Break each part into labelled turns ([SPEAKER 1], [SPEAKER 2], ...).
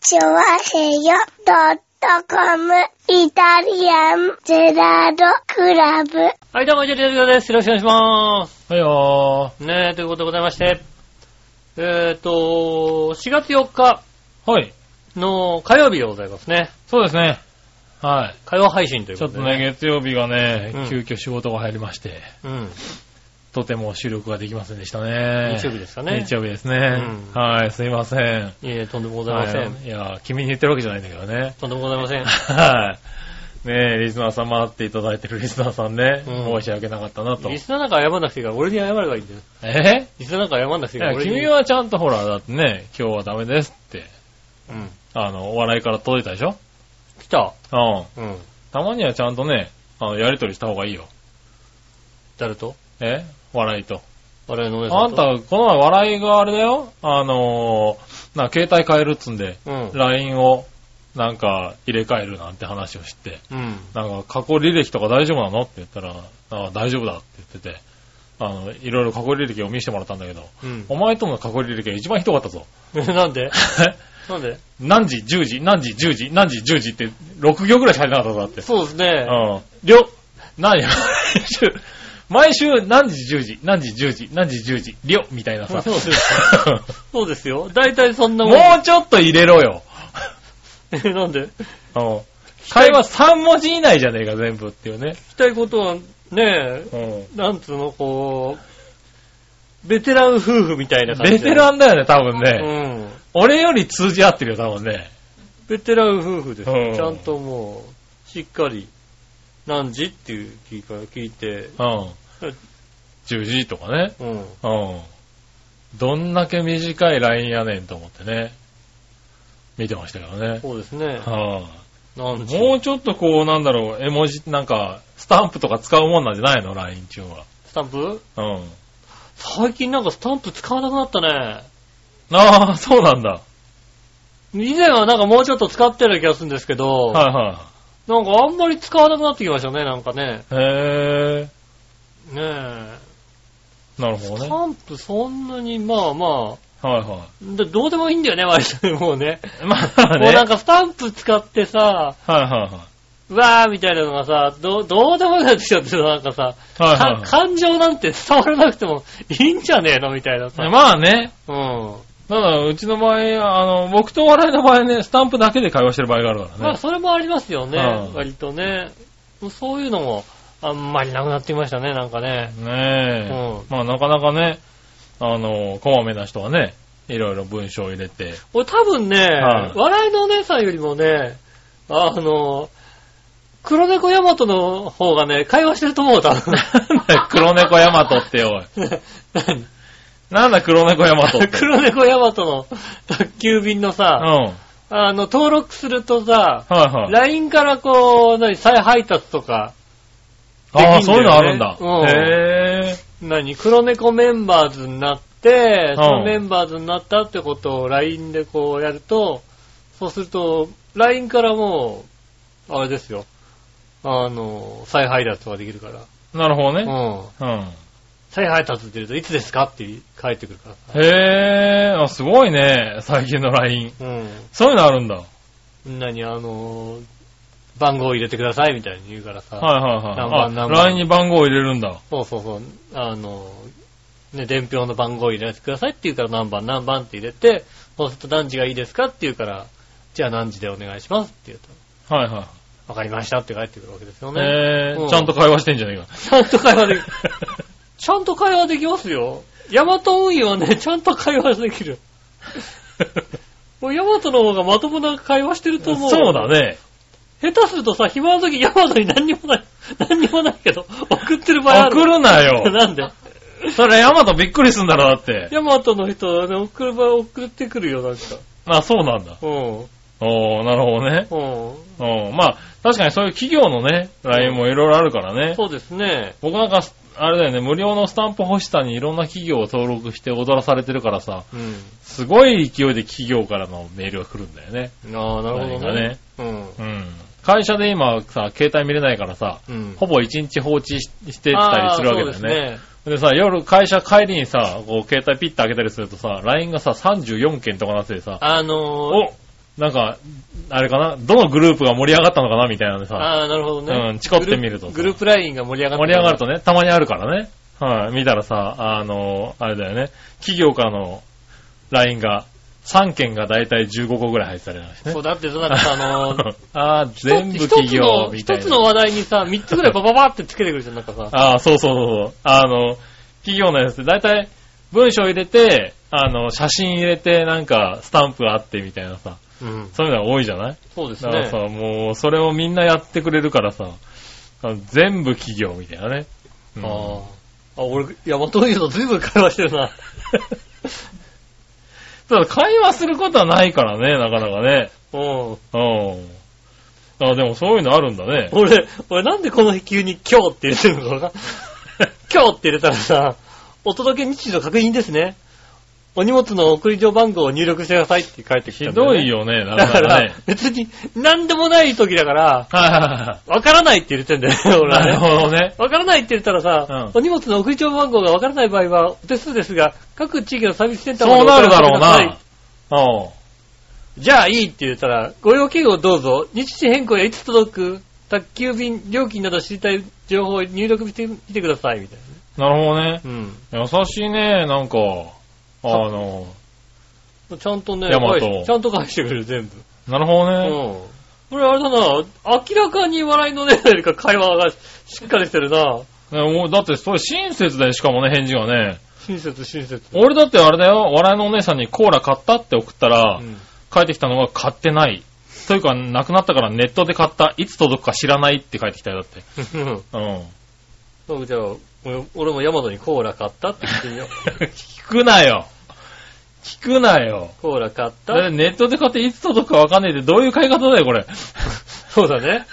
[SPEAKER 1] チョワヘヨドットコムイタリアンゼラードクラブ。
[SPEAKER 2] はい、どうも、ジェリーズです。よろしくお願いしま
[SPEAKER 3] はいよ
[SPEAKER 2] す。ねえ、ということでございまして、えっ、と、4月4日
[SPEAKER 3] ー。はい。
[SPEAKER 2] の火曜日でございますね。
[SPEAKER 3] そうですね。は
[SPEAKER 2] 火曜配信という
[SPEAKER 3] い。ち
[SPEAKER 2] こ
[SPEAKER 3] ょっ
[SPEAKER 2] とで、
[SPEAKER 3] とね、月曜日がね
[SPEAKER 2] うん、
[SPEAKER 3] 急遽仕事が入りまして、
[SPEAKER 2] うん。
[SPEAKER 3] とても収録ができませんでしたね。
[SPEAKER 2] 日曜日ですかね
[SPEAKER 3] 日曜日ですね。
[SPEAKER 2] ん
[SPEAKER 3] はい、すいません。
[SPEAKER 2] いえいえ、とんでもございません。
[SPEAKER 3] はいいや、君に言ってるわけじゃないんだけどね。
[SPEAKER 2] とんでもございません。
[SPEAKER 3] はい。ねえ、リスナーさん回っていただいてるリスナーさんね、
[SPEAKER 2] うん
[SPEAKER 3] 申し訳なかったなと
[SPEAKER 2] リ。スナーなんか謝んなくていいから、俺に謝ればいいんだよ。
[SPEAKER 3] え
[SPEAKER 2] リスナーなんか謝んなくていいから、俺に。
[SPEAKER 3] 君、はちゃんとほら、だってね、今日はダメですって、
[SPEAKER 2] うん。
[SPEAKER 3] あの、お笑いから届いたでしょ
[SPEAKER 2] 来た。
[SPEAKER 3] うん。
[SPEAKER 2] うん。
[SPEAKER 3] たまにはちゃんとね、あの、やりとりした方がいいよ。
[SPEAKER 2] 誰と
[SPEAKER 3] え笑いと。
[SPEAKER 2] 我々のお姉さ
[SPEAKER 3] あ
[SPEAKER 2] ん
[SPEAKER 3] ん
[SPEAKER 2] と。
[SPEAKER 3] た、この前笑いがあれだよあのー、な、携帯変えるっつんで、
[SPEAKER 2] うん。
[SPEAKER 3] LINE を、なんか、入れ替えるなんて話をして、
[SPEAKER 2] うん。
[SPEAKER 3] なんか、過去履歴とか大丈夫なのって言ったら、あ大丈夫だって言ってて、あの、いろいろ過去履歴を見せてもらったんだけど、
[SPEAKER 2] うん。
[SPEAKER 3] お前ともの過去履歴が一番ひどかっ たぞ。
[SPEAKER 2] なんでなんで
[SPEAKER 3] 何時、10時、何時、10時、何時、10時って、6行ぐらいしか入ってなかったぞだって。
[SPEAKER 2] そうですね。
[SPEAKER 3] うん。りょ、何 毎週、毎週何時10時、何時10時、何時10時、りょ、みたいなさ。
[SPEAKER 2] そうですよそうですよ。大体そんな
[SPEAKER 3] も
[SPEAKER 2] もん。
[SPEAKER 3] うちょっと入れろよ。
[SPEAKER 2] え なんで
[SPEAKER 3] うん。会話3文字以内じゃねえか、全部っていうね。
[SPEAKER 2] 聞きたいことは、ねえ、
[SPEAKER 3] うん。
[SPEAKER 2] なんつうの、こう、ベテラン夫婦みたいな感じ
[SPEAKER 3] ベ
[SPEAKER 2] で。
[SPEAKER 3] テランだよね、多分ね。
[SPEAKER 2] うん。
[SPEAKER 3] 俺より通じ合ってるよ、多分ね。
[SPEAKER 2] ベテラン夫婦ですよ、
[SPEAKER 3] うん
[SPEAKER 2] ちゃんともう、しっかり、何時っていう聞いた聞いて、
[SPEAKER 3] うん。10時とかね。
[SPEAKER 2] うん。
[SPEAKER 3] うん。どんだけ短い LINE やねんと思ってね。見てましたけどね。
[SPEAKER 2] そうですね。
[SPEAKER 3] はい、
[SPEAKER 2] 何時
[SPEAKER 3] もうちょっとこう、なんだろう、絵文字、なんか、スタンプとか使うもんなんじゃないの ?LINE 中は。
[SPEAKER 2] スタンプ
[SPEAKER 3] うん。
[SPEAKER 2] 最近なんかスタンプ使わなくなったね。
[SPEAKER 3] ああ、そうなんだ。
[SPEAKER 2] 以前はなんかもうちょっと使ってる気がするんですけど、
[SPEAKER 3] は
[SPEAKER 2] なんかあんまり使わなくなってきましたね、なんかね。
[SPEAKER 3] いはい。へえ。
[SPEAKER 2] ねえ。
[SPEAKER 3] なるほど
[SPEAKER 2] ス
[SPEAKER 3] ね。
[SPEAKER 2] タンプそんなに、まあまあ、
[SPEAKER 3] はいは
[SPEAKER 2] でどうでもいいんだよね、割とねもうね。
[SPEAKER 3] い。まあ
[SPEAKER 2] もう
[SPEAKER 3] ね。
[SPEAKER 2] な
[SPEAKER 3] は
[SPEAKER 2] ん
[SPEAKER 3] い
[SPEAKER 2] かスタンプ使ってさ、
[SPEAKER 3] はいは
[SPEAKER 2] うわーみたいなのがさ、どうどうでもよくなってきちゃってさ、なんかさ、
[SPEAKER 3] い。はい
[SPEAKER 2] か
[SPEAKER 3] は
[SPEAKER 2] 感情なんて伝わらなくてもいいんじゃねえのみたいなさ
[SPEAKER 3] い。。まあね。
[SPEAKER 2] うん。
[SPEAKER 3] ただ、うちの場合、あの、僕と笑いの場合ね、スタンプだけで会話してる場合があるか
[SPEAKER 2] ま
[SPEAKER 3] ら
[SPEAKER 2] あ、
[SPEAKER 3] ね。
[SPEAKER 2] それもありますよね、
[SPEAKER 3] うん
[SPEAKER 2] 割とね。そういうのも、あんまりなくなってきましたね、なんかね。
[SPEAKER 3] ねえ。
[SPEAKER 2] うん
[SPEAKER 3] まあなかなかね、あの、こまめな人はね、いろいろ文章を入れて。
[SPEAKER 2] 俺多分ね、
[SPEAKER 3] はい
[SPEAKER 2] 笑いのお姉さんよりもね、あの、黒猫ヤマトの方がね、会話してると思う、多 分。
[SPEAKER 3] なんだよ黒猫ヤマトっておい。
[SPEAKER 2] 何
[SPEAKER 3] なんだ黒猫ヤマトって。
[SPEAKER 2] 黒猫ヤマトの宅急便の
[SPEAKER 3] うん。
[SPEAKER 2] さ、
[SPEAKER 3] はい
[SPEAKER 2] あの、登録するとさ、
[SPEAKER 3] はい。
[SPEAKER 2] LINE からこう、何、再配達とか、
[SPEAKER 3] あ
[SPEAKER 2] で
[SPEAKER 3] あ、
[SPEAKER 2] きんだ
[SPEAKER 3] そういうのあ
[SPEAKER 2] よ
[SPEAKER 3] る
[SPEAKER 2] ね
[SPEAKER 3] んだ。へ
[SPEAKER 2] 何、黒猫メンバーズになって、
[SPEAKER 3] ん
[SPEAKER 2] そのメンバーズになったってことを LINE でこうやると、そうすると、LINE からもう、あれですよ、あの、再配達とかできるから、
[SPEAKER 3] え。なるほど
[SPEAKER 2] う
[SPEAKER 3] ね。
[SPEAKER 2] ん。
[SPEAKER 3] うん。
[SPEAKER 2] 再配達って言うと、いつですかって返ってくるからさ。
[SPEAKER 3] へえ、あ、すごいね。最近の LINE。
[SPEAKER 2] うん。
[SPEAKER 3] そういうのあるんだ。はい
[SPEAKER 2] 何、あの、番号入れてくださいみたいに言うからさ、ナンバー
[SPEAKER 3] はい
[SPEAKER 2] ナ
[SPEAKER 3] は
[SPEAKER 2] ン
[SPEAKER 3] い。
[SPEAKER 2] バー
[SPEAKER 3] あ、LINE に番号を入れるんだ。
[SPEAKER 2] そうそうそう、あの、ね、伝票の番号を入れてくださいって言うから何番何番って入れて、そうすると何時がいいですかって言うから、じゃあ何時でお願いしますって言うと、
[SPEAKER 3] はいは
[SPEAKER 2] わかりましたって返ってくるわけですよ
[SPEAKER 3] い。
[SPEAKER 2] ね。
[SPEAKER 3] へ
[SPEAKER 2] うん
[SPEAKER 3] え、ちゃんと会話してんじゃねえか。
[SPEAKER 2] ちゃんと会話でき、 ちゃんと会話できますよ。ヤマト運輸はね、ちゃんと会話できる。俺ヤマトの方がまともな会話してると思う。
[SPEAKER 3] そうだ。ね。
[SPEAKER 2] 下手するとさ、暇な時ヤマトに何にもない、何にもないけど、送ってる場合ある。
[SPEAKER 3] 送るな よ。
[SPEAKER 2] なんで
[SPEAKER 3] それ、ヤマトびっくりすんだろ、だって。
[SPEAKER 2] ヤマトの人はね、送る場合送ってくるよ、なんか。
[SPEAKER 3] あ、そうなんだ。
[SPEAKER 2] うん。
[SPEAKER 3] おー、なるほどね。
[SPEAKER 2] う
[SPEAKER 3] うん。まあ、確かにそういう企業のね、LINE もいろいろあるからね
[SPEAKER 2] ん。。そうですね。
[SPEAKER 3] 僕なんか、あれだよね、無料のスタンプ欲しさにいろんな企業を登録して踊らされてるからさ。
[SPEAKER 2] うん。
[SPEAKER 3] すごい勢いで企業からのメールが来るんだよね。
[SPEAKER 2] ああ、なるほどね。
[SPEAKER 3] うん。会社で今さ、携帯見れないからさ、
[SPEAKER 2] うん。うん。
[SPEAKER 3] ほぼ一日放置ししてた
[SPEAKER 2] あ
[SPEAKER 3] り
[SPEAKER 2] あ
[SPEAKER 3] するわけだよ
[SPEAKER 2] そう
[SPEAKER 3] ね。
[SPEAKER 2] ですね。
[SPEAKER 3] でさ、夜会社帰りにさ、こう携帯ピッて開けたりするとさ、LINE がさ、34件とかなっててさ、
[SPEAKER 2] あのー、
[SPEAKER 3] おなんか、あれかな、どのグループが盛り上がったのかなみたいなのでさ、
[SPEAKER 2] ああ、なるほどね。
[SPEAKER 3] うんチコってみる
[SPEAKER 2] グルー
[SPEAKER 3] と
[SPEAKER 2] プグループラインが盛り上が
[SPEAKER 3] 盛り上がる
[SPEAKER 2] と。
[SPEAKER 3] とね、たまにあるからね。はい、見たらさ、あの、あれだよね、企業からの LINE が、3件がだいたい15個ぐらい入ってたりなんかしてね。
[SPEAKER 2] そう、だってさ、なんかさあのー、
[SPEAKER 3] あー、 全部
[SPEAKER 2] 一つ
[SPEAKER 3] 企業みたい
[SPEAKER 2] 一
[SPEAKER 3] な。
[SPEAKER 2] つの話題にさ、三つぐらいバババってつけてくるじゃん、なんかさ。
[SPEAKER 3] ああ、そうそうそうそう。あの、企業のやつって大体文章入れて、あの、写真入れて、なんか、スタンプがあってみたいなさ、
[SPEAKER 2] うん。
[SPEAKER 3] そういうのが多いじゃない
[SPEAKER 2] そうです
[SPEAKER 3] だから
[SPEAKER 2] ね
[SPEAKER 3] さ、。もう、それをみんなやってくれるからさ、あの全部企業みたいなね。うん
[SPEAKER 2] あーあ、俺、ヤマト運輸と随分会話してるな。
[SPEAKER 3] ただ、会話することはないからね、なかなかね。
[SPEAKER 2] うん。
[SPEAKER 3] うん。あでもそういうのあるんだね。
[SPEAKER 2] 俺、俺なんでこの日急に今日って入れてるのかわかん 今日って入れたらさ、お届け日時の確認ですね。お荷物の送り状番号を入力してくださいって書いてき
[SPEAKER 3] ひ
[SPEAKER 2] たんだよ
[SPEAKER 3] ど
[SPEAKER 2] ね、
[SPEAKER 3] いよね、な
[SPEAKER 2] だ
[SPEAKER 3] か
[SPEAKER 2] か
[SPEAKER 3] なからね
[SPEAKER 2] ら。、別に何でもない時だから、
[SPEAKER 3] はいはいは
[SPEAKER 2] わからないって入れてんだよね、
[SPEAKER 3] い。
[SPEAKER 2] 俺は
[SPEAKER 3] なる
[SPEAKER 2] ね。
[SPEAKER 3] ほどね。
[SPEAKER 2] わからないって言ったらさ、
[SPEAKER 3] う
[SPEAKER 2] お荷物の送り状番号がわからない場合は、お手数ですが、各地域のサービスセンターまで
[SPEAKER 3] そう
[SPEAKER 2] お
[SPEAKER 3] な
[SPEAKER 2] 問
[SPEAKER 3] る
[SPEAKER 2] い合わせ
[SPEAKER 3] だろう
[SPEAKER 2] くさい
[SPEAKER 3] な。うん。
[SPEAKER 2] じゃあいいって言ったら、ご用件をどうぞ、日時変更やいつ届く、宅急便、料金など知りたい情報を入力してみてください、みたい
[SPEAKER 3] なるほどね。
[SPEAKER 2] な。
[SPEAKER 3] 優しいね、なんか。あの、
[SPEAKER 2] うん。ちゃんとね、
[SPEAKER 3] ヤマト
[SPEAKER 2] 返しちゃんと返してくれる、全部。
[SPEAKER 3] なるほど
[SPEAKER 2] う
[SPEAKER 3] ね。
[SPEAKER 2] ん。これあれだな、明らかに笑いのね、よりか会話がしっかりしてるな。
[SPEAKER 3] ねもうだって、それ親切だよ、しかもね、返事がね。
[SPEAKER 2] 親切、親切。
[SPEAKER 3] 俺だってあれだよ、笑いのお姉さんにコーラ買ったって送ったら、
[SPEAKER 2] うん
[SPEAKER 3] 帰ってきたのが買ってない。というか、なくなったからネットで買った。いつ届くか知らないって帰ってきたよ、だっ て。うん。
[SPEAKER 2] そうじゃあ、俺俺もヤマトにコーラ買ったって聞いてみよう。
[SPEAKER 3] 聞くなよ。聞くなよ。
[SPEAKER 2] コーラ買っ
[SPEAKER 3] だって
[SPEAKER 2] た
[SPEAKER 3] ネットで買っていつ届くかわかんねえってどういう買い方だよ、これ。
[SPEAKER 2] そうだね。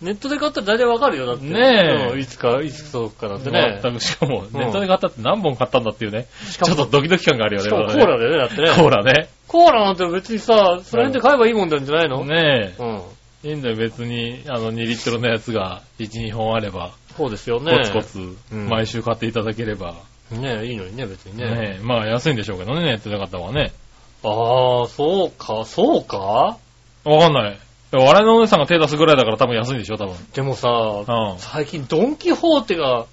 [SPEAKER 2] ネットで買ったら大体わかるよ、だって。
[SPEAKER 3] ねえ
[SPEAKER 2] うんいつか、いつ届くかなんてね。
[SPEAKER 3] 全く、しかも、ネットで買ったって何本買ったんだっていうね。
[SPEAKER 2] し
[SPEAKER 3] ちょっとドキドキ感があるよね、
[SPEAKER 2] しかも
[SPEAKER 3] こ
[SPEAKER 2] コ
[SPEAKER 3] れ
[SPEAKER 2] ー
[SPEAKER 3] ね
[SPEAKER 2] ラだよね、だってね。
[SPEAKER 3] コーラね。
[SPEAKER 2] コーラなんて別にさ、その辺で買えばいいもんなんじゃないの
[SPEAKER 3] ね
[SPEAKER 2] うん。
[SPEAKER 3] え。いいんだよ、別に、あの、2リットルのやつが、1、2本あれば、
[SPEAKER 2] そうですよ
[SPEAKER 3] コ
[SPEAKER 2] ね。
[SPEAKER 3] ツコツ、
[SPEAKER 2] うん
[SPEAKER 3] 毎週買っていただければ、
[SPEAKER 2] ねえ、いいのにね、別にね。
[SPEAKER 3] ねえ、まあ、安いんでしょうけどね、ネットで買った方がね。
[SPEAKER 2] ああ、そうか、そうか
[SPEAKER 3] わかんない。笑いのお姉さんが手出すぐらいだから多分安いんでしょ、多分。
[SPEAKER 2] でもさ、
[SPEAKER 3] うん。
[SPEAKER 2] 最近ドンキホーテが、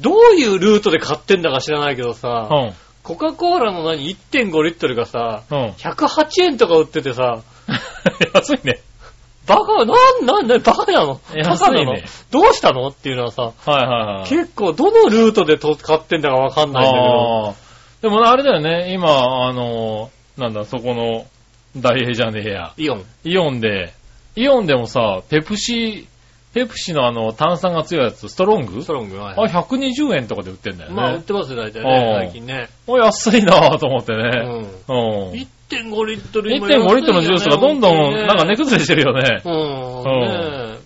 [SPEAKER 2] どういうルートで買ってんだか知らないけどさ、
[SPEAKER 3] うん。
[SPEAKER 2] コカ・コーラの何1.5リットルがさ、
[SPEAKER 3] うん。
[SPEAKER 2] 108円とか売っててさ、
[SPEAKER 3] 安いね。
[SPEAKER 2] バカ、なん、なん、なんバカなの
[SPEAKER 3] 安いね
[SPEAKER 2] バカなのどうしたのっていうのはさ、
[SPEAKER 3] はいはいはい。
[SPEAKER 2] 結構どのルートでと買ってんだかわかんないんだけど、
[SPEAKER 3] ああ。でもあれだよね、今、あの、なんだ、そこの、ダイエーじゃねえや。
[SPEAKER 2] イオン。
[SPEAKER 3] イオンで、イオンでもさ、ペプシ、ペプシのあの、炭酸が強いやつ、ストロング
[SPEAKER 2] ストロングは
[SPEAKER 3] あ、120円とかで売ってんだよね。
[SPEAKER 2] まあ、売ってますよ、大体
[SPEAKER 3] あ
[SPEAKER 2] ね、
[SPEAKER 3] あ
[SPEAKER 2] 最近ね。
[SPEAKER 3] お安いなぁと思って
[SPEAKER 2] う
[SPEAKER 3] ね。
[SPEAKER 2] ん。
[SPEAKER 3] うん。1.5
[SPEAKER 2] 1.5リットル
[SPEAKER 3] リ
[SPEAKER 2] 今
[SPEAKER 3] ットルのジュースがどんどん、なんか根。崩れしてるよね。
[SPEAKER 2] 安いよね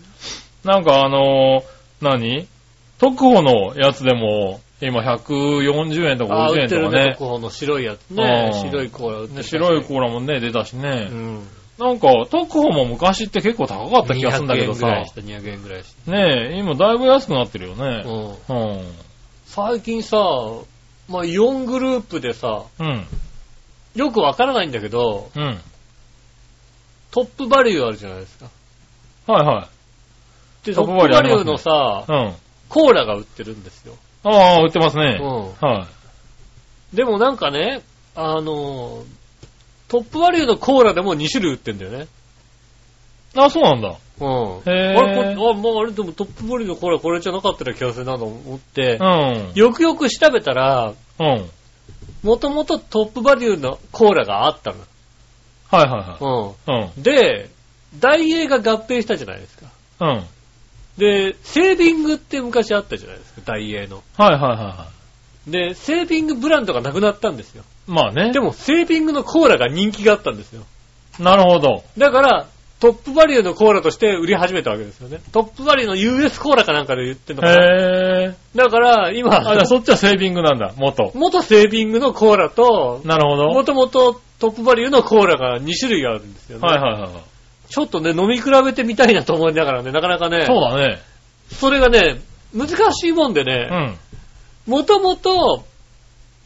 [SPEAKER 3] なんかあのー何特保のやつでも、今140円と
[SPEAKER 2] うん。
[SPEAKER 3] か
[SPEAKER 2] あ、
[SPEAKER 3] 50
[SPEAKER 2] 売
[SPEAKER 3] 円
[SPEAKER 2] ってる
[SPEAKER 3] とか
[SPEAKER 2] ね
[SPEAKER 3] ね。。
[SPEAKER 2] 特保の白いやつね。
[SPEAKER 3] うん
[SPEAKER 2] 白いコーラ売って
[SPEAKER 3] で
[SPEAKER 2] る。
[SPEAKER 3] 白い
[SPEAKER 2] ー
[SPEAKER 3] コーラもね、出たし
[SPEAKER 2] ラ
[SPEAKER 3] ね。
[SPEAKER 2] うん。
[SPEAKER 3] なんか、特保も昔って結構高かった気がするんだけどさ。
[SPEAKER 2] 200円ぐらいした、200円ぐらいし
[SPEAKER 3] ねえ、今だいぶ安くなってるよ
[SPEAKER 2] た。
[SPEAKER 3] ね。
[SPEAKER 2] うん。
[SPEAKER 3] うん。
[SPEAKER 2] 最近さ、まあ、イオングループでさ、
[SPEAKER 3] うん。
[SPEAKER 2] よくわからないんだけど、
[SPEAKER 3] うん。
[SPEAKER 2] トップバリューあるじゃないですか。
[SPEAKER 3] はいはい。
[SPEAKER 2] で、
[SPEAKER 3] ト
[SPEAKER 2] ト
[SPEAKER 3] ッ
[SPEAKER 2] ッ
[SPEAKER 3] プ
[SPEAKER 2] プ
[SPEAKER 3] バリュー
[SPEAKER 2] バ
[SPEAKER 3] あり
[SPEAKER 2] リ
[SPEAKER 3] ますね
[SPEAKER 2] ューのさ、
[SPEAKER 3] うん。
[SPEAKER 2] コーラが売ってるんですよ。
[SPEAKER 3] ああ、売ってますね。
[SPEAKER 2] うん。
[SPEAKER 3] は
[SPEAKER 2] でもなんかね、あのー、トップバリューのコーラでも2種類売ってんだよね。
[SPEAKER 3] い。あそうなんだ。
[SPEAKER 2] うん。あ
[SPEAKER 3] へ
[SPEAKER 2] れ、
[SPEAKER 3] ー
[SPEAKER 2] これ、あ、まあ、あれでもトップバリューのコーラこれじゃなかったら気がするなと思って
[SPEAKER 3] う、ん。
[SPEAKER 2] よくよく調べたら、
[SPEAKER 3] うん。はい
[SPEAKER 2] もともとトップバリューのコーラがあった
[SPEAKER 3] はいは
[SPEAKER 2] の。
[SPEAKER 3] い。うん。
[SPEAKER 2] うん。で、ダイエーが合併したじゃないですか。
[SPEAKER 3] うん。はい
[SPEAKER 2] で、セービングって昔あったじゃないですか、ダイエーの。
[SPEAKER 3] はいはいは
[SPEAKER 2] で、セービングブランドがなくなったんですよ。
[SPEAKER 3] い。まあね。
[SPEAKER 2] でも、セービングのコーラが人気があったんですよ。
[SPEAKER 3] なるほど。
[SPEAKER 2] だから、トップバリューのコーラとして売り始めたわけですよね。トップバリューの US コーラかなんかで言ってんのかな。
[SPEAKER 3] へえ。
[SPEAKER 2] だから、
[SPEAKER 3] あ、じゃあ
[SPEAKER 2] 今、
[SPEAKER 3] そっちはセービングなんだ、元。
[SPEAKER 2] 元セービングのコーラと、
[SPEAKER 3] なるほど。
[SPEAKER 2] もともとトップバリューのコーラが2種類あるんですよね。
[SPEAKER 3] はいはいはい。
[SPEAKER 2] ちょっとね、飲み比べてみたいなと思いながらね、なかなかね、
[SPEAKER 3] そうだね。
[SPEAKER 2] それがね、難しいもんで
[SPEAKER 3] う
[SPEAKER 2] ね、
[SPEAKER 3] ん。
[SPEAKER 2] もともと、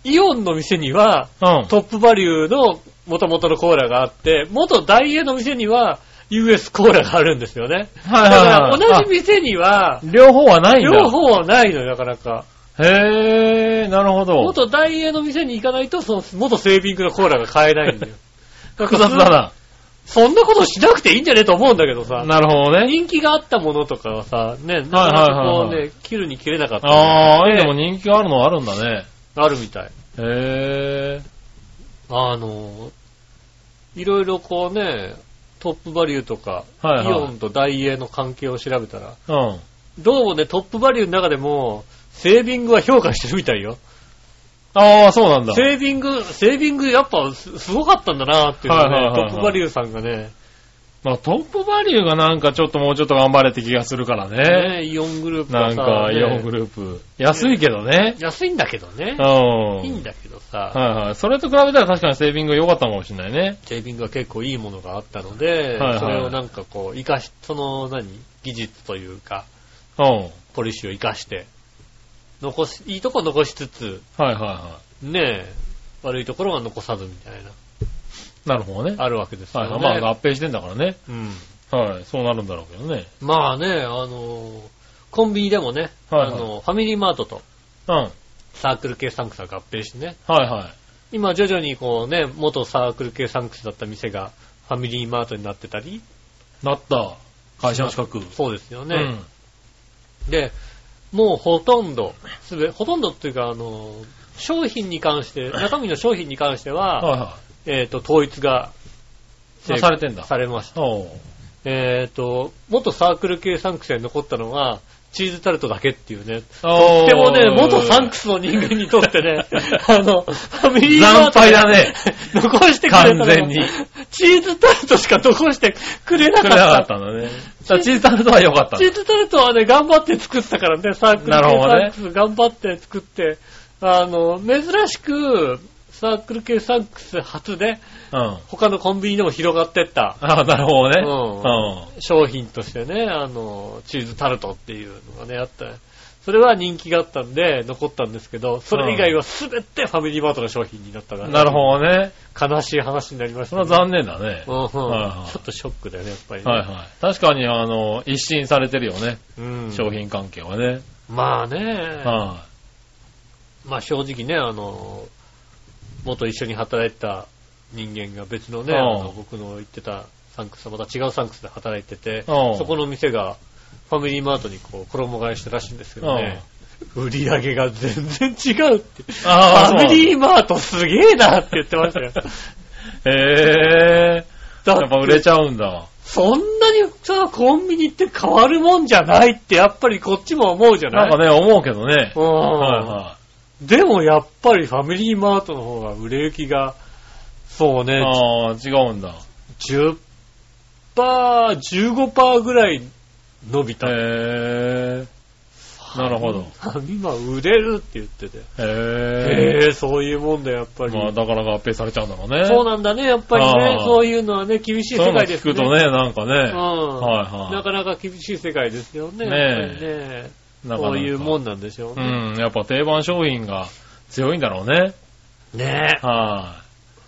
[SPEAKER 2] イオンの店には、
[SPEAKER 3] うん。
[SPEAKER 2] トップバリューの元々のコーラがあって、元ダイエーの店には US コーラがあるんですよね。
[SPEAKER 3] は
[SPEAKER 2] だ
[SPEAKER 3] い
[SPEAKER 2] か
[SPEAKER 3] は
[SPEAKER 2] ら
[SPEAKER 3] いはい。
[SPEAKER 2] 同じ店には、
[SPEAKER 3] あ両方はないんだ。
[SPEAKER 2] 両。方はないのよ、なかなか。
[SPEAKER 3] へー、なるほど。
[SPEAKER 2] 元ダイエーの店に行かないと、その元セービングのコーラが買えないんだよ。
[SPEAKER 3] 複雑だ
[SPEAKER 2] そんなことしなくていいんじゃねえと思うんだけどさ
[SPEAKER 3] な。。なるほどね。
[SPEAKER 2] 人気があったものとかはさ、ね、なかなかこう
[SPEAKER 3] はいはいはいは
[SPEAKER 2] ね、切るに切れなかった。
[SPEAKER 3] あー、でも人気があるのはあるんだね。
[SPEAKER 2] あるみたい。
[SPEAKER 3] へ
[SPEAKER 2] あの、いろいろこうね、トップバリューとか、
[SPEAKER 3] ー。はい
[SPEAKER 2] イオ
[SPEAKER 3] は
[SPEAKER 2] ンとダイエーの関係を調べたら、
[SPEAKER 3] い。うん。
[SPEAKER 2] どうもね、トップバリューの中でも、セービングは評価してるみたいよ。
[SPEAKER 3] あー、そうなんだ。
[SPEAKER 2] セービング、セービングやっぱすすごかったんだなっていうのをね、
[SPEAKER 3] はいはいはいはい
[SPEAKER 2] トップバリューさんがね、
[SPEAKER 3] まあ、トップバリューがなんかちょっともうちょっと頑張れって気がするからね。
[SPEAKER 2] ねイオングループ
[SPEAKER 3] な
[SPEAKER 2] は
[SPEAKER 3] ん
[SPEAKER 2] さ、
[SPEAKER 3] か、イオン
[SPEAKER 2] ルー
[SPEAKER 3] グループ。安いけどね。
[SPEAKER 2] プ。安いんだけどね
[SPEAKER 3] う。ん。
[SPEAKER 2] いいんだけどさ、
[SPEAKER 3] はいはい。それと比べたら確かにセービング良かったのかもしれないね。
[SPEAKER 2] セービングは結構いいものがあったので、
[SPEAKER 3] はいはい
[SPEAKER 2] それをなんかこう、生かし、その何、技術というか、
[SPEAKER 3] うん。
[SPEAKER 2] ポリシーを生かして、残し、いいとこ残しつつ、
[SPEAKER 3] はいはいは
[SPEAKER 2] ねえ、悪いところは残さずみたい
[SPEAKER 3] い。なるほどね。
[SPEAKER 2] な、あるわけですよ
[SPEAKER 3] はい
[SPEAKER 2] ね。
[SPEAKER 3] はい。まあ、合併してんだからね。
[SPEAKER 2] うん。
[SPEAKER 3] はい。そうなるんだろうけどね。
[SPEAKER 2] まあね、あのーコンビニでもね、
[SPEAKER 3] はいはい
[SPEAKER 2] あの、ファミリーマートと
[SPEAKER 3] うん。はい
[SPEAKER 2] サークル系サンクスは合併してね、
[SPEAKER 3] は
[SPEAKER 2] 今徐々にこうね、元サークル系サンクスだった店がファミリーマートになってたり、
[SPEAKER 3] い。なった。会社の近く。
[SPEAKER 2] そうですよ
[SPEAKER 3] う
[SPEAKER 2] ね。
[SPEAKER 3] ん。
[SPEAKER 2] で、もうほとんど、すべ、ほとんどっていうか、あの、商品に関して、中身の商品に関しては、
[SPEAKER 3] はいは
[SPEAKER 2] えっ、と、統一が、
[SPEAKER 3] あされてんだ
[SPEAKER 2] されました。
[SPEAKER 3] い。おう。
[SPEAKER 2] えっ、と、元サークル系サンクスに残ったのが、チーズタルトだけっていうね。
[SPEAKER 3] と
[SPEAKER 2] でもね、元サンクスの人間にとって ね、あの、ファミリーマー
[SPEAKER 3] 惨
[SPEAKER 2] ト
[SPEAKER 3] 敗だね。
[SPEAKER 2] 残してくれたのが
[SPEAKER 3] 完全に
[SPEAKER 2] チーズタルトしか残してくれな
[SPEAKER 3] 作
[SPEAKER 2] か
[SPEAKER 3] れ
[SPEAKER 2] っ
[SPEAKER 3] なかったた。んだ ね。だからチーズタルトは良かったん
[SPEAKER 2] チ
[SPEAKER 3] だ
[SPEAKER 2] ーズタルトはね、頑張って作ってたからね、サークル
[SPEAKER 3] なる
[SPEAKER 2] 系
[SPEAKER 3] ほど
[SPEAKER 2] サン
[SPEAKER 3] ね
[SPEAKER 2] クス頑張って作って、あの、珍しく、サークル系サンクス初で、
[SPEAKER 3] うん。
[SPEAKER 2] 他のコンビニでも広がってった
[SPEAKER 3] ああ、なるほどね。
[SPEAKER 2] うん商品としてね、あの、チーズタルトっていうのがね、あった。それは人気があったんで、残ったんですけど、それ以外は全てファミリーマートの商品になったか
[SPEAKER 3] う
[SPEAKER 2] ら、
[SPEAKER 3] ん。なるほどね。
[SPEAKER 2] 悲しい話になりまし
[SPEAKER 3] そ
[SPEAKER 2] た
[SPEAKER 3] れ
[SPEAKER 2] ね、
[SPEAKER 3] は残念だね。
[SPEAKER 2] うんうんち
[SPEAKER 3] はいはい
[SPEAKER 2] ょっとショックだよね、やっぱりね。
[SPEAKER 3] はいはい。確かに、あの、一新されてるよね。
[SPEAKER 2] うん
[SPEAKER 3] 商品関係はね。
[SPEAKER 2] まあね、
[SPEAKER 3] は
[SPEAKER 2] まあ正直ね、あの、元一緒に働いてた人間が別のね、
[SPEAKER 3] うん
[SPEAKER 2] あの僕の行ってたサンクスはまた違うサンクスで働いてて、
[SPEAKER 3] うん
[SPEAKER 2] そこの店がファミリーマートにこう衣替えしたらしいんですけ
[SPEAKER 3] い。
[SPEAKER 2] ど
[SPEAKER 3] うん
[SPEAKER 2] ね、。売り上げが全然違うって。
[SPEAKER 3] ああ、
[SPEAKER 2] ファミリーマートすげえなって言ってま したよ。
[SPEAKER 3] ー。へえ。
[SPEAKER 2] だっ
[SPEAKER 3] やってぱ売れちゃうんだ。
[SPEAKER 2] そんなにさ、コンビニって変わるもんじゃないってやっぱりこっちも思うじゃな
[SPEAKER 3] ないんかね、思うけどね
[SPEAKER 2] う。ん
[SPEAKER 3] はいは
[SPEAKER 2] でもやっぱりファミリーマートの方が売れ行きが、そう
[SPEAKER 3] い。
[SPEAKER 2] ね、
[SPEAKER 3] ああ、違うんだ。
[SPEAKER 2] 10%、15%ぐらい伸びた。
[SPEAKER 3] へえ。なるほど。
[SPEAKER 2] 今売れるって言ってて。
[SPEAKER 3] へ
[SPEAKER 2] へえ、そういうもんだ、やっぱ
[SPEAKER 3] え。
[SPEAKER 2] り。
[SPEAKER 3] まあ、だから合併されちゃうんだろうね。
[SPEAKER 2] そうなんだね、やっぱりね
[SPEAKER 3] あ。ー
[SPEAKER 2] そういうのはね、厳しい
[SPEAKER 3] そうい
[SPEAKER 2] 世
[SPEAKER 3] うの
[SPEAKER 2] 界で
[SPEAKER 3] 聞
[SPEAKER 2] すね。
[SPEAKER 3] くとね、なんか
[SPEAKER 2] うん。
[SPEAKER 3] ね。はいはい
[SPEAKER 2] なかなか厳しい世界ですよね。
[SPEAKER 3] ねえ
[SPEAKER 2] やっぱりね
[SPEAKER 3] なかなか
[SPEAKER 2] そういうもんなんでしょう
[SPEAKER 3] う
[SPEAKER 2] ね。
[SPEAKER 3] ん、やっぱ定番商品が強いんだろうね。
[SPEAKER 2] ねえ。
[SPEAKER 3] は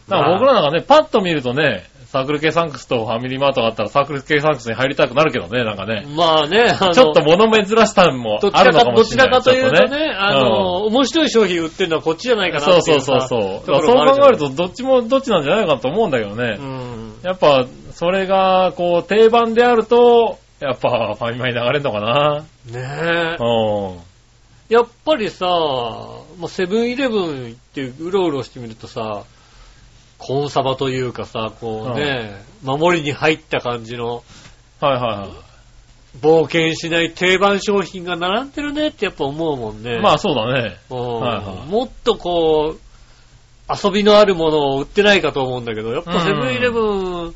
[SPEAKER 3] い。だから僕らなんかね、パッと見るとね、サークル系サンクスとファミリーマートがあったらサークル系サンクスに入りたくなるけどね、なんかね。
[SPEAKER 2] まあね、あの
[SPEAKER 3] ちょっと物珍しさも
[SPEAKER 2] どち
[SPEAKER 3] あ
[SPEAKER 2] ら
[SPEAKER 3] るの
[SPEAKER 2] か、
[SPEAKER 3] か
[SPEAKER 2] ど
[SPEAKER 3] もし
[SPEAKER 2] ち
[SPEAKER 3] れな
[SPEAKER 2] ら
[SPEAKER 3] い。
[SPEAKER 2] かという
[SPEAKER 3] ちょ
[SPEAKER 2] と
[SPEAKER 3] っ
[SPEAKER 2] ね、あの、面白い商品売ってるのはこっちじゃないか
[SPEAKER 3] そ
[SPEAKER 2] な
[SPEAKER 3] う
[SPEAKER 2] ってい
[SPEAKER 3] そううそう
[SPEAKER 2] さ。
[SPEAKER 3] そう。
[SPEAKER 2] と
[SPEAKER 3] だ
[SPEAKER 2] こ
[SPEAKER 3] からそ
[SPEAKER 2] ろ
[SPEAKER 3] う
[SPEAKER 2] もあ
[SPEAKER 3] 考える
[SPEAKER 2] じゃ
[SPEAKER 3] とどっちもどっちなんじゃないかなと思うんだけどね。
[SPEAKER 2] ない、うん。
[SPEAKER 3] やっぱ、それが、こう、定番であると、やっぱ、ファミマに流れるのかな。
[SPEAKER 2] ね
[SPEAKER 3] うん。
[SPEAKER 2] え。やっぱりさ、まあセブンイレブン行ってうろうろしてみるとさ、コンサバというかさ、こうね、守りに入った感じの、
[SPEAKER 3] はいはいは
[SPEAKER 2] 冒険しない定番商品が並んでるねってやっぱ思うもんね。
[SPEAKER 3] い。まあ、そうだね。
[SPEAKER 2] うん
[SPEAKER 3] はいはい
[SPEAKER 2] もっとこう、遊びのあるものを売ってないかと思うんだけど、やっぱセブンイレブン、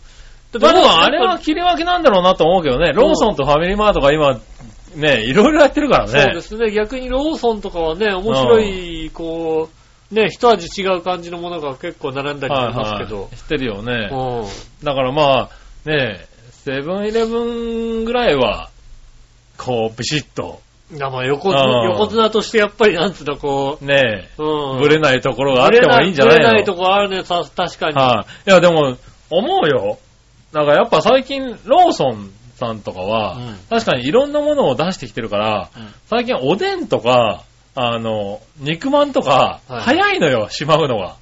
[SPEAKER 3] でもあれは
[SPEAKER 2] ね、
[SPEAKER 3] 切り分けなんだろうなと思うけどね、ローソンとファミリーマートが今、ね、いろいろやってるからね。
[SPEAKER 2] そうですね、逆にローソンとかはね、面白い、こう、ね、一味違う感じのものが結構並んだりし
[SPEAKER 3] はい
[SPEAKER 2] ますけ
[SPEAKER 3] は
[SPEAKER 2] ど
[SPEAKER 3] い。、してるよね。
[SPEAKER 2] うん
[SPEAKER 3] だからまあ、ね、セブンイレブンぐらいは、こう、ビシッと、
[SPEAKER 2] やまあ横綱
[SPEAKER 3] うん
[SPEAKER 2] 横綱としてやっぱりなんつうの、こ
[SPEAKER 3] ね
[SPEAKER 2] う、う
[SPEAKER 3] え、
[SPEAKER 2] ん。
[SPEAKER 3] ぶれ
[SPEAKER 2] ない
[SPEAKER 3] ないところがあってもいいんじゃない
[SPEAKER 2] ぶ
[SPEAKER 3] の
[SPEAKER 2] れないとこあるね、た確かに。
[SPEAKER 3] はい、いや、でも、思うよ。なんかやっぱ最近、ローソンさんとかは、
[SPEAKER 2] うん
[SPEAKER 3] 確かにいろんなものを出してきてるから、
[SPEAKER 2] うん
[SPEAKER 3] 最近おでんとか、あの、肉まんとか、
[SPEAKER 2] はい
[SPEAKER 3] 早いのよ、しまうのが。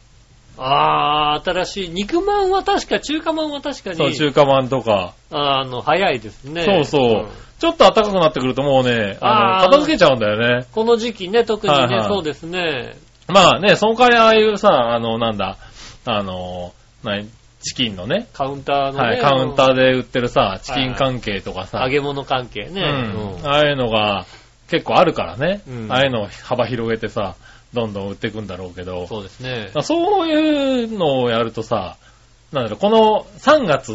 [SPEAKER 2] あー、新しい。肉まんは確か、中華まんは確かに。
[SPEAKER 3] そう、中華まんとか。
[SPEAKER 2] あの、早いですね。
[SPEAKER 3] そうそう。
[SPEAKER 2] ん
[SPEAKER 3] ちょっと暖かくなってくるともうね、
[SPEAKER 2] あ
[SPEAKER 3] あの、
[SPEAKER 2] ー
[SPEAKER 3] 片付けちゃうんだよね。
[SPEAKER 2] この時期ね、特にね、
[SPEAKER 3] はいはい
[SPEAKER 2] そうですね。
[SPEAKER 3] まあね、その代わりああいうさ、あの、なんだ、あの、何、チキンのね、
[SPEAKER 2] カウンターのね。
[SPEAKER 3] はい、カウンタ
[SPEAKER 2] ー。
[SPEAKER 3] ーで売ってるさ、チキン関係とかさ、
[SPEAKER 2] 揚げ物関係ね。
[SPEAKER 3] うん
[SPEAKER 2] うん
[SPEAKER 3] ああいうのが結構あるからね、
[SPEAKER 2] うん
[SPEAKER 3] ああいうのを幅広げてさ、どんどん売っていくんだろうけど、だか
[SPEAKER 2] そうですね。
[SPEAKER 3] らそういうのをやるとさ、なんだろう、この3月、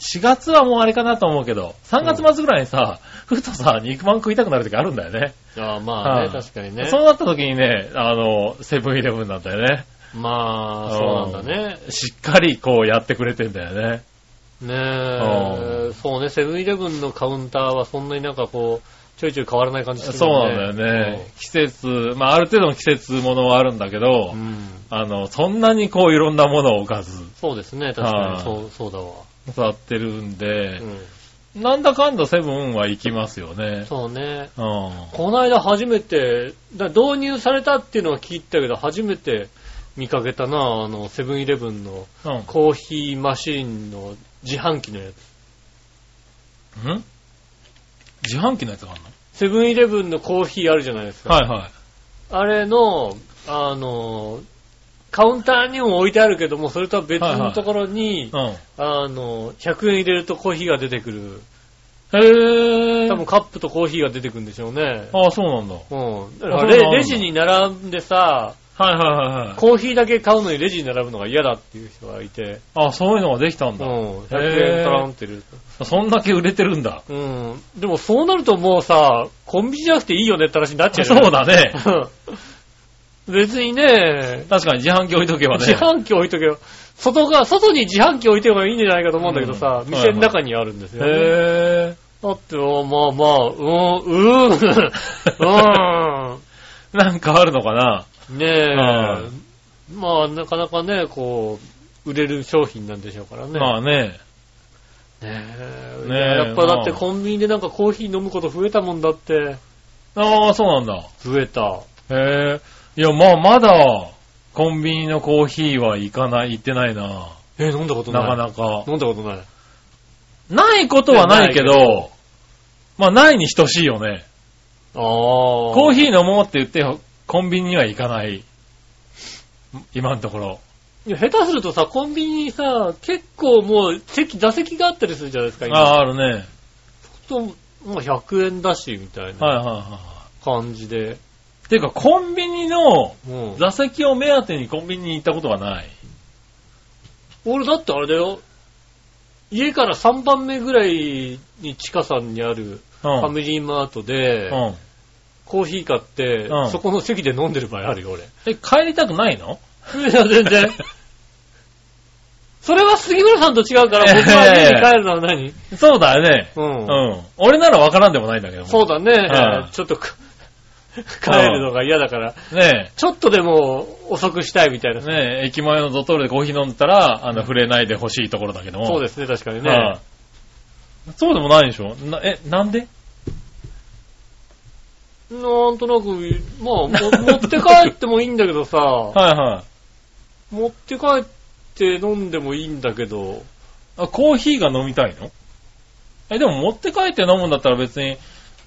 [SPEAKER 3] 4月はもうあれかなと思うけど、3月末ぐらいにさ、ふとさ、肉まん食いたくなる時あるんだよね。
[SPEAKER 2] あーまあね、
[SPEAKER 3] はい
[SPEAKER 2] 確かにね。
[SPEAKER 3] そうなった時にね、あの、セブンイレブンなんだよね。
[SPEAKER 2] まあ、そうなんだね。
[SPEAKER 3] しっかりこうやってくれてんだよね。
[SPEAKER 2] ねえ、そうね、セブンイレブンのカウンターはそんなになんかこう、ちょいちょい変わらない感じする
[SPEAKER 3] そう
[SPEAKER 2] もね
[SPEAKER 3] なんだよね。。季節、まあある程度の季節ものはあるんだけど、
[SPEAKER 2] うんうん
[SPEAKER 3] あの、そんなにこういろんなものを置かず、
[SPEAKER 2] そうですね、確か
[SPEAKER 3] は
[SPEAKER 2] に。
[SPEAKER 3] い
[SPEAKER 2] そう、そうだわ。
[SPEAKER 3] 座ってるんで
[SPEAKER 2] う、ん
[SPEAKER 3] なんだかんだセブンは行きますよね。
[SPEAKER 2] そうね。
[SPEAKER 3] うん。
[SPEAKER 2] この間初めて、だ導入されたっていうのは聞いたけど、初めて見かけたな、あの、セブンイレブンの
[SPEAKER 3] うん。
[SPEAKER 2] コーヒーマシーンの自販機のやつ。
[SPEAKER 3] ん自販機のやつがある
[SPEAKER 2] セブンイレブンのコーヒーあるじゃないですか。
[SPEAKER 3] のはいはい。
[SPEAKER 2] あれの、あの、カウンターにも置いてあるけども、それとは別
[SPEAKER 3] はいは
[SPEAKER 2] の
[SPEAKER 3] い
[SPEAKER 2] ところに、
[SPEAKER 3] うん。
[SPEAKER 2] あの、100円入れるとコーヒーが出てくる。
[SPEAKER 3] へ
[SPEAKER 2] 多
[SPEAKER 3] ぇ
[SPEAKER 2] 分カップとコーヒーが出てくるんでしょうね。
[SPEAKER 3] ああ、そうなんだ。はい
[SPEAKER 2] うん。だか
[SPEAKER 3] あ
[SPEAKER 2] ら
[SPEAKER 3] そうな
[SPEAKER 2] レ
[SPEAKER 3] んだ
[SPEAKER 2] レジに並んでさ、
[SPEAKER 3] はいはいはい。
[SPEAKER 2] コーヒーだけ買うのにレジに並ぶのが嫌だっていう人がいて、
[SPEAKER 3] あそういうのができたん
[SPEAKER 2] う
[SPEAKER 3] だ。
[SPEAKER 2] ん。100円トランってる。
[SPEAKER 3] そんだけ売れてるんだ。
[SPEAKER 2] うん。でもそうなるともうさ、コンビニじゃなくていいよねって話になっちゃう
[SPEAKER 3] そ
[SPEAKER 2] よね
[SPEAKER 3] うだね。
[SPEAKER 2] うん別にね、
[SPEAKER 3] 確かに自販機置いとけばね。
[SPEAKER 2] 自販機置いとけよ。外が、外に自販機置いてばいいんじゃないかと思うんだけどさ、
[SPEAKER 3] うん
[SPEAKER 2] 店の中にあるんですよね、
[SPEAKER 3] へ
[SPEAKER 2] だって、まあまあ、うーん、うーん、 う
[SPEAKER 3] ぇなんかあるのかな
[SPEAKER 2] ーん。ねえ、
[SPEAKER 3] はい
[SPEAKER 2] まあ、なかなかね、こう、売れる商品なんでしょうからね。
[SPEAKER 3] まあね。
[SPEAKER 2] ねえ
[SPEAKER 3] ねえ
[SPEAKER 2] やっぱだって
[SPEAKER 3] まあ
[SPEAKER 2] コンビニでなんかコーヒー飲むこと増えたもんだって。
[SPEAKER 3] ああ、そうなんだ。
[SPEAKER 2] 増えた。
[SPEAKER 3] へえ。いや、まあ、まだ、コンビニのコーヒーは行かない、行ってないな。
[SPEAKER 2] え飲んだことな。
[SPEAKER 3] ないかなか。
[SPEAKER 2] 飲んだことない。
[SPEAKER 3] ないことはないけ
[SPEAKER 2] な
[SPEAKER 3] ど、まあ、ないに等しいよね。
[SPEAKER 2] ああ。コ
[SPEAKER 3] コーヒー飲もうって言って、コンビニには行かない。今のところ。
[SPEAKER 2] いや下手するとさ、コンビニにさ、結構もう席、座席があったりするじゃないですか、
[SPEAKER 3] あ
[SPEAKER 2] 今。
[SPEAKER 3] あ、あるね。
[SPEAKER 2] と、もう100円だし、みたい
[SPEAKER 3] はい
[SPEAKER 2] な
[SPEAKER 3] はいは
[SPEAKER 2] 感じで。
[SPEAKER 3] い。ていうか、コンビニの
[SPEAKER 2] うん
[SPEAKER 3] 座席を目当てにコンビニに行ったことがない。
[SPEAKER 2] 俺だってあれだよ。家から3番目ぐらいに近さにある
[SPEAKER 3] うん。
[SPEAKER 2] ファミリーマートで、
[SPEAKER 3] うん。
[SPEAKER 2] コーヒー買って、
[SPEAKER 3] うん
[SPEAKER 2] そこの席で飲んでる場合あるよ、俺。
[SPEAKER 3] え、帰りたくないの
[SPEAKER 2] いや、全然。それは杉村さんと違うから、僕は家に帰るのは何、
[SPEAKER 3] そうだよね。
[SPEAKER 2] うん
[SPEAKER 3] うん。俺ならわからんでもないんだけども。
[SPEAKER 2] そうだね、
[SPEAKER 3] はい
[SPEAKER 2] ちょっと か帰るのが嫌だから、
[SPEAKER 3] ね
[SPEAKER 2] ちょっとでも遅くしたいみたいな。
[SPEAKER 3] え、ねえ、駅前のドトールでコーヒー飲んでたら、あの、触れないでほしいところだけども。
[SPEAKER 2] そう
[SPEAKER 3] で
[SPEAKER 2] ですね、確かに
[SPEAKER 3] す
[SPEAKER 2] ね。
[SPEAKER 3] そうでもないでしょなえ、なんで
[SPEAKER 2] なんとなく、まあ、も 持って帰ってもいいんだけどさ、
[SPEAKER 3] はいはい。
[SPEAKER 2] 持って帰って飲んでもいいんだけど、
[SPEAKER 3] あ、コーヒーが飲みたいのえ、でも持って帰って飲むんだったら別に、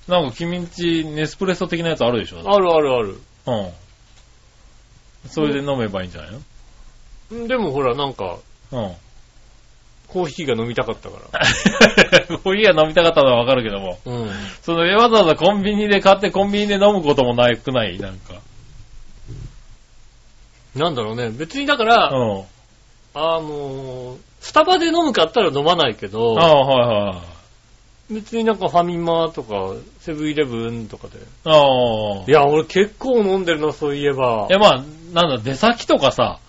[SPEAKER 3] なんか君んちネスプレッソ的なやつあるでしょ
[SPEAKER 2] あるあるある。
[SPEAKER 3] うん。それで飲めばいいんじゃないの
[SPEAKER 2] でもほら、なんか、
[SPEAKER 3] うん。
[SPEAKER 2] コーヒーが飲みたかったか
[SPEAKER 3] コーヒーが飲みたかったのはわかるけども。
[SPEAKER 2] ら。うん。
[SPEAKER 3] その、わざわざコンビニで買ってコンビニで飲むこともないくないなんか。
[SPEAKER 2] なんだろうね。別にだから、
[SPEAKER 3] うん。
[SPEAKER 2] あのースタバで飲むかあったら飲まないけ
[SPEAKER 3] あ
[SPEAKER 2] ど、
[SPEAKER 3] あ、はいはい。
[SPEAKER 2] 別になんかファミマとか、セブンイレブンとかで。
[SPEAKER 3] ああ。
[SPEAKER 2] いや、俺結構飲んでるな、そういえば
[SPEAKER 3] い。や、まあ、なんだ、出先とかさ、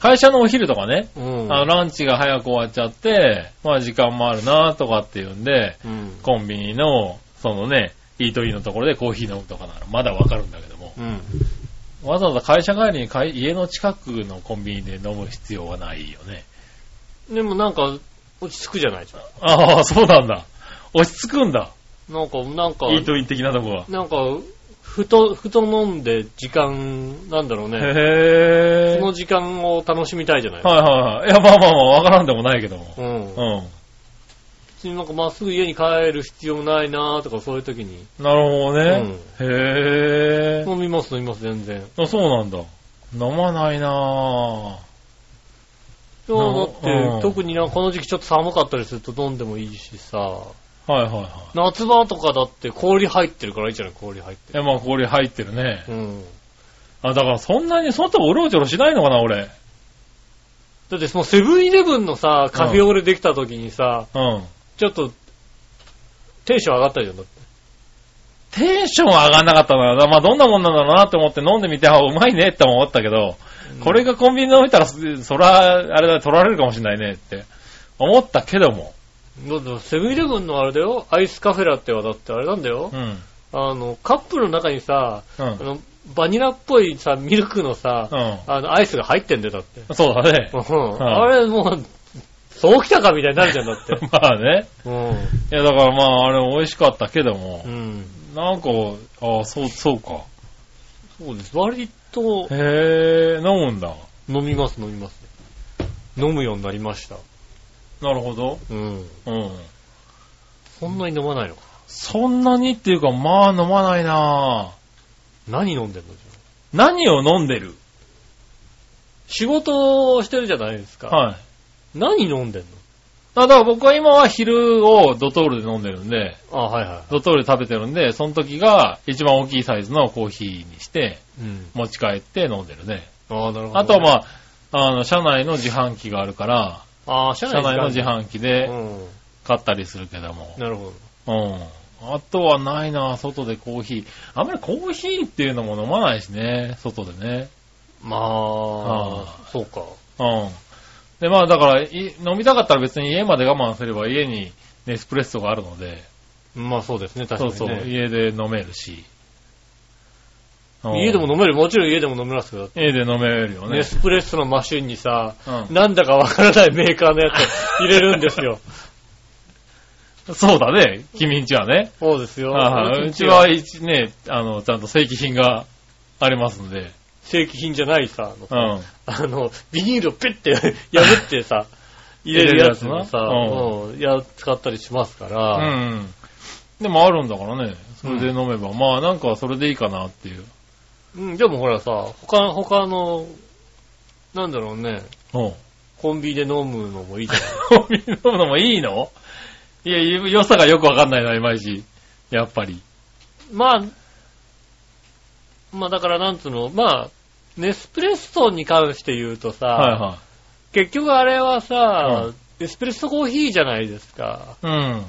[SPEAKER 3] 会社のお昼とかね、
[SPEAKER 2] うん。
[SPEAKER 3] あのランチが早く終わっちゃって、まあ時間もあるなとかっていうんで、
[SPEAKER 2] うん。
[SPEAKER 3] コンビニの、そのね、イートインのところでコーヒー飲むとかならまだわかるんだけども、
[SPEAKER 2] うん。
[SPEAKER 3] わざわざ会社帰りにかい家の近くのコンビニで飲む必要はないよね。
[SPEAKER 2] でもなんか、落ち着くじゃないですか。
[SPEAKER 3] ああ、そうなんだ。落ち着くんだ。
[SPEAKER 2] なんか、なんか、
[SPEAKER 3] イートイン的なとこは。
[SPEAKER 2] なんか、ふと、ふと飲んで時間、なんだろうね。
[SPEAKER 3] へえ。
[SPEAKER 2] その
[SPEAKER 3] はい
[SPEAKER 2] 時間を楽しみたいじゃないですか。
[SPEAKER 3] はいはい。いや、まあまあまあ、わからんでもないけども。
[SPEAKER 2] うん。
[SPEAKER 3] う
[SPEAKER 2] 別になんかまっすぐ家に帰る必要ないなーとかそういう時に。
[SPEAKER 3] ん。なるほどね。へえ。
[SPEAKER 2] 飲みます飲みます全然。
[SPEAKER 3] あ、そうなんだ。飲まないなぁ。
[SPEAKER 2] そうだっ
[SPEAKER 3] うん
[SPEAKER 2] て、特になこの時期ちょっと寒かったりすると飲んでもいいしさ。
[SPEAKER 3] はいはいはい。
[SPEAKER 2] 夏場とかだって氷入ってるからいいじゃない氷入って
[SPEAKER 3] え、
[SPEAKER 2] る。
[SPEAKER 3] まあ氷入ってるね。
[SPEAKER 2] うん。
[SPEAKER 3] あ、だからそんなに外うろうちょろしないのかな、俺。
[SPEAKER 2] だってそのセブンイレブンのさ、カフェオレできた時にさ、
[SPEAKER 3] うん。
[SPEAKER 2] ちょっと、テンション上がったじゃん。だって
[SPEAKER 3] テンションは上がんなかったな。まあどんなもんなんだろうなって思って飲んでみて、あ、うまいねって思ったけど、これがコンビニで飲めたら、すそら、あれだ、取られるかもしれないねって思ったけども。
[SPEAKER 2] だってセブンイレブンのあれだよ、アイスカフェラテはだってあれなんだよ
[SPEAKER 3] う。ん。
[SPEAKER 2] あの、カップの中にさ、
[SPEAKER 3] う
[SPEAKER 2] あ
[SPEAKER 3] ん。
[SPEAKER 2] の、バニラっぽいさ、ミルクのさ、
[SPEAKER 3] う
[SPEAKER 2] あの、アイスが入ってんだよ、だって。
[SPEAKER 3] ん。そうだね。
[SPEAKER 2] うん。
[SPEAKER 3] はい
[SPEAKER 2] あれ、もう、そうきたかみたいになるじゃん、だって。
[SPEAKER 3] まあね。
[SPEAKER 2] う
[SPEAKER 3] いや、だからまああれ美味しかったけども、
[SPEAKER 2] ん。うん。
[SPEAKER 3] なんか、あそう、そうか。
[SPEAKER 2] そうです。割と、
[SPEAKER 3] へえ、飲むんだ。
[SPEAKER 2] 飲みます、飲みます。飲むようになりました。
[SPEAKER 3] なるほど。
[SPEAKER 2] うん。
[SPEAKER 3] うん。
[SPEAKER 2] そんなに飲まないのか。
[SPEAKER 3] そんなにっていうか、まあ飲まないなぁ。
[SPEAKER 2] 何飲んでんのじゃあ
[SPEAKER 3] 何を飲んでる
[SPEAKER 2] 仕事をしてるじゃないですか。
[SPEAKER 3] はい。
[SPEAKER 2] 何飲んでん
[SPEAKER 3] あだから僕は今は昼をドトールで飲んでるんで、
[SPEAKER 2] のあ、はいは
[SPEAKER 3] ドトールで食べてるんで、その時が一番大きいサイズのコーヒーにして、
[SPEAKER 2] い。うん。
[SPEAKER 3] 持ち帰って飲んでるね。
[SPEAKER 2] ああ、なるほど。
[SPEAKER 3] あとは
[SPEAKER 2] あ、
[SPEAKER 3] まあ、あの、車内の自販機があるから、
[SPEAKER 2] ああ、社
[SPEAKER 3] 車
[SPEAKER 2] 内
[SPEAKER 3] 内の
[SPEAKER 2] 時
[SPEAKER 3] 自
[SPEAKER 2] 間
[SPEAKER 3] 販機で
[SPEAKER 2] うん。
[SPEAKER 3] 買ったりするけども。
[SPEAKER 2] なるほど。
[SPEAKER 3] うん。あとはないな、外でコーヒー。あんまりコーヒーっていうのも飲まないしね、外でね。
[SPEAKER 2] ま
[SPEAKER 3] あ
[SPEAKER 2] あ、そうか。
[SPEAKER 3] うん。で、まあだから、い飲みたかったら別に家まで我慢すれば家にネスプレッソがあるので、
[SPEAKER 2] まあそうですね、確か
[SPEAKER 3] そう
[SPEAKER 2] に、ね。
[SPEAKER 3] そう、家で飲めるし。うん
[SPEAKER 2] 家でも飲める、もちろん家でも飲めますけど、
[SPEAKER 3] 家で飲めるよね
[SPEAKER 2] ネ。スプレッソのマシンにさ、
[SPEAKER 3] う
[SPEAKER 2] なんだかわからないメーカーのやつ入れるんです よ。
[SPEAKER 3] ん、そうだね、君んちはね。
[SPEAKER 2] そうですよ。
[SPEAKER 3] ああうちは一ね、あの、ちゃんと正規品がありますんで。
[SPEAKER 2] 正規品じゃないさ、あ
[SPEAKER 3] う
[SPEAKER 2] の,、
[SPEAKER 3] ん。
[SPEAKER 2] あのビニールをピッて 破って さ、入れるやつもさ、
[SPEAKER 3] 入れるやつな
[SPEAKER 2] うん、や使ったりしますか
[SPEAKER 3] う
[SPEAKER 2] ら、
[SPEAKER 3] ん。でもあるんだからね。それで飲めば、まあなんかそれでいいかなっていう。
[SPEAKER 2] うんでもほらさ、他、他の、なんだろうね、
[SPEAKER 3] うん。
[SPEAKER 2] コンビニで飲むのもいいじゃない
[SPEAKER 3] コンビニ飲むのもいいのいや、良さがよくわかんないな、いまいち。やっぱり。
[SPEAKER 2] まあ、まあだからなんつうの、まあ、ネスプレッソに関して言うとさ、
[SPEAKER 3] はいは
[SPEAKER 2] 結局あれはさ
[SPEAKER 3] う、
[SPEAKER 2] エスプレッソコーヒーじゃないですか。
[SPEAKER 3] い。うん。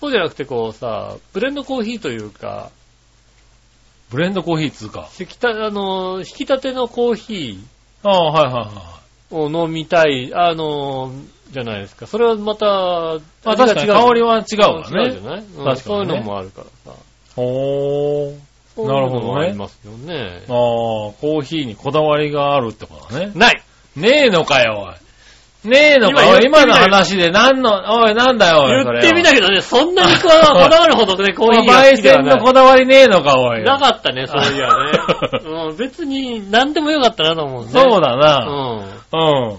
[SPEAKER 2] そうじゃなくてこうさ、ブレンドコーヒーというか、
[SPEAKER 3] ブレンドコーヒーっつうか。
[SPEAKER 2] 引きた、あの、引き立てのコーヒ
[SPEAKER 3] ああ、はいはいは
[SPEAKER 2] ーを飲みたい、あの、じゃないですか。それはまた、
[SPEAKER 3] い。あ、確かに香りは違う
[SPEAKER 2] 違う
[SPEAKER 3] わ
[SPEAKER 2] からね。違う
[SPEAKER 3] ね
[SPEAKER 2] じ。ゃない、うん
[SPEAKER 3] かにね
[SPEAKER 2] そういうのもあるからさ。
[SPEAKER 3] ほー。
[SPEAKER 2] そういうのも
[SPEAKER 3] なるほどね
[SPEAKER 2] ありますよね
[SPEAKER 3] ああ。、コーヒーにこだわりがあるってことだね。
[SPEAKER 2] ない
[SPEAKER 3] ねえのかよ、おい。ねえのかよ、お
[SPEAKER 2] 今言っ
[SPEAKER 3] い
[SPEAKER 2] てみた
[SPEAKER 3] 今
[SPEAKER 2] よ
[SPEAKER 3] の話で何の、おい、なんだよ、おい。
[SPEAKER 2] 言ってみた
[SPEAKER 3] け
[SPEAKER 2] けどね、そんなにこだわこだわるほどね、コーヒーが好
[SPEAKER 3] 焙
[SPEAKER 2] きでは
[SPEAKER 3] 煎
[SPEAKER 2] な
[SPEAKER 3] の
[SPEAKER 2] い
[SPEAKER 3] こだわりねえのか、おい。
[SPEAKER 2] なかったね、そういやね。 うん、別に何でもよかったなと思うね。
[SPEAKER 3] そうだ
[SPEAKER 2] う
[SPEAKER 3] な。
[SPEAKER 2] ん。
[SPEAKER 3] うん。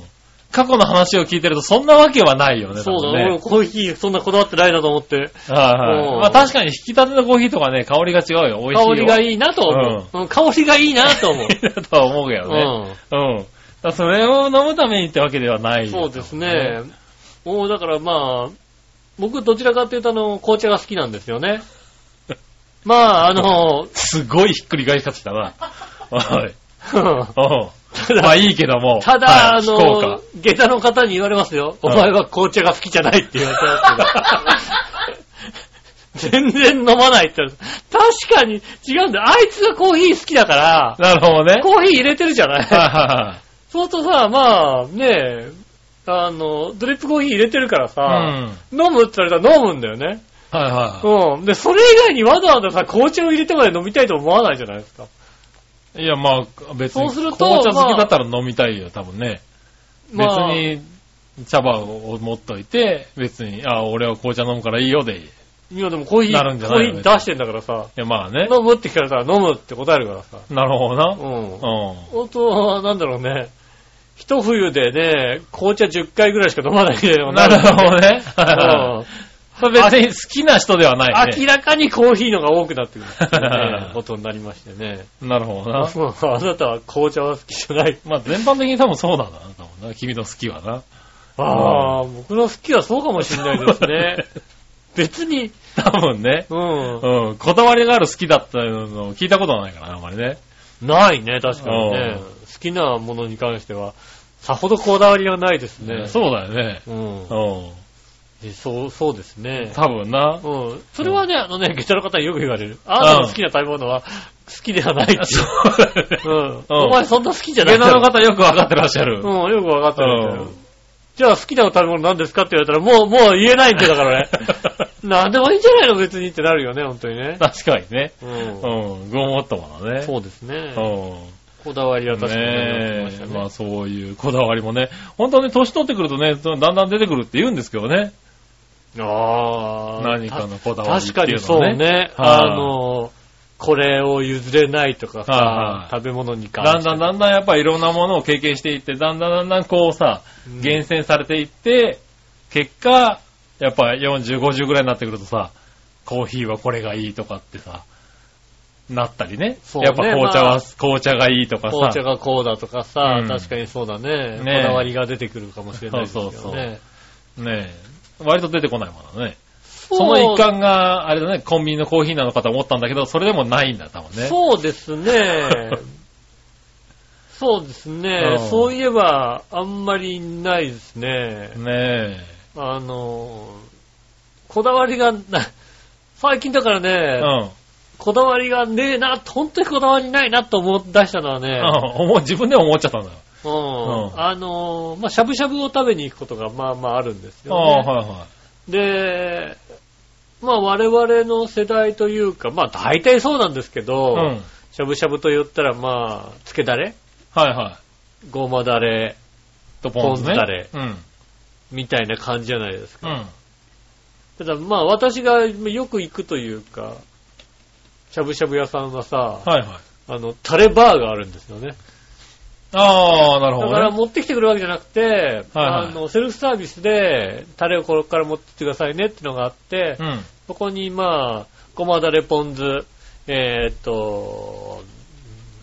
[SPEAKER 3] 過去の話を聞いてるとそんなわけはないよね。
[SPEAKER 2] そうだ、
[SPEAKER 3] 多分
[SPEAKER 2] 俺
[SPEAKER 3] ね。
[SPEAKER 2] コーヒーそんなこだわってないなと思って、
[SPEAKER 3] はいは
[SPEAKER 2] うん
[SPEAKER 3] い。まあ確かに引き立てのコーヒーとかね、香りが違うよ。美味しいよ。
[SPEAKER 2] 香りが
[SPEAKER 3] い
[SPEAKER 2] いいなと思う。うん香りがいいなと思う。
[SPEAKER 3] い だとは思うけどね。うん。だからそれを飲むためにってわけではな
[SPEAKER 2] う
[SPEAKER 3] い
[SPEAKER 2] ん
[SPEAKER 3] よ。
[SPEAKER 2] そうですね。もうだからまあ、僕どちらかっていうとあの、紅茶が好きなんですよ ね。まあ、あの、
[SPEAKER 3] すごいひっくり返し方した な。はい。うん。
[SPEAKER 2] た
[SPEAKER 3] まあ
[SPEAKER 2] だ、
[SPEAKER 3] いいけども。
[SPEAKER 2] ただ、
[SPEAKER 3] はい
[SPEAKER 2] あ
[SPEAKER 3] 聞こうか
[SPEAKER 2] の、下駄の方に言われますよ。お
[SPEAKER 3] うん
[SPEAKER 2] 前は紅茶が好きじゃないって言われてます けど。全然飲まないって言われて確かに違うんだよ。あいつがコーヒー好きだから、
[SPEAKER 3] なるほどね。
[SPEAKER 2] コーヒー入れてるじゃない
[SPEAKER 3] はいは
[SPEAKER 2] そうするとさ、まあ、ねえ、あの、ドリップコーヒー入れてるから
[SPEAKER 3] い
[SPEAKER 2] さ、
[SPEAKER 3] はい。うん。
[SPEAKER 2] 飲むって言われたら飲むんだよね。
[SPEAKER 3] はいは
[SPEAKER 2] うん。で、それ以外にわざわざさ、紅茶を入れてまで飲みたいと思わないじゃないですか。
[SPEAKER 3] い。いや、まあ、別に、
[SPEAKER 2] そうすると
[SPEAKER 3] 紅茶好きだったら飲みたいよ、多分ね。別
[SPEAKER 2] まあ
[SPEAKER 3] に、茶葉を持っといて、別に、あ、俺は紅茶飲むからいいよでいい。い
[SPEAKER 2] いや、でもコーヒー、
[SPEAKER 3] なるんじゃないの
[SPEAKER 2] コーヒー出してんだからさ、
[SPEAKER 3] や、まあね。
[SPEAKER 2] 飲むって聞かれたら飲むって答えるからさ。
[SPEAKER 3] なるほど
[SPEAKER 2] う
[SPEAKER 3] な。
[SPEAKER 2] ん。
[SPEAKER 3] うん。
[SPEAKER 2] 本当は、なんだろうね。一冬でね、紅茶10回ぐらいしか飲まないけれども
[SPEAKER 3] なるほどね。
[SPEAKER 2] うん
[SPEAKER 3] そ れ別に好きな人ではない
[SPEAKER 2] 明
[SPEAKER 3] ね。
[SPEAKER 2] らかにコーヒーのが多くなってくるって いうね、ことになりましてね。
[SPEAKER 3] なるほど
[SPEAKER 2] あ
[SPEAKER 3] な。
[SPEAKER 2] そうあなたは紅茶は好きじゃない。
[SPEAKER 3] まあ全般的に多分そうなんだな、多分な。君の好きはな。
[SPEAKER 2] ああ、僕の好きはそうかもしれないです ね。別に、
[SPEAKER 3] 多分ね。
[SPEAKER 2] うん。
[SPEAKER 3] うん。こだわりがある好きだったのを聞いたことはないからな、あんまりね。
[SPEAKER 2] ないね、確かにね
[SPEAKER 3] うん。
[SPEAKER 2] 好きなものに関しては、さほどこだわりはないですね。
[SPEAKER 3] そうだよね。
[SPEAKER 2] うん
[SPEAKER 3] う。
[SPEAKER 2] でそう、そうですね
[SPEAKER 3] ん。。多 分な。
[SPEAKER 2] うん。それはね、あのね、下駄の方によく言われる。あなたの好きな食べ物は好きではないっていう。うん。お前そんな好きじゃな
[SPEAKER 3] 下
[SPEAKER 2] いだ
[SPEAKER 3] 駄の
[SPEAKER 2] ろ。
[SPEAKER 3] 方よくわかってらっしゃる。
[SPEAKER 2] うん、よくわかってるみたいな
[SPEAKER 3] うん
[SPEAKER 2] じゃあ好きな食べ物何ですかって言われたら、もう、もう言えないんだよだから ね。何でもいいんじゃないの別にってなるよね、本当にね。
[SPEAKER 3] 確かにね。
[SPEAKER 2] うん
[SPEAKER 3] う。ん。ごもっともだね。
[SPEAKER 2] そうですね。
[SPEAKER 3] うん。
[SPEAKER 2] こだわりは確かにね
[SPEAKER 3] ねえ、まあそういうこだわりもね、本当に年取ってくるとね、だんだん出てくるって言うんですけどね、
[SPEAKER 2] ああ。
[SPEAKER 3] 何かのこだわりっ
[SPEAKER 2] 確
[SPEAKER 3] て
[SPEAKER 2] か
[SPEAKER 3] いうのはね。
[SPEAKER 2] にそうね。
[SPEAKER 3] は
[SPEAKER 2] あ
[SPEAKER 3] い
[SPEAKER 2] の、これを譲れないとか
[SPEAKER 3] は
[SPEAKER 2] さ
[SPEAKER 3] い、
[SPEAKER 2] 食べ物に関
[SPEAKER 3] だん
[SPEAKER 2] して
[SPEAKER 3] だんだんだんやっぱいろんなものを経験していって、だんだんだんだんこうさ、
[SPEAKER 2] うん
[SPEAKER 3] 厳選されていって、結果、やっぱ40、50ぐらいになってくるとさ、コーヒーはこれがいいとかってさ、なったりね。
[SPEAKER 2] そうね
[SPEAKER 3] やっぱ紅茶は、
[SPEAKER 2] まあ
[SPEAKER 3] 紅茶がいいとかさ。
[SPEAKER 2] 紅茶がこうだとかさ、
[SPEAKER 3] うん
[SPEAKER 2] 確かにそうだね
[SPEAKER 3] ねえ
[SPEAKER 2] こだわりが出てくるかもしれないですよね。
[SPEAKER 3] そうそうそうねえ。割と出てこないものだね。
[SPEAKER 2] そ
[SPEAKER 3] その一環が、あれだね、コンビニのコーヒーなのかと思ったんだけど、それでもないんだ、多分ね。
[SPEAKER 2] そうです ね。そうですね
[SPEAKER 3] う。ん
[SPEAKER 2] そういえば、あんまりないですね。
[SPEAKER 3] ね
[SPEAKER 2] あの、こだわりがな、最近だから
[SPEAKER 3] え。う
[SPEAKER 2] ね、
[SPEAKER 3] ん。
[SPEAKER 2] こだわりがねえな、本当にこだわりないなと思い出したのはね
[SPEAKER 3] うん、思う自分でも思っちゃったんだよ。
[SPEAKER 2] う
[SPEAKER 3] うん
[SPEAKER 2] ん、あの、まあ、しゃぶしゃぶを食べに行くことがまあまああるんです
[SPEAKER 3] あ
[SPEAKER 2] よ、ね。
[SPEAKER 3] あ、はいは
[SPEAKER 2] で、まあ我々の世代というか、まあ大体そうなんですけど、
[SPEAKER 3] い。うん。
[SPEAKER 2] しゃぶしゃぶと言ったらまあ、つけだれ
[SPEAKER 3] はいはい。
[SPEAKER 2] ごまだれ
[SPEAKER 3] とポン酢ね。
[SPEAKER 2] ポン酢タレ
[SPEAKER 3] うん。
[SPEAKER 2] みたいな感じじゃないですか。
[SPEAKER 3] うん。
[SPEAKER 2] ただまあ私がよく行くというか、しゃぶしゃぶ屋さんはさ、
[SPEAKER 3] はいはい。
[SPEAKER 2] あの、タレバーがあるんですよね。
[SPEAKER 3] ああ、なる
[SPEAKER 2] だ
[SPEAKER 3] ほ
[SPEAKER 2] から
[SPEAKER 3] どね。
[SPEAKER 2] 持ってきてくるわけじゃなくて、
[SPEAKER 3] はい
[SPEAKER 2] あの、セルフサービスで、タレをこれから持ってってくださいねってのがあって、
[SPEAKER 3] うん。
[SPEAKER 2] そこに、まあ、ごまだれポン酢、えーっと、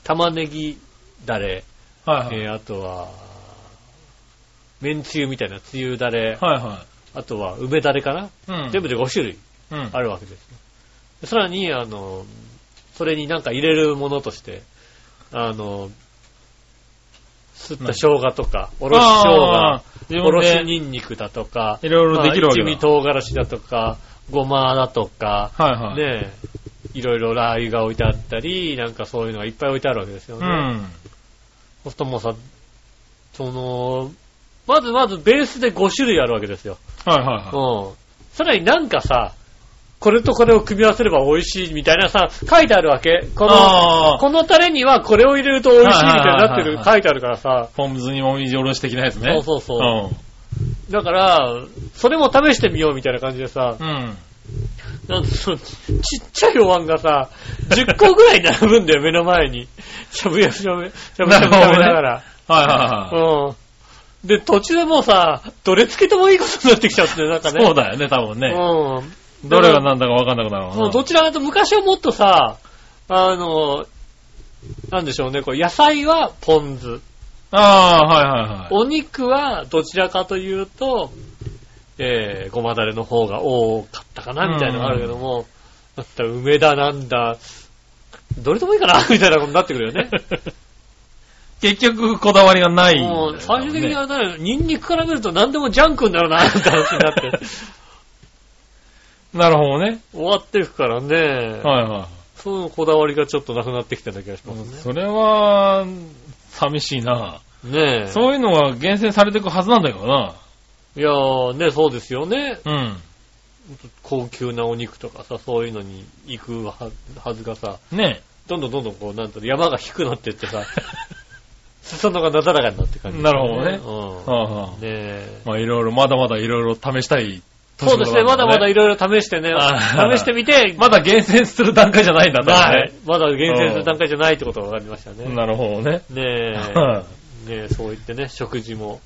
[SPEAKER 2] 玉ねぎだれ、
[SPEAKER 3] はいはい。
[SPEAKER 2] えーあとは、めんつゆみたいなつゆだれ、
[SPEAKER 3] はいは
[SPEAKER 2] あとは梅だれかな、
[SPEAKER 3] い。うん。
[SPEAKER 2] 全部で5種類
[SPEAKER 3] うん。
[SPEAKER 2] あるわけですね。さらに、あの、それになんか入れるものとして、あの、すった生姜とか、おろし生姜
[SPEAKER 3] あ、ー自
[SPEAKER 2] おろし
[SPEAKER 3] 分で
[SPEAKER 2] ニンニクだとか、
[SPEAKER 3] いろいろできるわけ
[SPEAKER 2] まあ一味
[SPEAKER 3] だ。
[SPEAKER 2] 唐辛子だとか、ごまだとか、
[SPEAKER 3] はいはい。
[SPEAKER 2] ねえ、いろいろラー油が置いてあったり、なんかそういうのがいっぱい置いてあるわけですよ
[SPEAKER 3] う
[SPEAKER 2] ね。
[SPEAKER 3] ん。
[SPEAKER 2] そうするともうさ、その、まずまずベースで5種類あるわけですよ。
[SPEAKER 3] はいはいは
[SPEAKER 2] うん。さらになんかさ、これとこれを組み合わせれば美味しいみたいなさ、書いてあるわけ。こ
[SPEAKER 3] あ
[SPEAKER 2] の、
[SPEAKER 3] ー
[SPEAKER 2] このタレにはこれを入れると美味しいみたいになって
[SPEAKER 3] はいはいはい
[SPEAKER 2] る、
[SPEAKER 3] はい
[SPEAKER 2] 書いてあるからさ。
[SPEAKER 3] い。ポン酢にもみじおろし的なやつね。
[SPEAKER 2] そうそうそう。だから、それも試してみようみたいな感じでさ、
[SPEAKER 3] うん。うん。
[SPEAKER 2] なんかそのちちっちゃいお椀がさ、10個ぐらい並ぶん だよ、目の前に。しゃぶやぶしゃぶ、しゃぶしゃぶ食べながら。
[SPEAKER 3] はいはいは
[SPEAKER 2] うん。で、途中でもうさ、どれつけてもいいことになってきちゃって、なんか
[SPEAKER 3] い。
[SPEAKER 2] ね。
[SPEAKER 3] そうだよね、多分ね。
[SPEAKER 2] うん。
[SPEAKER 3] どれが
[SPEAKER 2] な、
[SPEAKER 3] なんだかわかんなくなるわな
[SPEAKER 2] そうどちらかというと昔はもっとさ、あの、なんでしょうね、こう野菜はポン酢。
[SPEAKER 3] ああ、はいはいはい。
[SPEAKER 2] お肉はどちらかというと、えー、ごまだれの方が多かったかな、みたいなのがあるけども、だったら梅だなんだ、どれでもいいかな、 みたいなことになってくるよね。
[SPEAKER 3] 結局、こだわりが ないんだよ
[SPEAKER 2] も
[SPEAKER 3] ね。
[SPEAKER 2] う、最終的にあれだよ、ニンニクから見ると何でもジャンクになる な、って話になって、
[SPEAKER 3] なるほどね。
[SPEAKER 2] 終わっていくからね、
[SPEAKER 3] はいは
[SPEAKER 2] そのこだわりがちょっとなくなってきたような気がしま
[SPEAKER 3] い。
[SPEAKER 2] す
[SPEAKER 3] それは、寂しいな。
[SPEAKER 2] ね。ねえ。
[SPEAKER 3] そういうのが厳選されていくはずなんだけどな。
[SPEAKER 2] いやー、ね、そうですよね。
[SPEAKER 3] うん。
[SPEAKER 2] 高級なお肉とかさ、そういうのに行くははずがさ、
[SPEAKER 3] ね
[SPEAKER 2] どんどんどんどんこう、なんていうの山が低くなってって さ、裾野がなだらかになってく感じ、
[SPEAKER 3] なるえ。
[SPEAKER 2] ほ
[SPEAKER 3] はあは
[SPEAKER 2] どね。うん。ねえ。
[SPEAKER 3] あまあいろいろ、まだまだいろいろ試したい年
[SPEAKER 2] そう
[SPEAKER 3] 頃
[SPEAKER 2] で
[SPEAKER 3] な
[SPEAKER 2] す
[SPEAKER 3] ん
[SPEAKER 2] ね、まだまだ
[SPEAKER 3] ね
[SPEAKER 2] いろいろ試してね
[SPEAKER 3] あ、ー
[SPEAKER 2] 試してみて、
[SPEAKER 3] まだ厳選する段階じゃないんだ、多分
[SPEAKER 2] はい
[SPEAKER 3] ね。
[SPEAKER 2] まだ厳選する段階じゃないってことが分かりましたね。
[SPEAKER 3] なるほどね。
[SPEAKER 2] ね
[SPEAKER 3] は
[SPEAKER 2] え、ねえ、そう言ってね、食事も、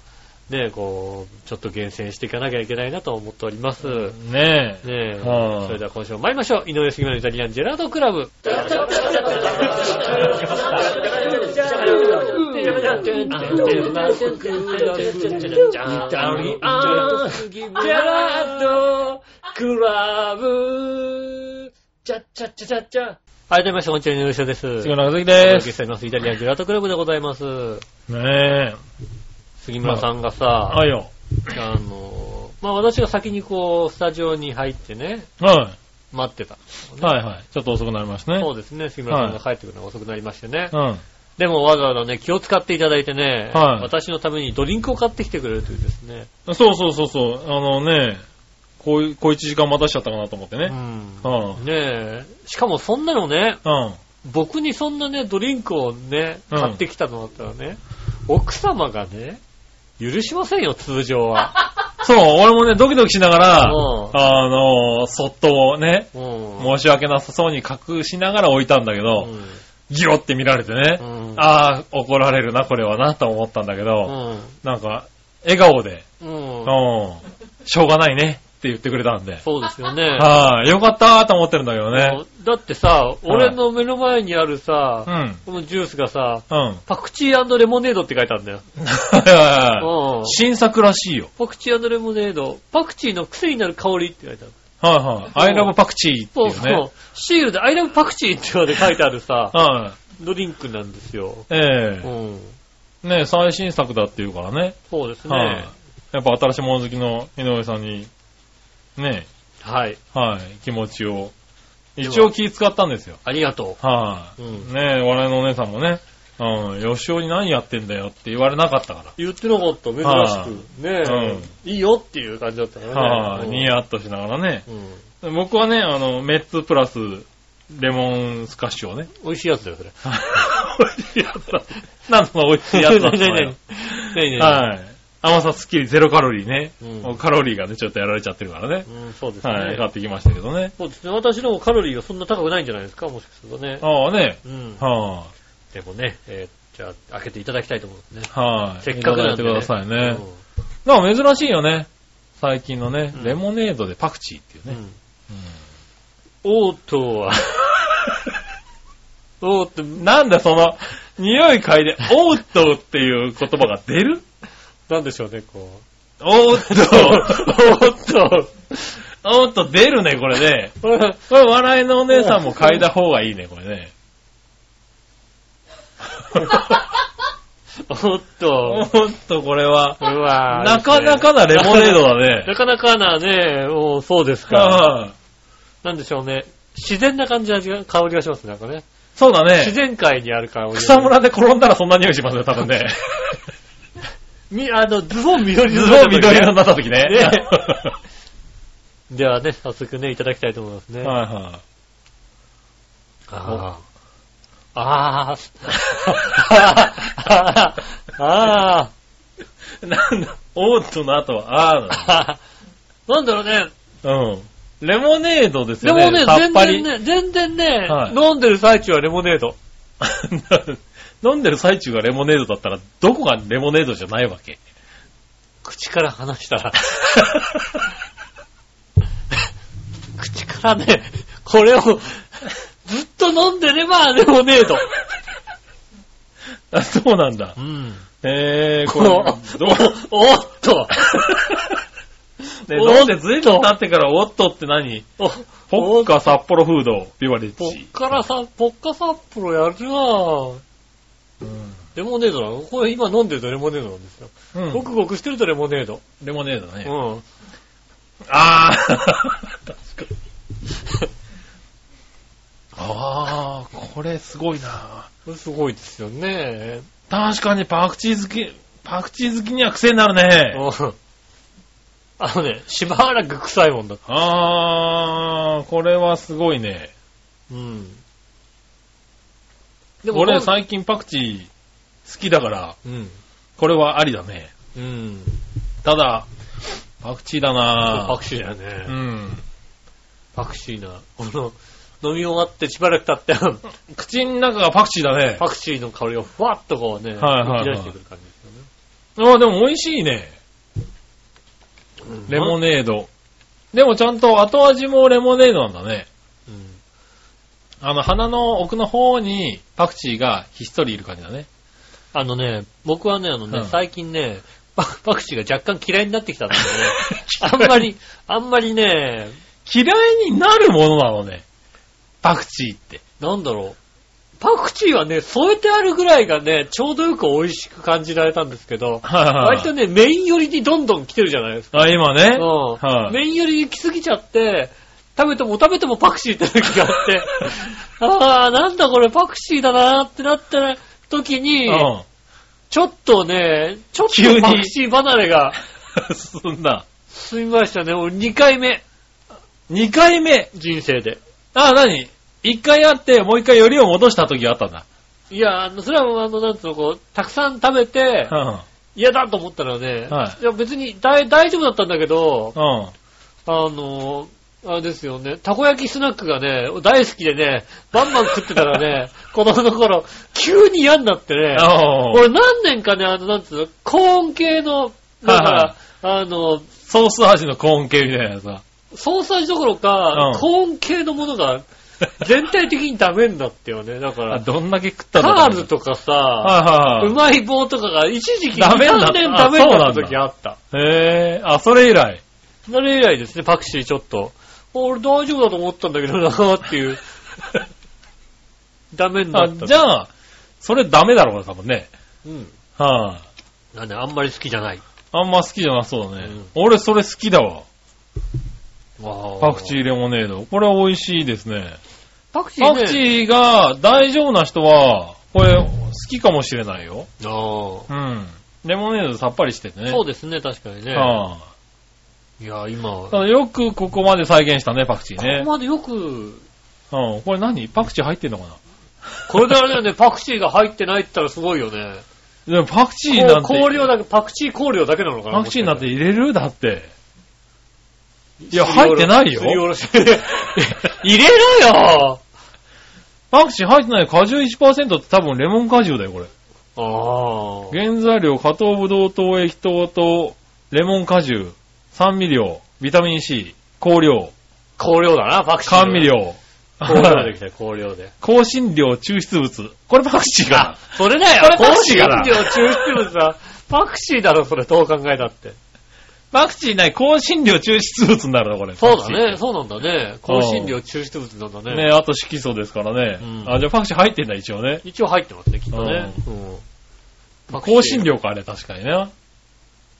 [SPEAKER 2] ねえ、こう、ちょっと厳選していかなきゃいけないなと思っております。ね
[SPEAKER 3] いねえ。
[SPEAKER 2] え、
[SPEAKER 3] はい
[SPEAKER 2] それでは今週も参りましょう。井上杉村のイタリアンジェラードクラブ。はい、どうもみなさん、こんにちは、井上杉です。
[SPEAKER 3] 杉村和樹
[SPEAKER 2] お
[SPEAKER 3] で
[SPEAKER 2] 届けし
[SPEAKER 3] す。
[SPEAKER 2] ております。イタリアンジェラートクラブでございます。
[SPEAKER 3] ねえ。
[SPEAKER 2] 杉村さんがさ、
[SPEAKER 3] はいよ。
[SPEAKER 2] あの、まあ、私が先にこう、スタジオに入ってね、
[SPEAKER 3] は
[SPEAKER 2] 待ってたんですよ
[SPEAKER 3] い。
[SPEAKER 2] ね、
[SPEAKER 3] はいはい。ちょっと遅くなりましたね。
[SPEAKER 2] そうですね、杉村さんが帰ってくるのが遅くなりましてね。
[SPEAKER 3] うん。
[SPEAKER 2] でもわざわざね、気を使っていただいてね、
[SPEAKER 3] はい
[SPEAKER 2] 私のためにドリンクを買ってきてくれるというですね。
[SPEAKER 3] そうそうそうそう。あのね、こういう、こう1時間待たしちゃったかなと思って
[SPEAKER 2] う
[SPEAKER 3] ね。
[SPEAKER 2] ん
[SPEAKER 3] う。ん。
[SPEAKER 2] ねえ、しかもそんなのね、
[SPEAKER 3] うん。
[SPEAKER 2] 僕にそんなね、ドリンクをね、
[SPEAKER 3] うん
[SPEAKER 2] 買ってきたのだったらね、奥様がね、許しませんよ、通常は。
[SPEAKER 3] そう、俺もね、ドキドキしながら、
[SPEAKER 2] うん
[SPEAKER 3] あの、そっとね、
[SPEAKER 2] うん。
[SPEAKER 3] 申し訳なさそうに隠しながら置いたんだけど、
[SPEAKER 2] うん
[SPEAKER 3] ギロって見られてね、
[SPEAKER 2] うん
[SPEAKER 3] ああ、怒られるな、これはな、と思ったんだけど、
[SPEAKER 2] うん。
[SPEAKER 3] なんか、笑顔で、
[SPEAKER 2] うん
[SPEAKER 3] うん、しょうがないね、って言ってくれたんで、
[SPEAKER 2] そうですよね。
[SPEAKER 3] はい、よかったと思ってるんだけどね。
[SPEAKER 2] だってさ、俺の目の前にあるさ、
[SPEAKER 3] うん、
[SPEAKER 2] このジュースがさ、
[SPEAKER 3] うん。
[SPEAKER 2] パクチーレモネードって書いてあるんだよ。
[SPEAKER 3] は
[SPEAKER 2] うん
[SPEAKER 3] い。 新作らしいよ。
[SPEAKER 2] パクチーレモネード、パクチーの癖になる香りって書いてある。
[SPEAKER 3] はいはい。アイラブパクチーってい
[SPEAKER 2] そうう
[SPEAKER 3] ね。
[SPEAKER 2] そう。シールで I love パクチーってまで書いてあるさ、
[SPEAKER 3] は
[SPEAKER 2] ドリンクなんですよ。
[SPEAKER 3] い。え
[SPEAKER 2] うん。
[SPEAKER 3] えね最新作だっていうからね。
[SPEAKER 2] そうです
[SPEAKER 3] はい
[SPEAKER 2] ね。。
[SPEAKER 3] やっぱ新しいもの好きの井上さんに、ね
[SPEAKER 2] はい。
[SPEAKER 3] はい、気持ちを。一応気使ったんですよ。
[SPEAKER 2] ありがと
[SPEAKER 3] はい、
[SPEAKER 2] うん
[SPEAKER 3] ねえ、我々のお姉さんもね、うん、吉尾に何やってんだよって言われなかったか
[SPEAKER 2] う。言ってなかった、珍
[SPEAKER 3] は。
[SPEAKER 2] しく。ねえ、いいよっていう感じだったかららね。
[SPEAKER 3] はい、
[SPEAKER 2] うん
[SPEAKER 3] ニヤッとしながらね。
[SPEAKER 2] うん。
[SPEAKER 3] 僕はね、あの、メッツプラス、レモンスカッシュ をね。
[SPEAKER 2] 美味しいやつだよ、それ。
[SPEAKER 3] 美味しい やつだ。なんその美味しい やつだっ たの
[SPEAKER 2] ねえ
[SPEAKER 3] よ
[SPEAKER 2] ね。えねえねえ
[SPEAKER 3] はい。甘さすっきりゼロカロリーね。
[SPEAKER 2] うん
[SPEAKER 3] カロリーがね、ちょっとやられちゃってるからね。
[SPEAKER 2] うん、そうですね。
[SPEAKER 3] はい、買ってきましたけどね。
[SPEAKER 2] そうですね。私のもカロリーがそんな高くないんじゃないですかもしかするとね。
[SPEAKER 3] ああね。
[SPEAKER 2] うん。
[SPEAKER 3] は
[SPEAKER 2] でもね、えーじゃあ、開けていただきたいと思うんですね。
[SPEAKER 3] あ、はい。
[SPEAKER 2] せっかく
[SPEAKER 3] や
[SPEAKER 2] な
[SPEAKER 3] っ
[SPEAKER 2] ん
[SPEAKER 3] て
[SPEAKER 2] で、
[SPEAKER 3] く
[SPEAKER 2] ね。
[SPEAKER 3] ださいね。なんか珍しいよね。最近のね
[SPEAKER 2] う、ん
[SPEAKER 3] レモネードでパクチーってい
[SPEAKER 2] う
[SPEAKER 3] う
[SPEAKER 2] ん。う
[SPEAKER 3] ね。
[SPEAKER 2] ん。オートは、 オート、
[SPEAKER 3] なんだその、匂い嗅いで、オートっていう言葉が出る
[SPEAKER 2] なんでしょうね、こ
[SPEAKER 3] オー
[SPEAKER 2] う。オ
[SPEAKER 3] ト、
[SPEAKER 2] ート。
[SPEAKER 3] オート出るね、これね。
[SPEAKER 2] これ
[SPEAKER 3] これ笑いのお姉さんも嗅いだ方がいいね、これね。
[SPEAKER 2] オー
[SPEAKER 3] オ
[SPEAKER 2] ト。
[SPEAKER 3] ート、これは。
[SPEAKER 2] うわ
[SPEAKER 3] なかなかなレモネードだ
[SPEAKER 2] な
[SPEAKER 3] ね。
[SPEAKER 2] かなかなね、おそうですか。
[SPEAKER 3] はい
[SPEAKER 2] なんでしょうね。自然な感じの味が、香りがしますね、なんかね。
[SPEAKER 3] そうだ
[SPEAKER 2] 自
[SPEAKER 3] ね。
[SPEAKER 2] 然界にある香りが。
[SPEAKER 3] 草むらで転んだらそんな匂いしますね、多分ね。
[SPEAKER 2] み、あの、ズボン緑
[SPEAKER 3] ズ
[SPEAKER 2] の
[SPEAKER 3] ボン緑色になった時ね。
[SPEAKER 2] ねではね、早速ね、いただきたいと思いますね。
[SPEAKER 3] はいは
[SPEAKER 2] ああ。ああ。ああ。あ
[SPEAKER 3] い。なんだ、オートの後は、あーな
[SPEAKER 2] あ。なんだろうね。
[SPEAKER 3] のうん。レモネードです
[SPEAKER 2] で
[SPEAKER 3] よ
[SPEAKER 2] も
[SPEAKER 3] ね。
[SPEAKER 2] ね、
[SPEAKER 3] さっ
[SPEAKER 2] 全
[SPEAKER 3] ぱり
[SPEAKER 2] 然。ね、全然ね
[SPEAKER 3] は、い
[SPEAKER 2] 飲んでる最中はレモネード。
[SPEAKER 3] 飲んでる最中がレモネードだったら、どこがレモネードじゃないわけ。
[SPEAKER 2] 口から離したら。口からね、これをずっと飲んでればレモネード。
[SPEAKER 3] あそうなんだ
[SPEAKER 2] う。ん。
[SPEAKER 3] えー、こ
[SPEAKER 2] この
[SPEAKER 3] れ、どう
[SPEAKER 2] おっと
[SPEAKER 3] ね、
[SPEAKER 2] お
[SPEAKER 3] 飲んで随分経ってから、おっとって何
[SPEAKER 2] お
[SPEAKER 3] ポッカ札幌フード、ビバレッ
[SPEAKER 2] ポ
[SPEAKER 3] ジ
[SPEAKER 2] ッ。カラさ、ポッカサップロやるなぁ。
[SPEAKER 3] うん
[SPEAKER 2] レモネードなのこれ今飲んでるとレモネードなんですよ。
[SPEAKER 3] うん
[SPEAKER 2] ごくごくしてるとレモネード。
[SPEAKER 3] レモネード
[SPEAKER 2] う
[SPEAKER 3] ね。
[SPEAKER 2] ん。
[SPEAKER 3] ああ確かに。ああ、これすごいな。
[SPEAKER 2] これすごいですよね。
[SPEAKER 3] 確かにパクチー好き、パクチー好きには癖になるね。
[SPEAKER 2] うんあのね、しばらく臭いもんだ。
[SPEAKER 3] あー、これはすごいね。
[SPEAKER 2] うん。で
[SPEAKER 3] 俺最近パクチー好きだから、
[SPEAKER 2] うん。
[SPEAKER 3] これはありだね。
[SPEAKER 2] うん。
[SPEAKER 3] ただ、パクチーだな
[SPEAKER 2] パ
[SPEAKER 3] ぁ
[SPEAKER 2] ク。チーだよね。
[SPEAKER 3] うん。
[SPEAKER 2] パクチーな。この、飲み終わってしばらく経って、
[SPEAKER 3] 口の中がパクチーだね。
[SPEAKER 2] パクチーの香りがふわっとこうね、
[SPEAKER 3] はいはいはい
[SPEAKER 2] 吹き出してくる感じですよね。
[SPEAKER 3] ああ、でも美味しいね。レモ
[SPEAKER 2] ン、
[SPEAKER 3] ネード。でもちゃんと後味もレモネードなんだね。
[SPEAKER 2] うん
[SPEAKER 3] あの、鼻の奥の方にパクチーがひっそりいる感じだね。
[SPEAKER 2] あのね、僕はね、あのね、
[SPEAKER 3] うん
[SPEAKER 2] 最近ね、パパクチーが若干嫌いになってきたんだ よね。あんまり、あんまりね、
[SPEAKER 3] 嫌いになるものなのね。パクチーって。
[SPEAKER 2] なんだろう。パクチーはね、添えてあるぐらいがね、ちょうどよく美味しく感じられたんですけど、割
[SPEAKER 3] 割
[SPEAKER 2] とね、メイン寄りにどんどん来てるじゃないですか。
[SPEAKER 3] あ、今ね。
[SPEAKER 2] うん。
[SPEAKER 3] はい
[SPEAKER 2] メイン寄りに来すぎちゃって、食べても食べてもパクチーって時があ って、ああ、なんだこれパクチーだなーってなった時に、
[SPEAKER 3] うん。
[SPEAKER 2] ちょっとね、ちょっ
[SPEAKER 3] 急
[SPEAKER 2] と
[SPEAKER 3] に
[SPEAKER 2] パクチー離れが、
[SPEAKER 3] そん な。
[SPEAKER 2] すみましたね。俺2回目、
[SPEAKER 3] 2回目。
[SPEAKER 2] 人生で。
[SPEAKER 3] あ、なに ?1 回あって、もう1回よりを戻した時があったんだ。
[SPEAKER 2] いや、あの、それはもうあの、なんつうの、こう、たくさん食べて、
[SPEAKER 3] う
[SPEAKER 2] 嫌だと思ったらね、、
[SPEAKER 3] はい
[SPEAKER 2] や別にだい大丈夫だったんだけど、
[SPEAKER 3] ん。うん。
[SPEAKER 2] あの、あれですよね、たこ焼きスナックがね、大好きでね、バンバン食ってたら ね、子供の頃、急に嫌になってね、
[SPEAKER 3] あ
[SPEAKER 2] 俺何年かね、あの、なんつうの、コーン系の、だから、あの、
[SPEAKER 3] ソース味のコーン系みたいな さ。
[SPEAKER 2] ソース味どころか、
[SPEAKER 3] うん
[SPEAKER 2] コーン系のものが全体的にダメになってよね。だか
[SPEAKER 3] あ
[SPEAKER 2] ら、
[SPEAKER 3] どんだけ食ったんだ
[SPEAKER 2] カ
[SPEAKER 3] ろ
[SPEAKER 2] ールとかさ、
[SPEAKER 3] はいうはいは
[SPEAKER 2] まい棒とかが一時期
[SPEAKER 3] ダメにな
[SPEAKER 2] 2 3
[SPEAKER 3] った
[SPEAKER 2] 年ダメになった時あった。
[SPEAKER 3] い。へえ、あ、それ以来。
[SPEAKER 2] それ以来ですね、パクチーちょっと。俺大丈夫だと思ったんだけどなーって いう。ダメにな
[SPEAKER 3] あ、
[SPEAKER 2] った。
[SPEAKER 3] じ
[SPEAKER 2] ゃ
[SPEAKER 3] ゃあ、それダメだろうな、多分ね。
[SPEAKER 2] うん。
[SPEAKER 3] はい、
[SPEAKER 2] なんであんまり好きじゃない。
[SPEAKER 3] あんま好きじゃなそうだね。
[SPEAKER 2] うん
[SPEAKER 3] 俺それ好きだわ。パ
[SPEAKER 2] パ
[SPEAKER 3] クチ
[SPEAKER 2] ー。
[SPEAKER 3] ーレモネード。これ美味しいですね。
[SPEAKER 2] パクチーね。
[SPEAKER 3] パクチーが大丈夫な人は、これ好きかもしれないよ。
[SPEAKER 2] あー
[SPEAKER 3] うん。レモネードさっぱりしててね。
[SPEAKER 2] そうですね、確かにね。
[SPEAKER 3] はい
[SPEAKER 2] や、今、
[SPEAKER 3] た
[SPEAKER 2] こ
[SPEAKER 3] だよくここまで再現したね、パクチー
[SPEAKER 2] こ
[SPEAKER 3] ね。
[SPEAKER 2] までよく
[SPEAKER 3] うん。これ何パクチー入ってんのか
[SPEAKER 2] これであれだよ ね、パクチーが入ってないって言ったらすごいよね。
[SPEAKER 3] なでもパクチーなんて。
[SPEAKER 2] こう香料だけ、パクチー香料だけなのかな
[SPEAKER 3] パクチーなんて
[SPEAKER 2] い
[SPEAKER 3] 入れるだって。いや、入ってないよ。
[SPEAKER 2] すりおろし。 入れろよ
[SPEAKER 3] パクチー入ってない果汁1%って多分レモン果汁だよ、これ。
[SPEAKER 2] ああ。
[SPEAKER 3] 原材料、加糖、ブドウ糖、液糖と、レモン果汁、酸味料、ビタミン C、香料、
[SPEAKER 2] 香料だな、パクチー。
[SPEAKER 3] 甘味。料、
[SPEAKER 2] 香料できたよ、香料で。
[SPEAKER 3] 香辛料、抽出物。これパクチー
[SPEAKER 2] あ
[SPEAKER 3] か。、
[SPEAKER 2] それだよ、
[SPEAKER 3] これパクチーかな
[SPEAKER 2] 香辛料抽出物さ、パクチーだろ、それ、どう考えたって。
[SPEAKER 3] パクチーない、香辛料、抽出物になるな、これ。
[SPEAKER 2] そうだね、
[SPEAKER 3] パクチ
[SPEAKER 2] そうなんだね。香辛料抽出物なんだ
[SPEAKER 3] ー。
[SPEAKER 2] ね。
[SPEAKER 3] ねあと色素ですからね。
[SPEAKER 2] うん
[SPEAKER 3] あ、じゃあパクチー入ってんだ、一応ね。
[SPEAKER 2] 一応入ってますね、きっとね。うんパクチー
[SPEAKER 3] 香辛料か、あれ、確かにね。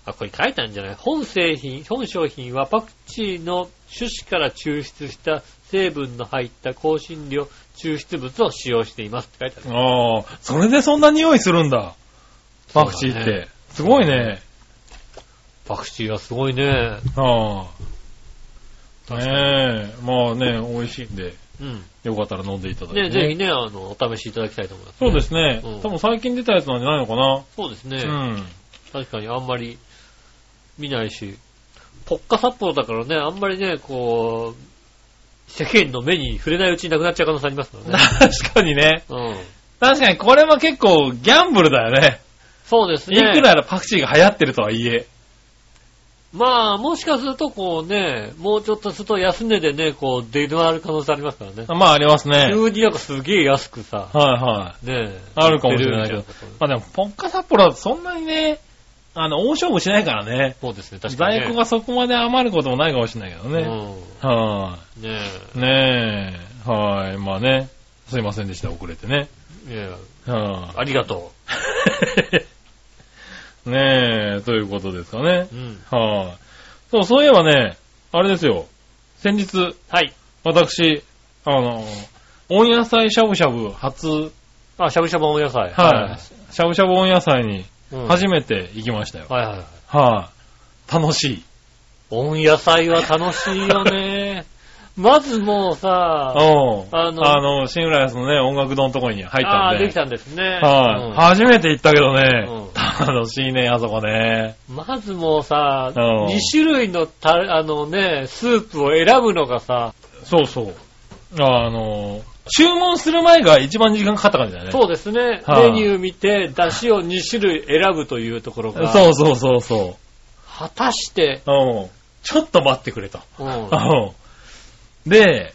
[SPEAKER 2] あ、これ書いてあるんじゃない本製品、本商品はパクチーの種子から抽出した成分の入った香辛料抽出物を使用していますって書いてある。
[SPEAKER 3] ああ、それでそんな匂いするんだ。パクチーっ
[SPEAKER 2] そうだ
[SPEAKER 3] て。すごいね。
[SPEAKER 2] パクチーはすごいね。
[SPEAKER 3] ああ。ねえ。まあね、美味しいんで、
[SPEAKER 2] うん。
[SPEAKER 3] よかったら飲んでいただいて、
[SPEAKER 2] ね、ぜひね、あの、お試しいただきたいと思います、
[SPEAKER 3] そうですね、
[SPEAKER 2] うん
[SPEAKER 3] 多分最近出たやつなんじゃないのかな。
[SPEAKER 2] そうですね。
[SPEAKER 3] うん。
[SPEAKER 2] 確かにあんまり見ないし、ポッカ札幌だからね、あんまりね、こう、世間の目に触れないうちになくなっちゃう可能性ありますからね。
[SPEAKER 3] 確かにね。
[SPEAKER 2] うん。
[SPEAKER 3] 確かにこれは結構ギャンブルだよね。
[SPEAKER 2] そうです
[SPEAKER 3] い
[SPEAKER 2] ね。
[SPEAKER 3] くらパクチーが流行ってるとはいえ。
[SPEAKER 2] まあ、もしかするとこうね、もうちょっとすると安値でね、こう出回る可能性ありますからね。
[SPEAKER 3] まあありますね。
[SPEAKER 2] 急になんかすげえ安くさ、
[SPEAKER 3] はいはい。
[SPEAKER 2] ねえ
[SPEAKER 3] あるかもしれない
[SPEAKER 2] 出るみ
[SPEAKER 3] けど
[SPEAKER 2] たいなこと
[SPEAKER 3] まあでも、ポッカ札幌はそんなにね、あの、大勝負しないからね。
[SPEAKER 2] そうですね、確かに、ね。
[SPEAKER 3] 在庫がそこまで余ることもないかもしれないけどね。はい、
[SPEAKER 2] うん。ね
[SPEAKER 3] ねえ。はい。まあね。すいませんでした。遅れてね。
[SPEAKER 2] え。ねえ
[SPEAKER 3] は
[SPEAKER 2] ありがと
[SPEAKER 3] い。 ねえ、ということですかね
[SPEAKER 2] う。。うん。
[SPEAKER 3] はい、そう、そういえばね、あれですよ。先日、
[SPEAKER 2] はい。
[SPEAKER 3] 私、あの、温野菜しゃぶしゃぶ初、
[SPEAKER 2] あ、しゃぶしゃぶお野菜。
[SPEAKER 3] はい。しゃぶしゃぶ温野菜に
[SPEAKER 2] い。うん
[SPEAKER 3] 初めて行きましたよ。
[SPEAKER 2] はいはいはい。
[SPEAKER 3] はい、楽しい。
[SPEAKER 2] 温野菜は楽しいよ ね。まずもうさ、
[SPEAKER 3] うん。
[SPEAKER 2] あの
[SPEAKER 3] あの、新浦安のね、音楽堂のとこに入った
[SPEAKER 2] あ
[SPEAKER 3] ん
[SPEAKER 2] ー
[SPEAKER 3] で。
[SPEAKER 2] できたんですね。
[SPEAKER 3] はい、初めて行ったけどね、
[SPEAKER 2] う
[SPEAKER 3] 楽しいね、あそこね。
[SPEAKER 2] うんまずもうさ、
[SPEAKER 3] うん
[SPEAKER 2] 2種類のた、あのね、スープを選ぶのがさ、
[SPEAKER 3] そうそう。あの、注文する前が一番時間かかった感じだね。
[SPEAKER 2] そうですね、
[SPEAKER 3] はい
[SPEAKER 2] メニュー見て、出汁を2種類選ぶというところが、
[SPEAKER 3] そうそうそうそ
[SPEAKER 2] 果たして、
[SPEAKER 3] う。うん。ちょっと待ってくれと。
[SPEAKER 2] うん。
[SPEAKER 3] うんで、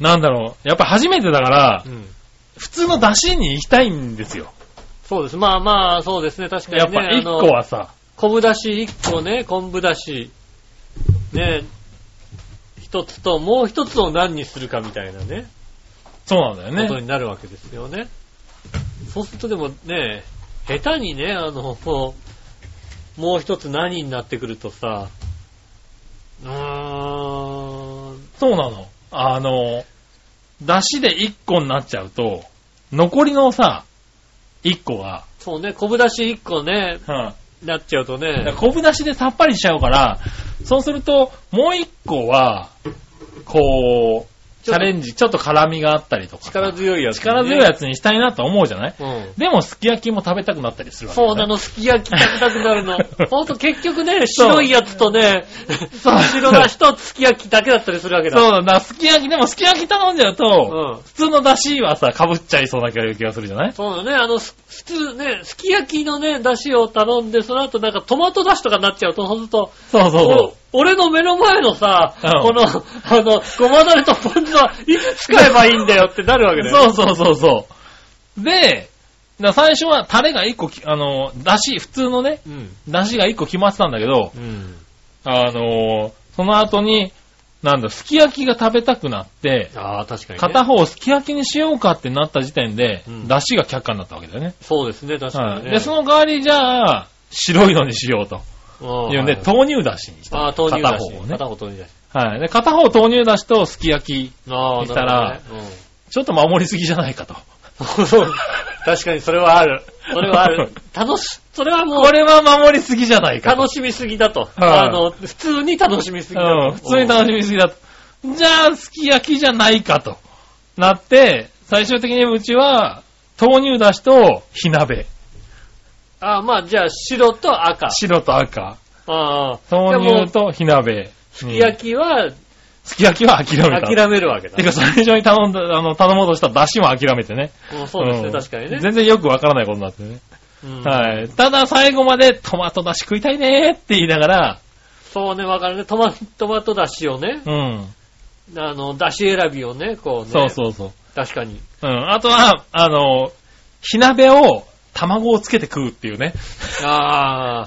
[SPEAKER 3] なんだろう。やっぱ初めてだから
[SPEAKER 2] う、ん
[SPEAKER 3] 普通の出汁に行きたいんですよ。
[SPEAKER 2] そうです。まあまあ、そうですね。確か
[SPEAKER 3] やっ
[SPEAKER 2] にね。
[SPEAKER 3] ぱ
[SPEAKER 2] あ
[SPEAKER 3] 1
[SPEAKER 2] の
[SPEAKER 3] 個はさ、
[SPEAKER 2] 昆布だし1個ね、昆布だし、ね、1つと、もう1つを何にするかみたいなね、
[SPEAKER 3] そうなんだよ
[SPEAKER 2] こと
[SPEAKER 3] ね。
[SPEAKER 2] になるわけですよね。そうするとでもね、下手にね、あの、こうもう1つ何になってくるとさ、うーん、
[SPEAKER 3] そうなの。あの、出汁で1個になっちゃうと、残りのさ、1個は、
[SPEAKER 2] そうね、昆布だし1個ね、
[SPEAKER 3] うん。
[SPEAKER 2] なっちゃうと
[SPEAKER 3] だから
[SPEAKER 2] ね、
[SPEAKER 3] 昆布出しでさっぱりしちゃうから、そうすると、もう一個は、こう、チャレンジ、ちょっと辛みがあったりとか。
[SPEAKER 2] 力強いやつ、
[SPEAKER 3] 力強いやつにしたいなと思うじゃない
[SPEAKER 2] うん。
[SPEAKER 3] でも、すき焼きも食べたくなったりするわけ、ね。
[SPEAKER 2] そうな。の、すき焼き食べたくな るの。ほんと結局ね、白いやつとね、
[SPEAKER 3] そう
[SPEAKER 2] 白だしとすき焼きだけだったりするわけだ。
[SPEAKER 3] そうなんだ。すき焼き、でもすき焼き頼んじゃうと、
[SPEAKER 2] うん。
[SPEAKER 3] 普通の出汁はさ、かぶっちゃいそうな気がするじゃない
[SPEAKER 2] そうだね、あの、す普通ね、すき焼きのね、だしを頼んで、その後なんかトマトだしとかになっちゃうと、ほんと、
[SPEAKER 3] そうそうそう。
[SPEAKER 2] お俺の目の前のさ、
[SPEAKER 3] うん
[SPEAKER 2] この、あの、ごまだれとポン酢はいつ使えばいいんだよってなるわけだよ。
[SPEAKER 3] そうそうそうそう。で、だから最初はタレが一個き、あの、出汁、普通のね、
[SPEAKER 2] う。うん。
[SPEAKER 3] 出汁が一個決まってたんだけど、
[SPEAKER 2] うん。
[SPEAKER 3] あのーその後に、なんだ、すき焼きが食べたくなって、
[SPEAKER 2] ああ、確かに、ね。
[SPEAKER 3] 片方すき焼きにしようかってなった時点で、
[SPEAKER 2] うん
[SPEAKER 3] 出汁が却下になったわけだよね。
[SPEAKER 2] そうですね、確か
[SPEAKER 3] は
[SPEAKER 2] に、
[SPEAKER 3] い
[SPEAKER 2] ね。
[SPEAKER 3] で、その代わりじゃあ、白いのにしようと。
[SPEAKER 2] の
[SPEAKER 3] いうね、豆乳出汁にした。
[SPEAKER 2] ああ、豆乳だし。
[SPEAKER 3] 片方をね。
[SPEAKER 2] 片方豆乳だし。
[SPEAKER 3] はい。で、片方豆乳出汁とすき焼き、
[SPEAKER 2] ああ、
[SPEAKER 3] したら
[SPEAKER 2] なるほどねうん
[SPEAKER 3] ちょっと守りすぎじゃないかと。
[SPEAKER 2] そう確かにそれはある。それはあ る。楽し、それはも
[SPEAKER 3] こ
[SPEAKER 2] う、
[SPEAKER 3] れは守りすぎじゃないかと。
[SPEAKER 2] 楽しみすぎだと。
[SPEAKER 3] はい
[SPEAKER 2] あの、普通に楽しみすぎだ
[SPEAKER 3] う
[SPEAKER 2] と。
[SPEAKER 3] ん、普通に楽しみすぎだと。じゃあ、すき焼きじゃないかと。なって、最終的にうちは、豆乳出汁と火鍋。
[SPEAKER 2] あまあ、じゃあ、白と赤。
[SPEAKER 3] 白と赤。
[SPEAKER 2] ああ。
[SPEAKER 3] 豆
[SPEAKER 2] でも
[SPEAKER 3] 乳と火鍋。
[SPEAKER 2] すき焼きは
[SPEAKER 3] すき焼きは諦めた。
[SPEAKER 2] 諦めるわけだ
[SPEAKER 3] て。か、最初に頼んだ、あの、頼もうとした出汁も諦めてね。
[SPEAKER 2] うんそうですね、
[SPEAKER 3] ん
[SPEAKER 2] 確かにね。
[SPEAKER 3] 全然よくわからないことになってね。
[SPEAKER 2] うん
[SPEAKER 3] はい。ただ、最後までトマト出汁食いたいねーって言いながら、
[SPEAKER 2] そうね、わかるね。トマ、トマトだしをね、
[SPEAKER 3] うん。
[SPEAKER 2] あの、だし選びをね、こうね。
[SPEAKER 3] そうそうそう。
[SPEAKER 2] 確かに。
[SPEAKER 3] うん。あとは、あの、火鍋を卵をつけて食うっていうね。
[SPEAKER 2] ああ、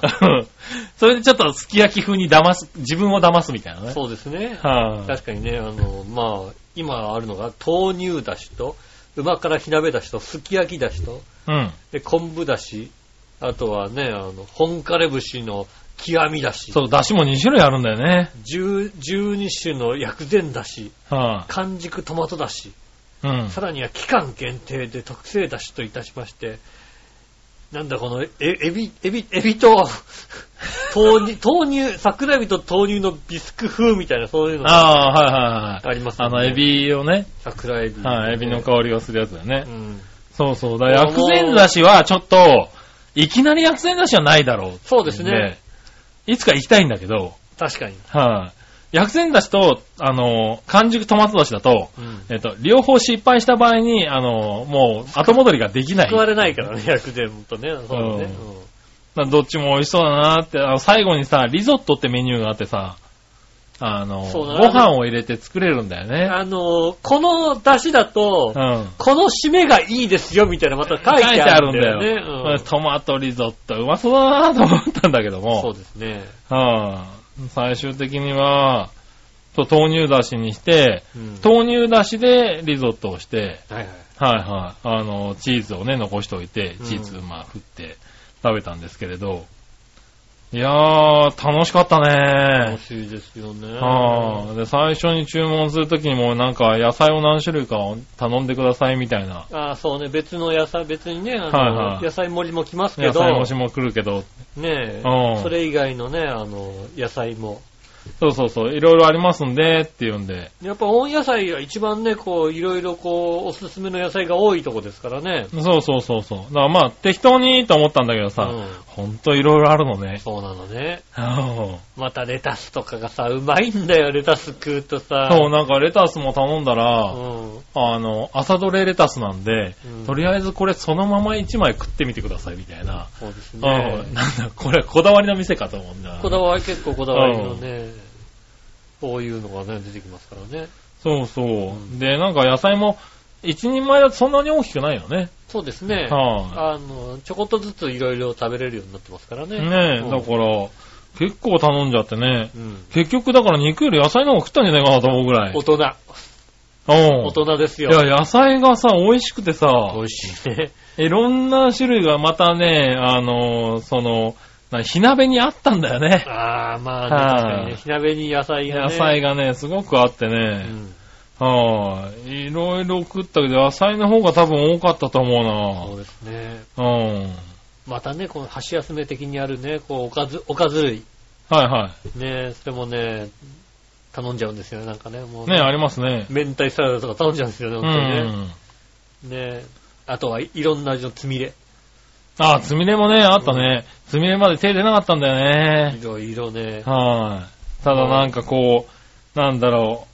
[SPEAKER 3] それでちょっとすき焼き風に騙す、自分を騙すみたいなね。
[SPEAKER 2] そうですね。
[SPEAKER 3] はい、
[SPEAKER 2] 確かにね、あの、まあ、今あるのが、豆乳だしと、馬から火鍋だしと、すき焼きだしと、
[SPEAKER 3] うん。
[SPEAKER 2] で、昆布だし、あとはね、あの、本枯れ節の極みだし、
[SPEAKER 3] そう、出汁も2種類あるんだよね。
[SPEAKER 2] 10 12種の薬膳だし、
[SPEAKER 3] は
[SPEAKER 2] 完熟トマトだし、
[SPEAKER 3] い、うん。
[SPEAKER 2] さらには期間限定で特製だしといたしまして、なんだこの、え、エビ、エビ、エビと、豆 乳、豆乳、桜エビと豆乳のビスク風みたいな、そういうのが
[SPEAKER 3] ああ、はいはいはい。
[SPEAKER 2] あります
[SPEAKER 3] あの、エビをね、
[SPEAKER 2] 桜エビ。
[SPEAKER 3] はい、エビの香りがするやつだよね
[SPEAKER 2] う。ん。
[SPEAKER 3] そうそう。だ薬膳だしはちょっと、いきなり薬膳だしはないだろうってい
[SPEAKER 2] そうですね。
[SPEAKER 3] いつか行きたいんだけど、
[SPEAKER 2] 確かに。
[SPEAKER 3] はい、薬膳だしと、あの、完熟トマトだしだと、
[SPEAKER 2] うん。
[SPEAKER 3] えっと、両方失敗した場合に、あの、もう後戻りができない
[SPEAKER 2] 救。われないからね、薬膳とね。そうだね。
[SPEAKER 3] うん
[SPEAKER 2] うん
[SPEAKER 3] まあどっちも美味しそうだなって、あの最後にさ、リゾットってメニューがあってさ、あの、
[SPEAKER 2] そうだね
[SPEAKER 3] ご飯を入れて作れるんだよね。
[SPEAKER 2] あのー、この出汁だと、
[SPEAKER 3] うん。
[SPEAKER 2] この締めがいいですよ、みたいな、また書いてあるんだよね。
[SPEAKER 3] 書いてあるんだよトマトリゾット、うまそうだなと思ったんだけど
[SPEAKER 2] うん、そう
[SPEAKER 3] も、
[SPEAKER 2] ですね。
[SPEAKER 3] うん最終的には、そう豆乳だしにして、
[SPEAKER 2] うん
[SPEAKER 3] 豆乳だしでリゾットをして、
[SPEAKER 2] はいはい。
[SPEAKER 3] はいはい、あの、チーズをね、残しておいて
[SPEAKER 2] う、ん
[SPEAKER 3] チーズ、まあ、振って食べたんですけれど、いやー、楽しかったね
[SPEAKER 2] 楽しいですよね。
[SPEAKER 3] あ
[SPEAKER 2] あ
[SPEAKER 3] あ、で、最初に注文するときにもうなんか野菜を何種類かを頼んでくださいみたいな。
[SPEAKER 2] あー、そうね、別の野菜、別にね、あの
[SPEAKER 3] はいはい
[SPEAKER 2] 野菜盛りも来ますけ
[SPEAKER 3] 野
[SPEAKER 2] ど、
[SPEAKER 3] 菜もしも来るけど。
[SPEAKER 2] ねえ
[SPEAKER 3] うん
[SPEAKER 2] それ以外のね、あの、野菜も。
[SPEAKER 3] そうそうそう、いろいろありますんで、っていうんで。
[SPEAKER 2] やっぱ温野菜が一番ね、こう、いろいろこう、おすすめの野菜が多いとこですからね。
[SPEAKER 3] そうそうそうそう。だからまあ、適当にと思ったんだけどさ、
[SPEAKER 2] うん
[SPEAKER 3] ほんといろいろあるのね。
[SPEAKER 2] そうなのね。
[SPEAKER 3] うん
[SPEAKER 2] またレタスとかがさ、うまいんだよ、レタス食うとさ。
[SPEAKER 3] そう、なんかレタスも頼んだら、
[SPEAKER 2] うん。
[SPEAKER 3] あの、朝どれレタスなんで、
[SPEAKER 2] うん
[SPEAKER 3] とりあえずこれそのまま1枚食ってみてくださいみたいな。
[SPEAKER 2] そうです
[SPEAKER 3] うん、
[SPEAKER 2] ね。
[SPEAKER 3] なんだ、これこだわりの店かと思うんだ。
[SPEAKER 2] こだわり、結構こだわりのね、こういうのがね、出てきますからね。
[SPEAKER 3] そうそう、
[SPEAKER 2] ん
[SPEAKER 3] で、なんか野菜も、一人前だとそんなに大きくないよね。
[SPEAKER 2] そうですね。
[SPEAKER 3] は
[SPEAKER 2] あの、ちょこっとずついろいろ食べれるようになってますからね。
[SPEAKER 3] ねえ、
[SPEAKER 2] うん
[SPEAKER 3] だから、結構頼んじゃってね。
[SPEAKER 2] うん。
[SPEAKER 3] 結局だから肉より野菜の方が食ったんじゃないかなと思うぐらい。
[SPEAKER 2] 大人。
[SPEAKER 3] うん
[SPEAKER 2] 大人です
[SPEAKER 3] い
[SPEAKER 2] よ。
[SPEAKER 3] や、野菜がさ、美味しくてさ、
[SPEAKER 2] 美味しい ね。
[SPEAKER 3] いろんな種類がまたね、あの、その、な火鍋にあったんだよね。
[SPEAKER 2] ああ、まあ、
[SPEAKER 3] は
[SPEAKER 2] ね、確
[SPEAKER 3] い
[SPEAKER 2] かにね。火鍋に野菜が、
[SPEAKER 3] 野
[SPEAKER 2] ね。
[SPEAKER 3] 菜がね、すごくあって
[SPEAKER 2] う
[SPEAKER 3] ね。
[SPEAKER 2] ん。
[SPEAKER 3] はい。いろいろ食ったけど、野菜の方が多分多かった
[SPEAKER 2] そう
[SPEAKER 3] と思
[SPEAKER 2] ですね。
[SPEAKER 3] うな。うん。
[SPEAKER 2] またね、この箸休め的にあるね、こう、おかず、おかず類。
[SPEAKER 3] はいは
[SPEAKER 2] ね、それもね、頼んじゃうんですよね、なんかね。もう
[SPEAKER 3] い。ね、ありますね。
[SPEAKER 2] 明太サラダとか頼んじゃうんですよね、
[SPEAKER 3] う
[SPEAKER 2] 本当にね。
[SPEAKER 3] ん。
[SPEAKER 2] ねあとはいいろんな味のつみれ。
[SPEAKER 3] あ、つみれもね、あったね。つみれまで手出なかったんだよね
[SPEAKER 2] い。ろいろね。
[SPEAKER 3] はい。ただなんかこう、なんだろ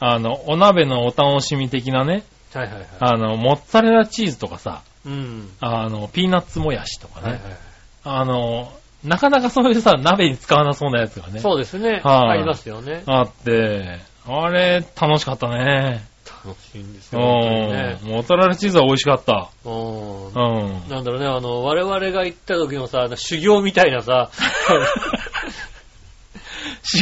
[SPEAKER 3] う。あの、お鍋のお楽しみ的なね。
[SPEAKER 2] はいはいはい。
[SPEAKER 3] あの、モッツァレラチーズとかさ、
[SPEAKER 2] うん。
[SPEAKER 3] あの、ピーナッツもやしとか
[SPEAKER 2] はいはい
[SPEAKER 3] ね。
[SPEAKER 2] はい。
[SPEAKER 3] あの、なかなかそういうさ、鍋に使わなそうなやつがね。
[SPEAKER 2] そうですね。
[SPEAKER 3] は
[SPEAKER 2] あ
[SPEAKER 3] い
[SPEAKER 2] りますよね。
[SPEAKER 3] あって、あれ、楽しかったね。
[SPEAKER 2] 楽しいんです
[SPEAKER 3] う
[SPEAKER 2] よ、本当にね
[SPEAKER 3] ん。。モッツァレラチーズは美味しかった。
[SPEAKER 2] うん
[SPEAKER 3] う。ん。
[SPEAKER 2] なんだろうね、あの、我々が行った時のさ、あの修行みたいなさ、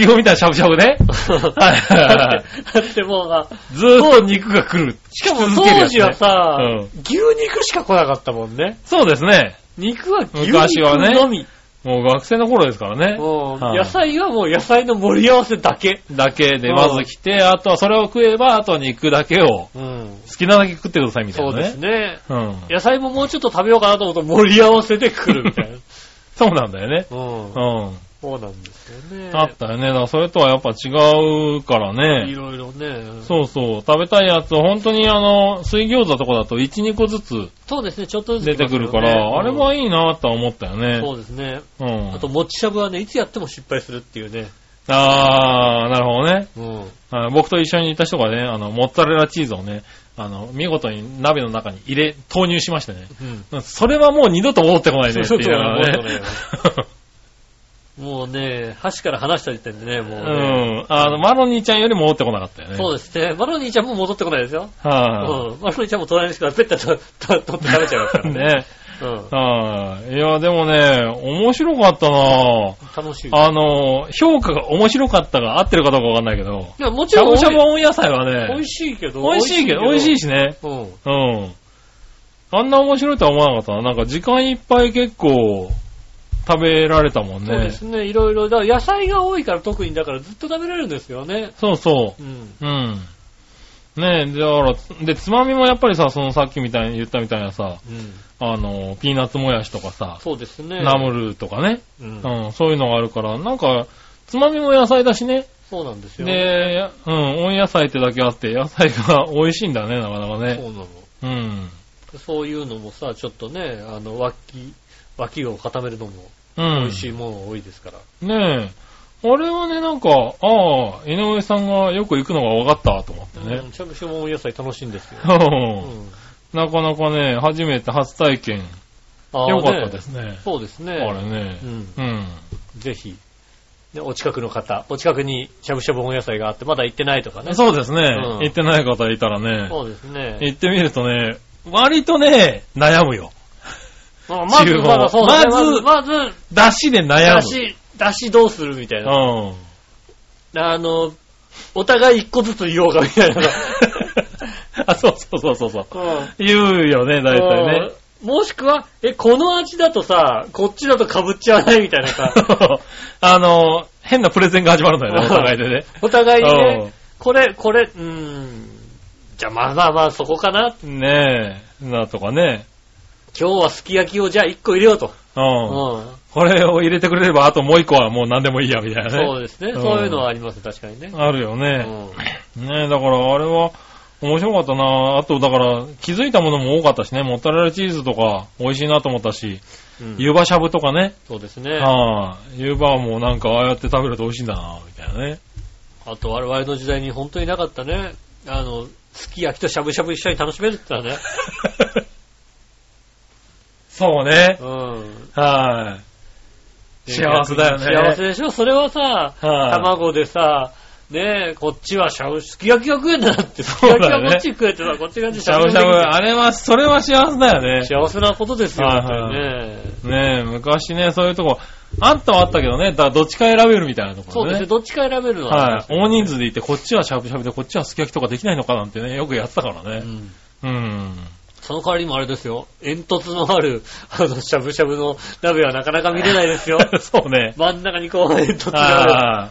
[SPEAKER 3] 塩みたいなしゃぶしゃぶね。はいはい
[SPEAKER 2] だ
[SPEAKER 3] は
[SPEAKER 2] ってだってもうさ、
[SPEAKER 3] ずーっと肉が来る。
[SPEAKER 2] しかも
[SPEAKER 3] 続ける
[SPEAKER 2] 当
[SPEAKER 3] やつ
[SPEAKER 2] 時
[SPEAKER 3] ね
[SPEAKER 2] はさ、
[SPEAKER 3] うん
[SPEAKER 2] 牛肉しか来なかったもんね。
[SPEAKER 3] そうですね。
[SPEAKER 2] 肉は牛
[SPEAKER 3] 昔
[SPEAKER 2] 肉
[SPEAKER 3] はね
[SPEAKER 2] のみ。
[SPEAKER 3] もう学生の頃ですからね。
[SPEAKER 2] もう
[SPEAKER 3] はい
[SPEAKER 2] 野菜はもう野菜の盛り合わせだけ。
[SPEAKER 3] だけでまず来て、あとはそれを食えば、あとは肉だけを
[SPEAKER 2] うん。
[SPEAKER 3] 好きなだけ食ってくださいみたい
[SPEAKER 2] そう
[SPEAKER 3] な
[SPEAKER 2] です
[SPEAKER 3] ね。
[SPEAKER 2] ね。
[SPEAKER 3] うん。
[SPEAKER 2] 野菜ももうちょっと食べようかなと思うと盛り合わせで来るみたいな。
[SPEAKER 3] そうなんだよね。
[SPEAKER 2] うん
[SPEAKER 3] う。ん。
[SPEAKER 2] そうなんですよね。
[SPEAKER 3] あったよね。だからそれとはやっぱ違うからね。
[SPEAKER 2] いろいろね。そう
[SPEAKER 3] そうそう。食べたいやつを本当にあの、水餃子とかだと1、2個ずつ
[SPEAKER 2] ですね、ちょっとずつ、
[SPEAKER 3] 出てくるから、あれはい
[SPEAKER 2] い。
[SPEAKER 3] いなとは思ったよ
[SPEAKER 2] そ
[SPEAKER 3] ね。
[SPEAKER 2] うですね。
[SPEAKER 3] うん。
[SPEAKER 2] あと、もちしゃぶはね、いつやっても失敗するっていうね。
[SPEAKER 3] あー、なるほどね。
[SPEAKER 2] うん。
[SPEAKER 3] はい僕と一緒にいた人がね、あの、モッツァレラチーズをね、あの、見事に鍋の中に入れ、投入しましてね。
[SPEAKER 2] うん。
[SPEAKER 3] それはもう二度と戻ってこないねって
[SPEAKER 2] そう
[SPEAKER 3] 言いながら
[SPEAKER 2] そうそう
[SPEAKER 3] ね。
[SPEAKER 2] もうね、箸から離した時点でね、もう
[SPEAKER 3] う
[SPEAKER 2] ね。
[SPEAKER 3] ん。あの、マロニーちゃんより戻ってこなかったよね。
[SPEAKER 2] そう
[SPEAKER 3] です。
[SPEAKER 2] ですね。マロニーちゃんも戻ってこないですよ。
[SPEAKER 3] は
[SPEAKER 2] うん。マロニーちゃんも隣の人からペッタとと取って食べちゃいますから
[SPEAKER 3] い。
[SPEAKER 2] ね。
[SPEAKER 3] ね。
[SPEAKER 2] うん。
[SPEAKER 3] はい。いや、でもね、面白かったなぁ。
[SPEAKER 2] 楽しい。
[SPEAKER 3] あの、評価が面白かったが合ってるかどうかわかんないけど、
[SPEAKER 2] いや、もち
[SPEAKER 3] しゃ
[SPEAKER 2] ろん
[SPEAKER 3] ぶしゃぶ温野菜は
[SPEAKER 2] 美
[SPEAKER 3] ね
[SPEAKER 2] 味、しいけど。
[SPEAKER 3] 美味しいけど、美味しいしね。
[SPEAKER 2] うん。
[SPEAKER 3] うん。あんな面白いとは思わなかったな。なんか時間いっぱい結構食べられたもん
[SPEAKER 2] そうで
[SPEAKER 3] ね。
[SPEAKER 2] すね、いろいろ。だから野菜が多いから特に、だからずっと食べられるんですよね。
[SPEAKER 3] そうそ
[SPEAKER 2] うん。
[SPEAKER 3] う。うん。ねえ、だから、で、つまみもやっぱりさ、そのさっきみたいに言ったみたいなさ、
[SPEAKER 2] うん。
[SPEAKER 3] あの、ピーナッツもやしとかさ、
[SPEAKER 2] そうですね。
[SPEAKER 3] ナムルとかね、
[SPEAKER 2] うん。
[SPEAKER 3] うん、そういうのがあるから、なんか、つまみも野菜だしね。
[SPEAKER 2] そうなんですよ。
[SPEAKER 3] で、うん、温野菜ってだけあって、野菜が美味しいんだね、なかなか
[SPEAKER 2] そうな
[SPEAKER 3] ね。
[SPEAKER 2] の。
[SPEAKER 3] うん。
[SPEAKER 2] そういうのもさ、ちょっとね、あの、脇、脇を固めるのも
[SPEAKER 3] うん。
[SPEAKER 2] 美味しいもの多いですから。
[SPEAKER 3] ねえ。あれはね、なんか、ああ、井上さんがよく行くのが分かったと思って
[SPEAKER 2] う
[SPEAKER 3] ね
[SPEAKER 2] ん。ちゃぶしゃぶ温野菜楽しいんですよ。うん。
[SPEAKER 3] なかなかね、初めて初体験、
[SPEAKER 2] あー
[SPEAKER 3] 良かったで
[SPEAKER 2] ね
[SPEAKER 3] すね。
[SPEAKER 2] そうですね。
[SPEAKER 3] あれね
[SPEAKER 2] う。ん。
[SPEAKER 3] うん。
[SPEAKER 2] ぜひ。ねお近くの方、お近くにしゃぶしゃぶ温野菜があって、まだ行ってないとかね。
[SPEAKER 3] そうですね。
[SPEAKER 2] うん
[SPEAKER 3] 行ってない方いたらね、
[SPEAKER 2] そうですね。
[SPEAKER 3] 行ってみるとね、割とね、悩むよ。
[SPEAKER 2] まあまず、
[SPEAKER 3] 中国
[SPEAKER 2] まだそうだね
[SPEAKER 3] まず
[SPEAKER 2] まず、まず、
[SPEAKER 3] 出汁で悩む。
[SPEAKER 2] だし、だしどうするみたいうな。
[SPEAKER 3] ん。
[SPEAKER 2] あの、お互い一個ずつ言おうかみたい な。
[SPEAKER 3] あ、そうそうそうそうそう。
[SPEAKER 2] うん。
[SPEAKER 3] 言うよね、大体ね。
[SPEAKER 2] うん。もしくは、え、この味だとさ、こっちだと被っちゃわないみたいなさ。
[SPEAKER 3] あの、変なプレゼンが始まるんだよね、お互いでね。
[SPEAKER 2] お互いに
[SPEAKER 3] う
[SPEAKER 2] ね
[SPEAKER 3] ん、
[SPEAKER 2] これ、これ、うーん。じゃあまあまあまあそこかな。
[SPEAKER 3] ねえ、なとかね。。
[SPEAKER 2] 今日はすき焼きをじゃあ1個入れようと。うん
[SPEAKER 3] これを入れてくれれば、あともう一個はもう何でもいいや、みたいなね。
[SPEAKER 2] そうですね。
[SPEAKER 3] うん
[SPEAKER 2] そういうのはありますね、確かにね。
[SPEAKER 3] あるよ
[SPEAKER 2] う
[SPEAKER 3] ね。
[SPEAKER 2] ん
[SPEAKER 3] ねえ、だからあれは面白かったなあと、だから気づいたものも多かったしね、モッツァレラチーズとか美味しいなと思ったし、
[SPEAKER 2] うん
[SPEAKER 3] 湯葉しゃぶとかね。
[SPEAKER 2] そうですね。
[SPEAKER 3] はい、湯葉もなんかああやって食べると美味しいんだなみたいなね。
[SPEAKER 2] あと我々の時代に本当になかったね。あの、すき焼きとしゃぶしゃぶ一緒に楽しめるって言ったらね。
[SPEAKER 3] そうね。
[SPEAKER 2] うん。
[SPEAKER 3] はい、幸せだよね
[SPEAKER 2] 幸せでしょそれはさ、
[SPEAKER 3] はい
[SPEAKER 2] 卵でさ、ねえ、こっちはしゃぶ、すき焼きが食えんだなって。すき
[SPEAKER 3] そう
[SPEAKER 2] 焼き
[SPEAKER 3] だ
[SPEAKER 2] は
[SPEAKER 3] ね
[SPEAKER 2] こっち食えてさ、こっちがし
[SPEAKER 3] しゃぶしゃぶ、あれは、それは幸せだよね。
[SPEAKER 2] 幸せなことですよ、
[SPEAKER 3] はい
[SPEAKER 2] 本当にね。
[SPEAKER 3] ねえ、昔ね、そういうとこ、あったはあったけどね、だからどっちか選べるみたいなとこ
[SPEAKER 2] そうで
[SPEAKER 3] ろね。
[SPEAKER 2] すね、どっちか選べるのはありま
[SPEAKER 3] はい
[SPEAKER 2] す。ね。
[SPEAKER 3] 大人数で行って、こっちはしゃぶしゃぶで、こっちはすき焼きとかできないのかなんてね、よくやってたから
[SPEAKER 2] う
[SPEAKER 3] ね。
[SPEAKER 2] ん
[SPEAKER 3] うん。
[SPEAKER 2] その代わりもあれですよ。煙突のある、あの、しゃぶしゃぶの鍋はなかなか見れないですよ。
[SPEAKER 3] そうね。
[SPEAKER 2] 真ん中にこう、煙突がある。
[SPEAKER 3] ああ。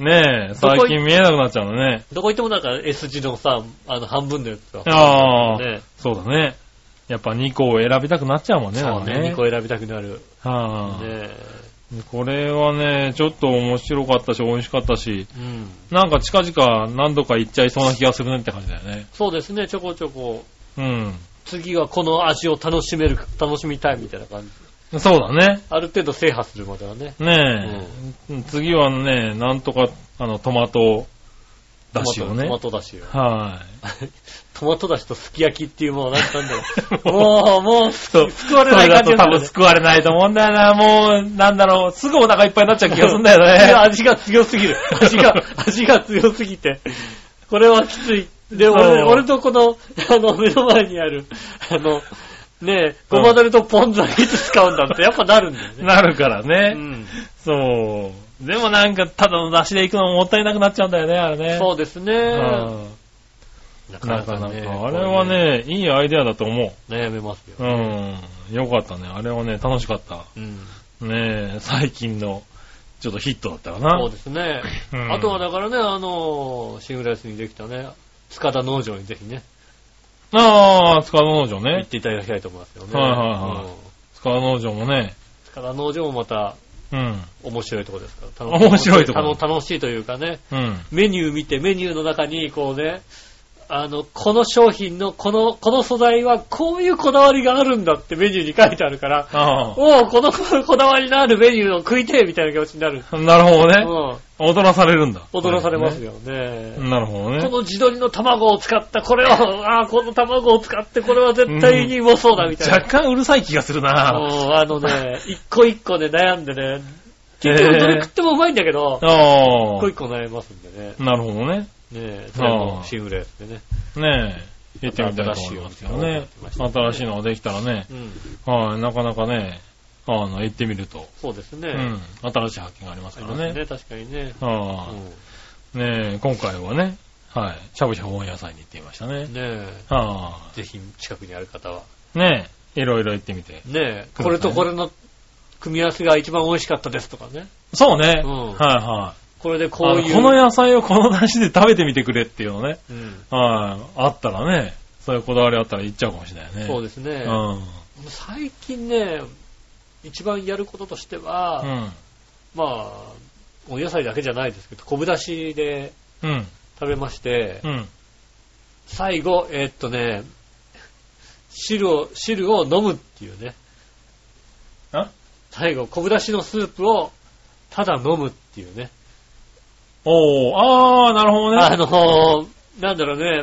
[SPEAKER 3] ねえ、
[SPEAKER 2] どこい
[SPEAKER 3] 最近見えなくなっちゃうのね。
[SPEAKER 2] どこ行ってもなんか S 字のさ、あの、半分のやつが。
[SPEAKER 3] ああ、
[SPEAKER 2] ね
[SPEAKER 3] そうだね。やっぱ2個を選びたくなっちゃうもんね、
[SPEAKER 2] そう
[SPEAKER 3] なんか
[SPEAKER 2] ね、2個選びたくなる。ね
[SPEAKER 3] はあ、
[SPEAKER 2] え。
[SPEAKER 3] これはね、ちょっと面白かったし、美味しかったし、
[SPEAKER 2] うん。
[SPEAKER 3] なんか近々何度か行っちゃいそうな気がするねって感じだよね。
[SPEAKER 2] そうですね、ちょこちょこ、
[SPEAKER 3] う
[SPEAKER 2] 次はこの味を楽しめる、楽しみたいみたいな感じ。
[SPEAKER 3] ん。そうだね。
[SPEAKER 2] ある程度制覇するまではね。
[SPEAKER 3] ねえ、次はね、なんとか、あの、トマト、だしを
[SPEAKER 2] ト
[SPEAKER 3] ね。
[SPEAKER 2] マ
[SPEAKER 3] はい、
[SPEAKER 2] トだしを。トマトだしとすき焼きっていうものはなん なんだろう。もう、もう、
[SPEAKER 3] そう
[SPEAKER 2] 救われない感じ
[SPEAKER 3] それ
[SPEAKER 2] がす
[SPEAKER 3] だと多
[SPEAKER 2] る
[SPEAKER 3] 分救われないと思うんだよな。もう、なんだろう、すぐお腹いっぱいになっちゃう気がするんだよね。
[SPEAKER 2] いや、味が強すぎる。味 が、味が強すぎて。これはきつい。で、俺、
[SPEAKER 3] そう
[SPEAKER 2] 俺とこの、あの、目の前にある、あの、ねえ、ごまだれとポン酢はいつ使うんだって、やっぱなるんだよね。
[SPEAKER 3] なるから
[SPEAKER 2] う
[SPEAKER 3] ね、
[SPEAKER 2] ん。
[SPEAKER 3] そう。でもなんか、ただの出汁で行くのももったいなくなっちゃうんだよね、あれね。
[SPEAKER 2] そうですね。
[SPEAKER 3] うん
[SPEAKER 2] な
[SPEAKER 3] なかなか、
[SPEAKER 2] ね
[SPEAKER 3] あれは。ね、いいアイデアだと思
[SPEAKER 2] これね悩めますよ。
[SPEAKER 3] う。うん。よかったね。あれはね、楽しかった。
[SPEAKER 2] うん。
[SPEAKER 3] ねえ、最近の、ちょっとヒットだったかな。
[SPEAKER 2] そうですね。
[SPEAKER 3] うん
[SPEAKER 2] あとはだからね、あの、シングラスにできたね、塚田農場にぜひね、
[SPEAKER 3] ああ、塚田農場
[SPEAKER 2] 行っ
[SPEAKER 3] ね。
[SPEAKER 2] ていただきたいと思いますよね。
[SPEAKER 3] はいはいはい
[SPEAKER 2] うん
[SPEAKER 3] 塚田農場もね。
[SPEAKER 2] 塚田農場もまた、
[SPEAKER 3] うん。
[SPEAKER 2] 面白いとこですから。
[SPEAKER 3] 面白いとこ
[SPEAKER 2] 楽楽しいというかね、
[SPEAKER 3] うん。
[SPEAKER 2] メニュー見て、メニューの中に、こうね、あの、この商品の、この、この素材はこういうこだわりがあるんだってメニューに書いてあるから、
[SPEAKER 3] あ
[SPEAKER 2] おお、この こだわりのあるメニューを食いてえみたいな気持ちになる。
[SPEAKER 3] あ。なるほど
[SPEAKER 2] う
[SPEAKER 3] ね。
[SPEAKER 2] ん。
[SPEAKER 3] 踊らされるんだ。
[SPEAKER 2] 驚かされます
[SPEAKER 3] ね。
[SPEAKER 2] よね。
[SPEAKER 3] なるほど
[SPEAKER 2] こ
[SPEAKER 3] ね。
[SPEAKER 2] の地鶏の卵を使った、これを、ああ、この卵を使って、これは絶対にうまそうだ、みたいな。
[SPEAKER 3] 若干うるさい気がするな。
[SPEAKER 2] もうあのね、一個一個で悩んでね、結
[SPEAKER 3] へ
[SPEAKER 2] 局
[SPEAKER 3] え
[SPEAKER 2] どれ食ってもうまいんだけど、
[SPEAKER 3] あ
[SPEAKER 2] 一個一個悩みますんでね。
[SPEAKER 3] あ。なるほどね。
[SPEAKER 2] ねえ、それもシングルやってね。
[SPEAKER 3] ねえ。行ってみたいと思いますけどね。新しいのができたらね。
[SPEAKER 2] うん。
[SPEAKER 3] はい、なかなかね、あの、行ってみると。
[SPEAKER 2] そうですね。
[SPEAKER 3] う
[SPEAKER 2] あ
[SPEAKER 3] ん。新しい発見があります
[SPEAKER 2] り
[SPEAKER 3] か
[SPEAKER 2] ま
[SPEAKER 3] ら
[SPEAKER 2] す
[SPEAKER 3] ね。
[SPEAKER 2] ね、確かにね。う
[SPEAKER 3] あ
[SPEAKER 2] ん
[SPEAKER 3] あ。ねえ、今回はね、はい。しゃぶしゃぶ温野菜に行ってみましたね。
[SPEAKER 2] ね
[SPEAKER 3] ああ。
[SPEAKER 2] え、ぜひ近くにある方は。
[SPEAKER 3] ねえ、いろいろ行ってみて。
[SPEAKER 2] ねえ、
[SPEAKER 3] そうですね
[SPEAKER 2] これとこれの組み合わせが一番美味しかったですとかね。
[SPEAKER 3] そうね。
[SPEAKER 2] うん
[SPEAKER 3] はいはい。
[SPEAKER 2] これで
[SPEAKER 3] こ
[SPEAKER 2] こういう。
[SPEAKER 3] この野菜をこの出汁で食べてみてくれっていうのね。
[SPEAKER 2] うん。
[SPEAKER 3] はい。あったらね、そういうこだわりあったら行っちゃうかもしれないね。
[SPEAKER 2] そうで
[SPEAKER 3] で
[SPEAKER 2] すね。
[SPEAKER 3] うん。うん。
[SPEAKER 2] 最近ね、一番やることとしては、まあ、お野菜だけじゃないですけど、昆布だしで
[SPEAKER 3] うん。
[SPEAKER 2] 食べまして、
[SPEAKER 3] うん。
[SPEAKER 2] 最後、えーっとね、汁を、汁を飲むっていうね。
[SPEAKER 3] あ
[SPEAKER 2] 最後、昆布だしのスープを、ただ飲むっていうね。
[SPEAKER 3] おー、あー、なるほど
[SPEAKER 2] あ
[SPEAKER 3] ね。
[SPEAKER 2] のー、なんだろうね、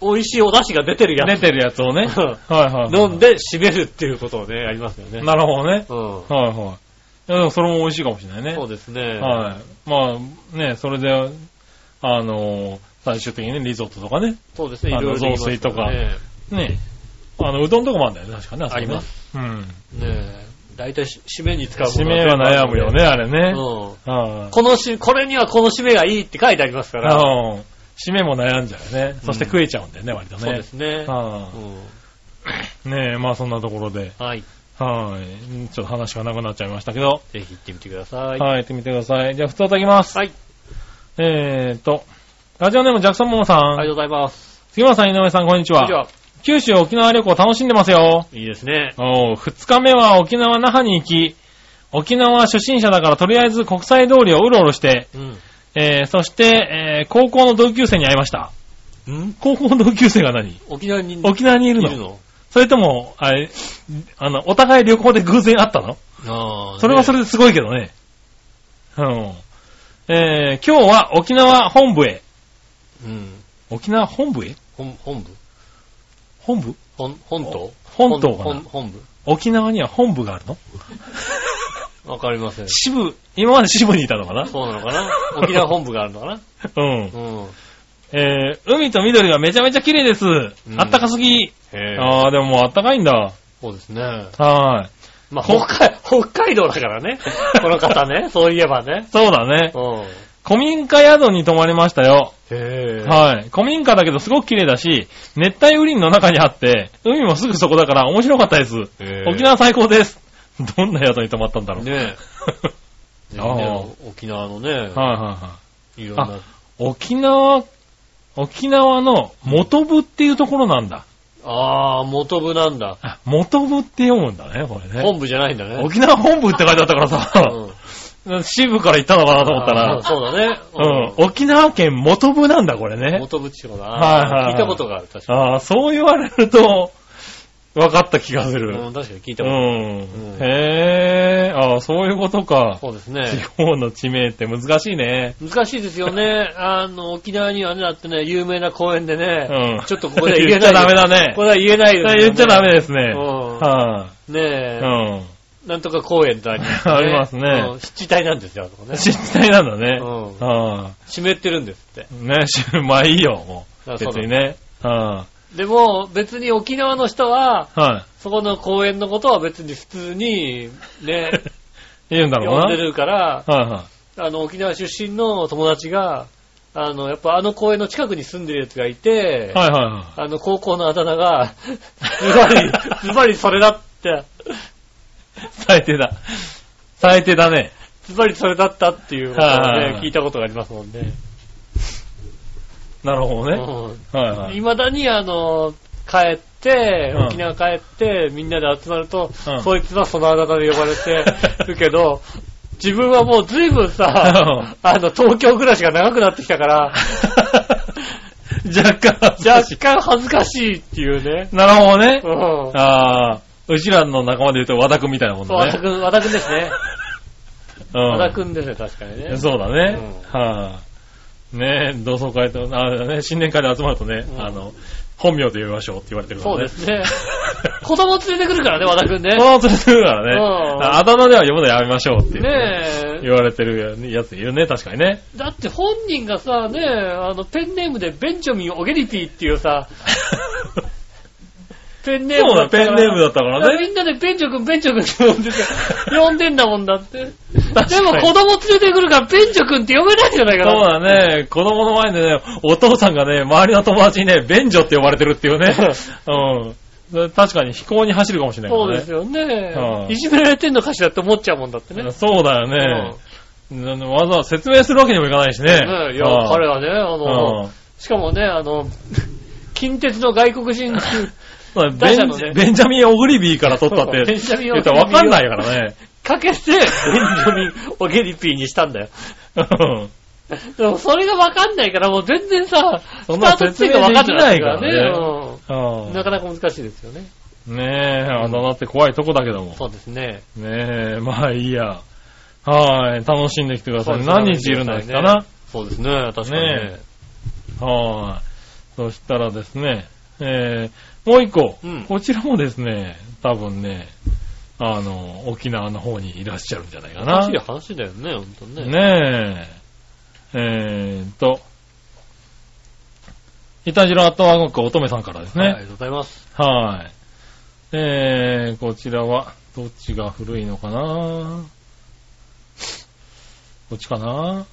[SPEAKER 2] 美味しいお出汁が出てるや
[SPEAKER 3] 出
[SPEAKER 2] つ。
[SPEAKER 3] てるやつをね。
[SPEAKER 2] う
[SPEAKER 3] は
[SPEAKER 2] ん
[SPEAKER 3] いはいはい。
[SPEAKER 2] 飲んで締めるっていうことをね、やりますよね。
[SPEAKER 3] なるほどね。
[SPEAKER 2] うん。
[SPEAKER 3] はいはい。いや、でもそれも美味しいかもしれないね。
[SPEAKER 2] そうですね。
[SPEAKER 3] はい。まあ、ね、それで、あのー、最終的にね、リゾットとかね。
[SPEAKER 2] そうですね、い
[SPEAKER 3] あ
[SPEAKER 2] ろ
[SPEAKER 3] の
[SPEAKER 2] いろできますよね
[SPEAKER 3] 雑炊とかね。あの、うどんとかもあるんだよね、確かね。そこね
[SPEAKER 2] ありま。
[SPEAKER 3] うん。
[SPEAKER 2] ねえ。大体し、締めに使うも
[SPEAKER 3] 締
[SPEAKER 2] の
[SPEAKER 3] めは悩むよね、。あれ
[SPEAKER 2] う
[SPEAKER 3] ね。
[SPEAKER 2] ん。
[SPEAKER 3] はい
[SPEAKER 2] このし、これにはこの締めがいいって書いてありますから。
[SPEAKER 3] うん。締めも悩んじゃうよね。そして食えちゃうんだよね、割とね。
[SPEAKER 2] そうですね。
[SPEAKER 3] は
[SPEAKER 2] う
[SPEAKER 3] いねえ、まあそんなところで。
[SPEAKER 2] んはい。
[SPEAKER 3] はい。ちょっと話がなくなっちゃいましたけど。
[SPEAKER 2] ぜひ行ってみてください。
[SPEAKER 3] はい、行ってみてください。じゃあ、普通いただきます。
[SPEAKER 2] はい。
[SPEAKER 3] えーっと、ラジオネームジャクソンモモさん。
[SPEAKER 2] ありがとうございます。
[SPEAKER 3] 杉村さん、井上さん、こんにちは。
[SPEAKER 2] じゃあ、
[SPEAKER 3] 九州沖縄旅行楽しんでますよ。
[SPEAKER 2] いいですね。
[SPEAKER 3] おう二日目は沖縄那覇に行き、沖縄初心者だからとりあえず国際通りをうろうろして、
[SPEAKER 2] うん。
[SPEAKER 3] えー、そして、えー、高校の同級生に会いました。
[SPEAKER 2] うん
[SPEAKER 3] 高校の同級生が何
[SPEAKER 2] 沖縄に
[SPEAKER 3] 沖縄にいるの
[SPEAKER 2] いるの
[SPEAKER 3] それとも、あれ、あの、お互い旅行で偶然会ったの
[SPEAKER 2] ああ。
[SPEAKER 3] それはそれですごいけどね。うん。えー、今日は沖縄本部へ。
[SPEAKER 2] ね。うん。
[SPEAKER 3] 沖縄本部へ
[SPEAKER 2] 本本部
[SPEAKER 3] 本部
[SPEAKER 2] 本本島
[SPEAKER 3] 本島かな
[SPEAKER 2] 本本部
[SPEAKER 3] 沖縄には本部があるの
[SPEAKER 2] わかりません。
[SPEAKER 3] 支部、今まで支部にいたのかな
[SPEAKER 2] そうなのかな沖縄本部があるのかな
[SPEAKER 3] うん。
[SPEAKER 2] うん。
[SPEAKER 3] えー、海と緑がめちゃめちゃ綺麗です。
[SPEAKER 2] ん
[SPEAKER 3] あったかすぎ。
[SPEAKER 2] へえ。
[SPEAKER 3] あー、でももうあったかいんだ。
[SPEAKER 2] そうですね。
[SPEAKER 3] はーい。
[SPEAKER 2] まあ、北海、北海道だから ね。この方ね。そういえばね。
[SPEAKER 3] そうだね
[SPEAKER 2] う。ん。
[SPEAKER 3] 古民家宿に泊まりましたよ。
[SPEAKER 2] へえ。
[SPEAKER 3] はい。古民家だけどすごく綺麗だし、熱帯雨林の中にあって、海もすぐそこだから面白かったです。
[SPEAKER 2] へえ
[SPEAKER 3] 沖縄最高です。どんな宿に泊まったんだろう。
[SPEAKER 2] ねえ。
[SPEAKER 3] ああ
[SPEAKER 2] ね沖縄のね、
[SPEAKER 3] はいはいはい。
[SPEAKER 2] いろんな、
[SPEAKER 3] 沖縄、沖縄の元部っていうところなんだ。
[SPEAKER 2] ああ、元部なんだ。
[SPEAKER 3] あ元部って読むんだね、これね。
[SPEAKER 2] 本部じゃないんだね。
[SPEAKER 3] 沖縄本部って書いてあったからさ、
[SPEAKER 2] ん、
[SPEAKER 3] 支部から行ったのかなと思った
[SPEAKER 2] あー
[SPEAKER 3] ら、
[SPEAKER 2] そうだね。
[SPEAKER 3] うん、沖縄県元部なんだ、これね。
[SPEAKER 2] 元部地方だ。
[SPEAKER 3] はいはいはい
[SPEAKER 2] 聞いたことがある、確か
[SPEAKER 3] ああ、そう言われると、分かった気がす
[SPEAKER 2] に。
[SPEAKER 3] る。
[SPEAKER 2] うん、確かに聞いうたことある。
[SPEAKER 3] ん
[SPEAKER 2] う。ん
[SPEAKER 3] へえ、ああ、そういうことか。
[SPEAKER 2] そうです
[SPEAKER 3] 地
[SPEAKER 2] ね。
[SPEAKER 3] 方の地名って難しいね。
[SPEAKER 2] 難しいですよね。あの、沖縄にはね、だってね、有名な公園でね、
[SPEAKER 3] うん
[SPEAKER 2] ちょっとここでは言えない。
[SPEAKER 3] 言っちゃダメだね
[SPEAKER 2] これは言えないですよね
[SPEAKER 3] 言っちゃダメですね。
[SPEAKER 2] うん
[SPEAKER 3] は
[SPEAKER 2] ね
[SPEAKER 3] い。
[SPEAKER 2] え、
[SPEAKER 3] うん。
[SPEAKER 2] なんとか公園ってありますね。
[SPEAKER 3] ありますね
[SPEAKER 2] うん湿地帯なんですよ、あそこね。
[SPEAKER 3] 湿地帯なんだね。
[SPEAKER 2] う
[SPEAKER 3] は
[SPEAKER 2] 湿ってるんですって。
[SPEAKER 3] い。ね、 しまあいいよ、もう。
[SPEAKER 2] あ
[SPEAKER 3] 別
[SPEAKER 2] そうだ
[SPEAKER 3] にね。は
[SPEAKER 2] でも、別に沖縄の人は、
[SPEAKER 3] い。は
[SPEAKER 2] そこの公園のことは別に普通に、 ね、
[SPEAKER 3] い。言うんだろう
[SPEAKER 2] 呼
[SPEAKER 3] な。
[SPEAKER 2] んでるから、
[SPEAKER 3] はいは
[SPEAKER 2] あの、沖縄出身の友達が、あの、やっぱあの公園の近くに住んでる奴がいて
[SPEAKER 3] い。、はいはいは
[SPEAKER 2] あの、高校のあだ名が、ズバ リ、ズバリそれだって、
[SPEAKER 3] い。最低だ。最低だね。
[SPEAKER 2] ズバリそれだったっていうことを
[SPEAKER 3] はいはい
[SPEAKER 2] ね
[SPEAKER 3] は、い
[SPEAKER 2] 聞いたことがありますもんね。
[SPEAKER 3] なるほどね。
[SPEAKER 2] うん
[SPEAKER 3] はいはい。
[SPEAKER 2] 未だにあの、帰って、
[SPEAKER 3] うん
[SPEAKER 2] 沖縄帰って、みんなで集まると、
[SPEAKER 3] うん
[SPEAKER 2] そいつはそのあだ名で呼ばれて るけど、自分はもう随分
[SPEAKER 3] うん
[SPEAKER 2] さ、あの、東京暮らしが長くなってきたから、
[SPEAKER 3] 若干、
[SPEAKER 2] 若干恥ずかしいっていうね。
[SPEAKER 3] なるほどね
[SPEAKER 2] う。ん。
[SPEAKER 3] ああ、うちらの仲間で言うと和田くんみたいなもん
[SPEAKER 2] 和
[SPEAKER 3] だ
[SPEAKER 2] 田
[SPEAKER 3] ね。
[SPEAKER 2] くん、和田くんですね。
[SPEAKER 3] うん
[SPEAKER 2] 和田くんですね、確かにね。
[SPEAKER 3] そうだね。
[SPEAKER 2] う
[SPEAKER 3] はい、ねえ、同窓会と、あれだね、新年会で集まるとね、
[SPEAKER 2] うん
[SPEAKER 3] あの、本名で呼びましょうって言われてるか
[SPEAKER 2] そ
[SPEAKER 3] ら
[SPEAKER 2] う
[SPEAKER 3] ね。
[SPEAKER 2] で。す ね。子供連れてくるからね、和田くんね。
[SPEAKER 3] そう連れてくるからね。
[SPEAKER 2] うん
[SPEAKER 3] ああだ名では呼ぶのやめましょうっていうね
[SPEAKER 2] ねえ。
[SPEAKER 3] 言われてるやついるね、確かにね。
[SPEAKER 2] だって本人がさ、ねえ、あの、ペンネームでベンジョミン・オゲリピーっていうさ、ペンネー
[SPEAKER 3] そ
[SPEAKER 2] ム
[SPEAKER 3] うだ、
[SPEAKER 2] った
[SPEAKER 3] ペ
[SPEAKER 2] か
[SPEAKER 3] ン
[SPEAKER 2] ら
[SPEAKER 3] ネームだったからね。
[SPEAKER 2] みんなでペンチョ君、ペンチョ君って呼んでた呼んでんだもんだって。でも
[SPEAKER 3] 確かに
[SPEAKER 2] 子供連れてくるからペンチョ君って呼べないんじゃないかな。
[SPEAKER 3] そうだね。子供の前でね、お父さんがね、周りの友達にね、便所って呼ばれてるっていう ね。うんそれ。確かに飛行に走るかもしれないか
[SPEAKER 2] そう
[SPEAKER 3] ら
[SPEAKER 2] で
[SPEAKER 3] ね。
[SPEAKER 2] すよね、
[SPEAKER 3] うん
[SPEAKER 2] いじめられてんのかしらって思っちゃうもんだってね。
[SPEAKER 3] そうだよね。なわざわざ説明するわけにもいかないしね。
[SPEAKER 2] ねいや、
[SPEAKER 3] ああ
[SPEAKER 2] 彼はね、あの、
[SPEAKER 3] うん
[SPEAKER 2] しかもね、あの、 近鉄の外国 人、
[SPEAKER 3] そう
[SPEAKER 2] 打
[SPEAKER 3] ベ
[SPEAKER 2] 者
[SPEAKER 3] ン
[SPEAKER 2] の
[SPEAKER 3] ジ
[SPEAKER 2] ね
[SPEAKER 3] ベンジャミン・オグリビーから取ったっ
[SPEAKER 2] そうベン
[SPEAKER 3] て
[SPEAKER 2] ジャミンオグリビーを
[SPEAKER 3] 言ったらわかんないからね。
[SPEAKER 2] かけて、ベンジョミン・オゲリピーにしたんだよ。
[SPEAKER 3] うん
[SPEAKER 2] でもそれがわかんないから、もう全然さ、
[SPEAKER 3] そ
[SPEAKER 2] ス
[SPEAKER 3] ん
[SPEAKER 2] タ
[SPEAKER 3] な
[SPEAKER 2] ート地点がわかんないから
[SPEAKER 3] 説明できな
[SPEAKER 2] ね
[SPEAKER 3] いか
[SPEAKER 2] うんなかなか難しいですよね。
[SPEAKER 3] ねえ、あだ名って怖いとこだけども。
[SPEAKER 2] そうですね。
[SPEAKER 3] ねえ、まあいいや。はい、楽しんできてくださ
[SPEAKER 2] そうで
[SPEAKER 3] い。
[SPEAKER 2] す
[SPEAKER 3] 何日いるんですかな
[SPEAKER 2] そうですね、確かに
[SPEAKER 3] ね
[SPEAKER 2] ね。
[SPEAKER 3] はい。そしたらですね、えー、もう一個、
[SPEAKER 2] うん
[SPEAKER 3] こちらもですね、多分ね、あの、沖縄の方にいらっしゃるんじゃないか
[SPEAKER 2] 楽
[SPEAKER 3] な。
[SPEAKER 2] しい話だよね、ほんとね。
[SPEAKER 3] ねえ。えーっと、いたじらとわごく乙女さんからです
[SPEAKER 2] はいあり
[SPEAKER 3] ね。
[SPEAKER 2] がとうございます。
[SPEAKER 3] はい。えー、こちらは、どっちが古いのかなこっちかな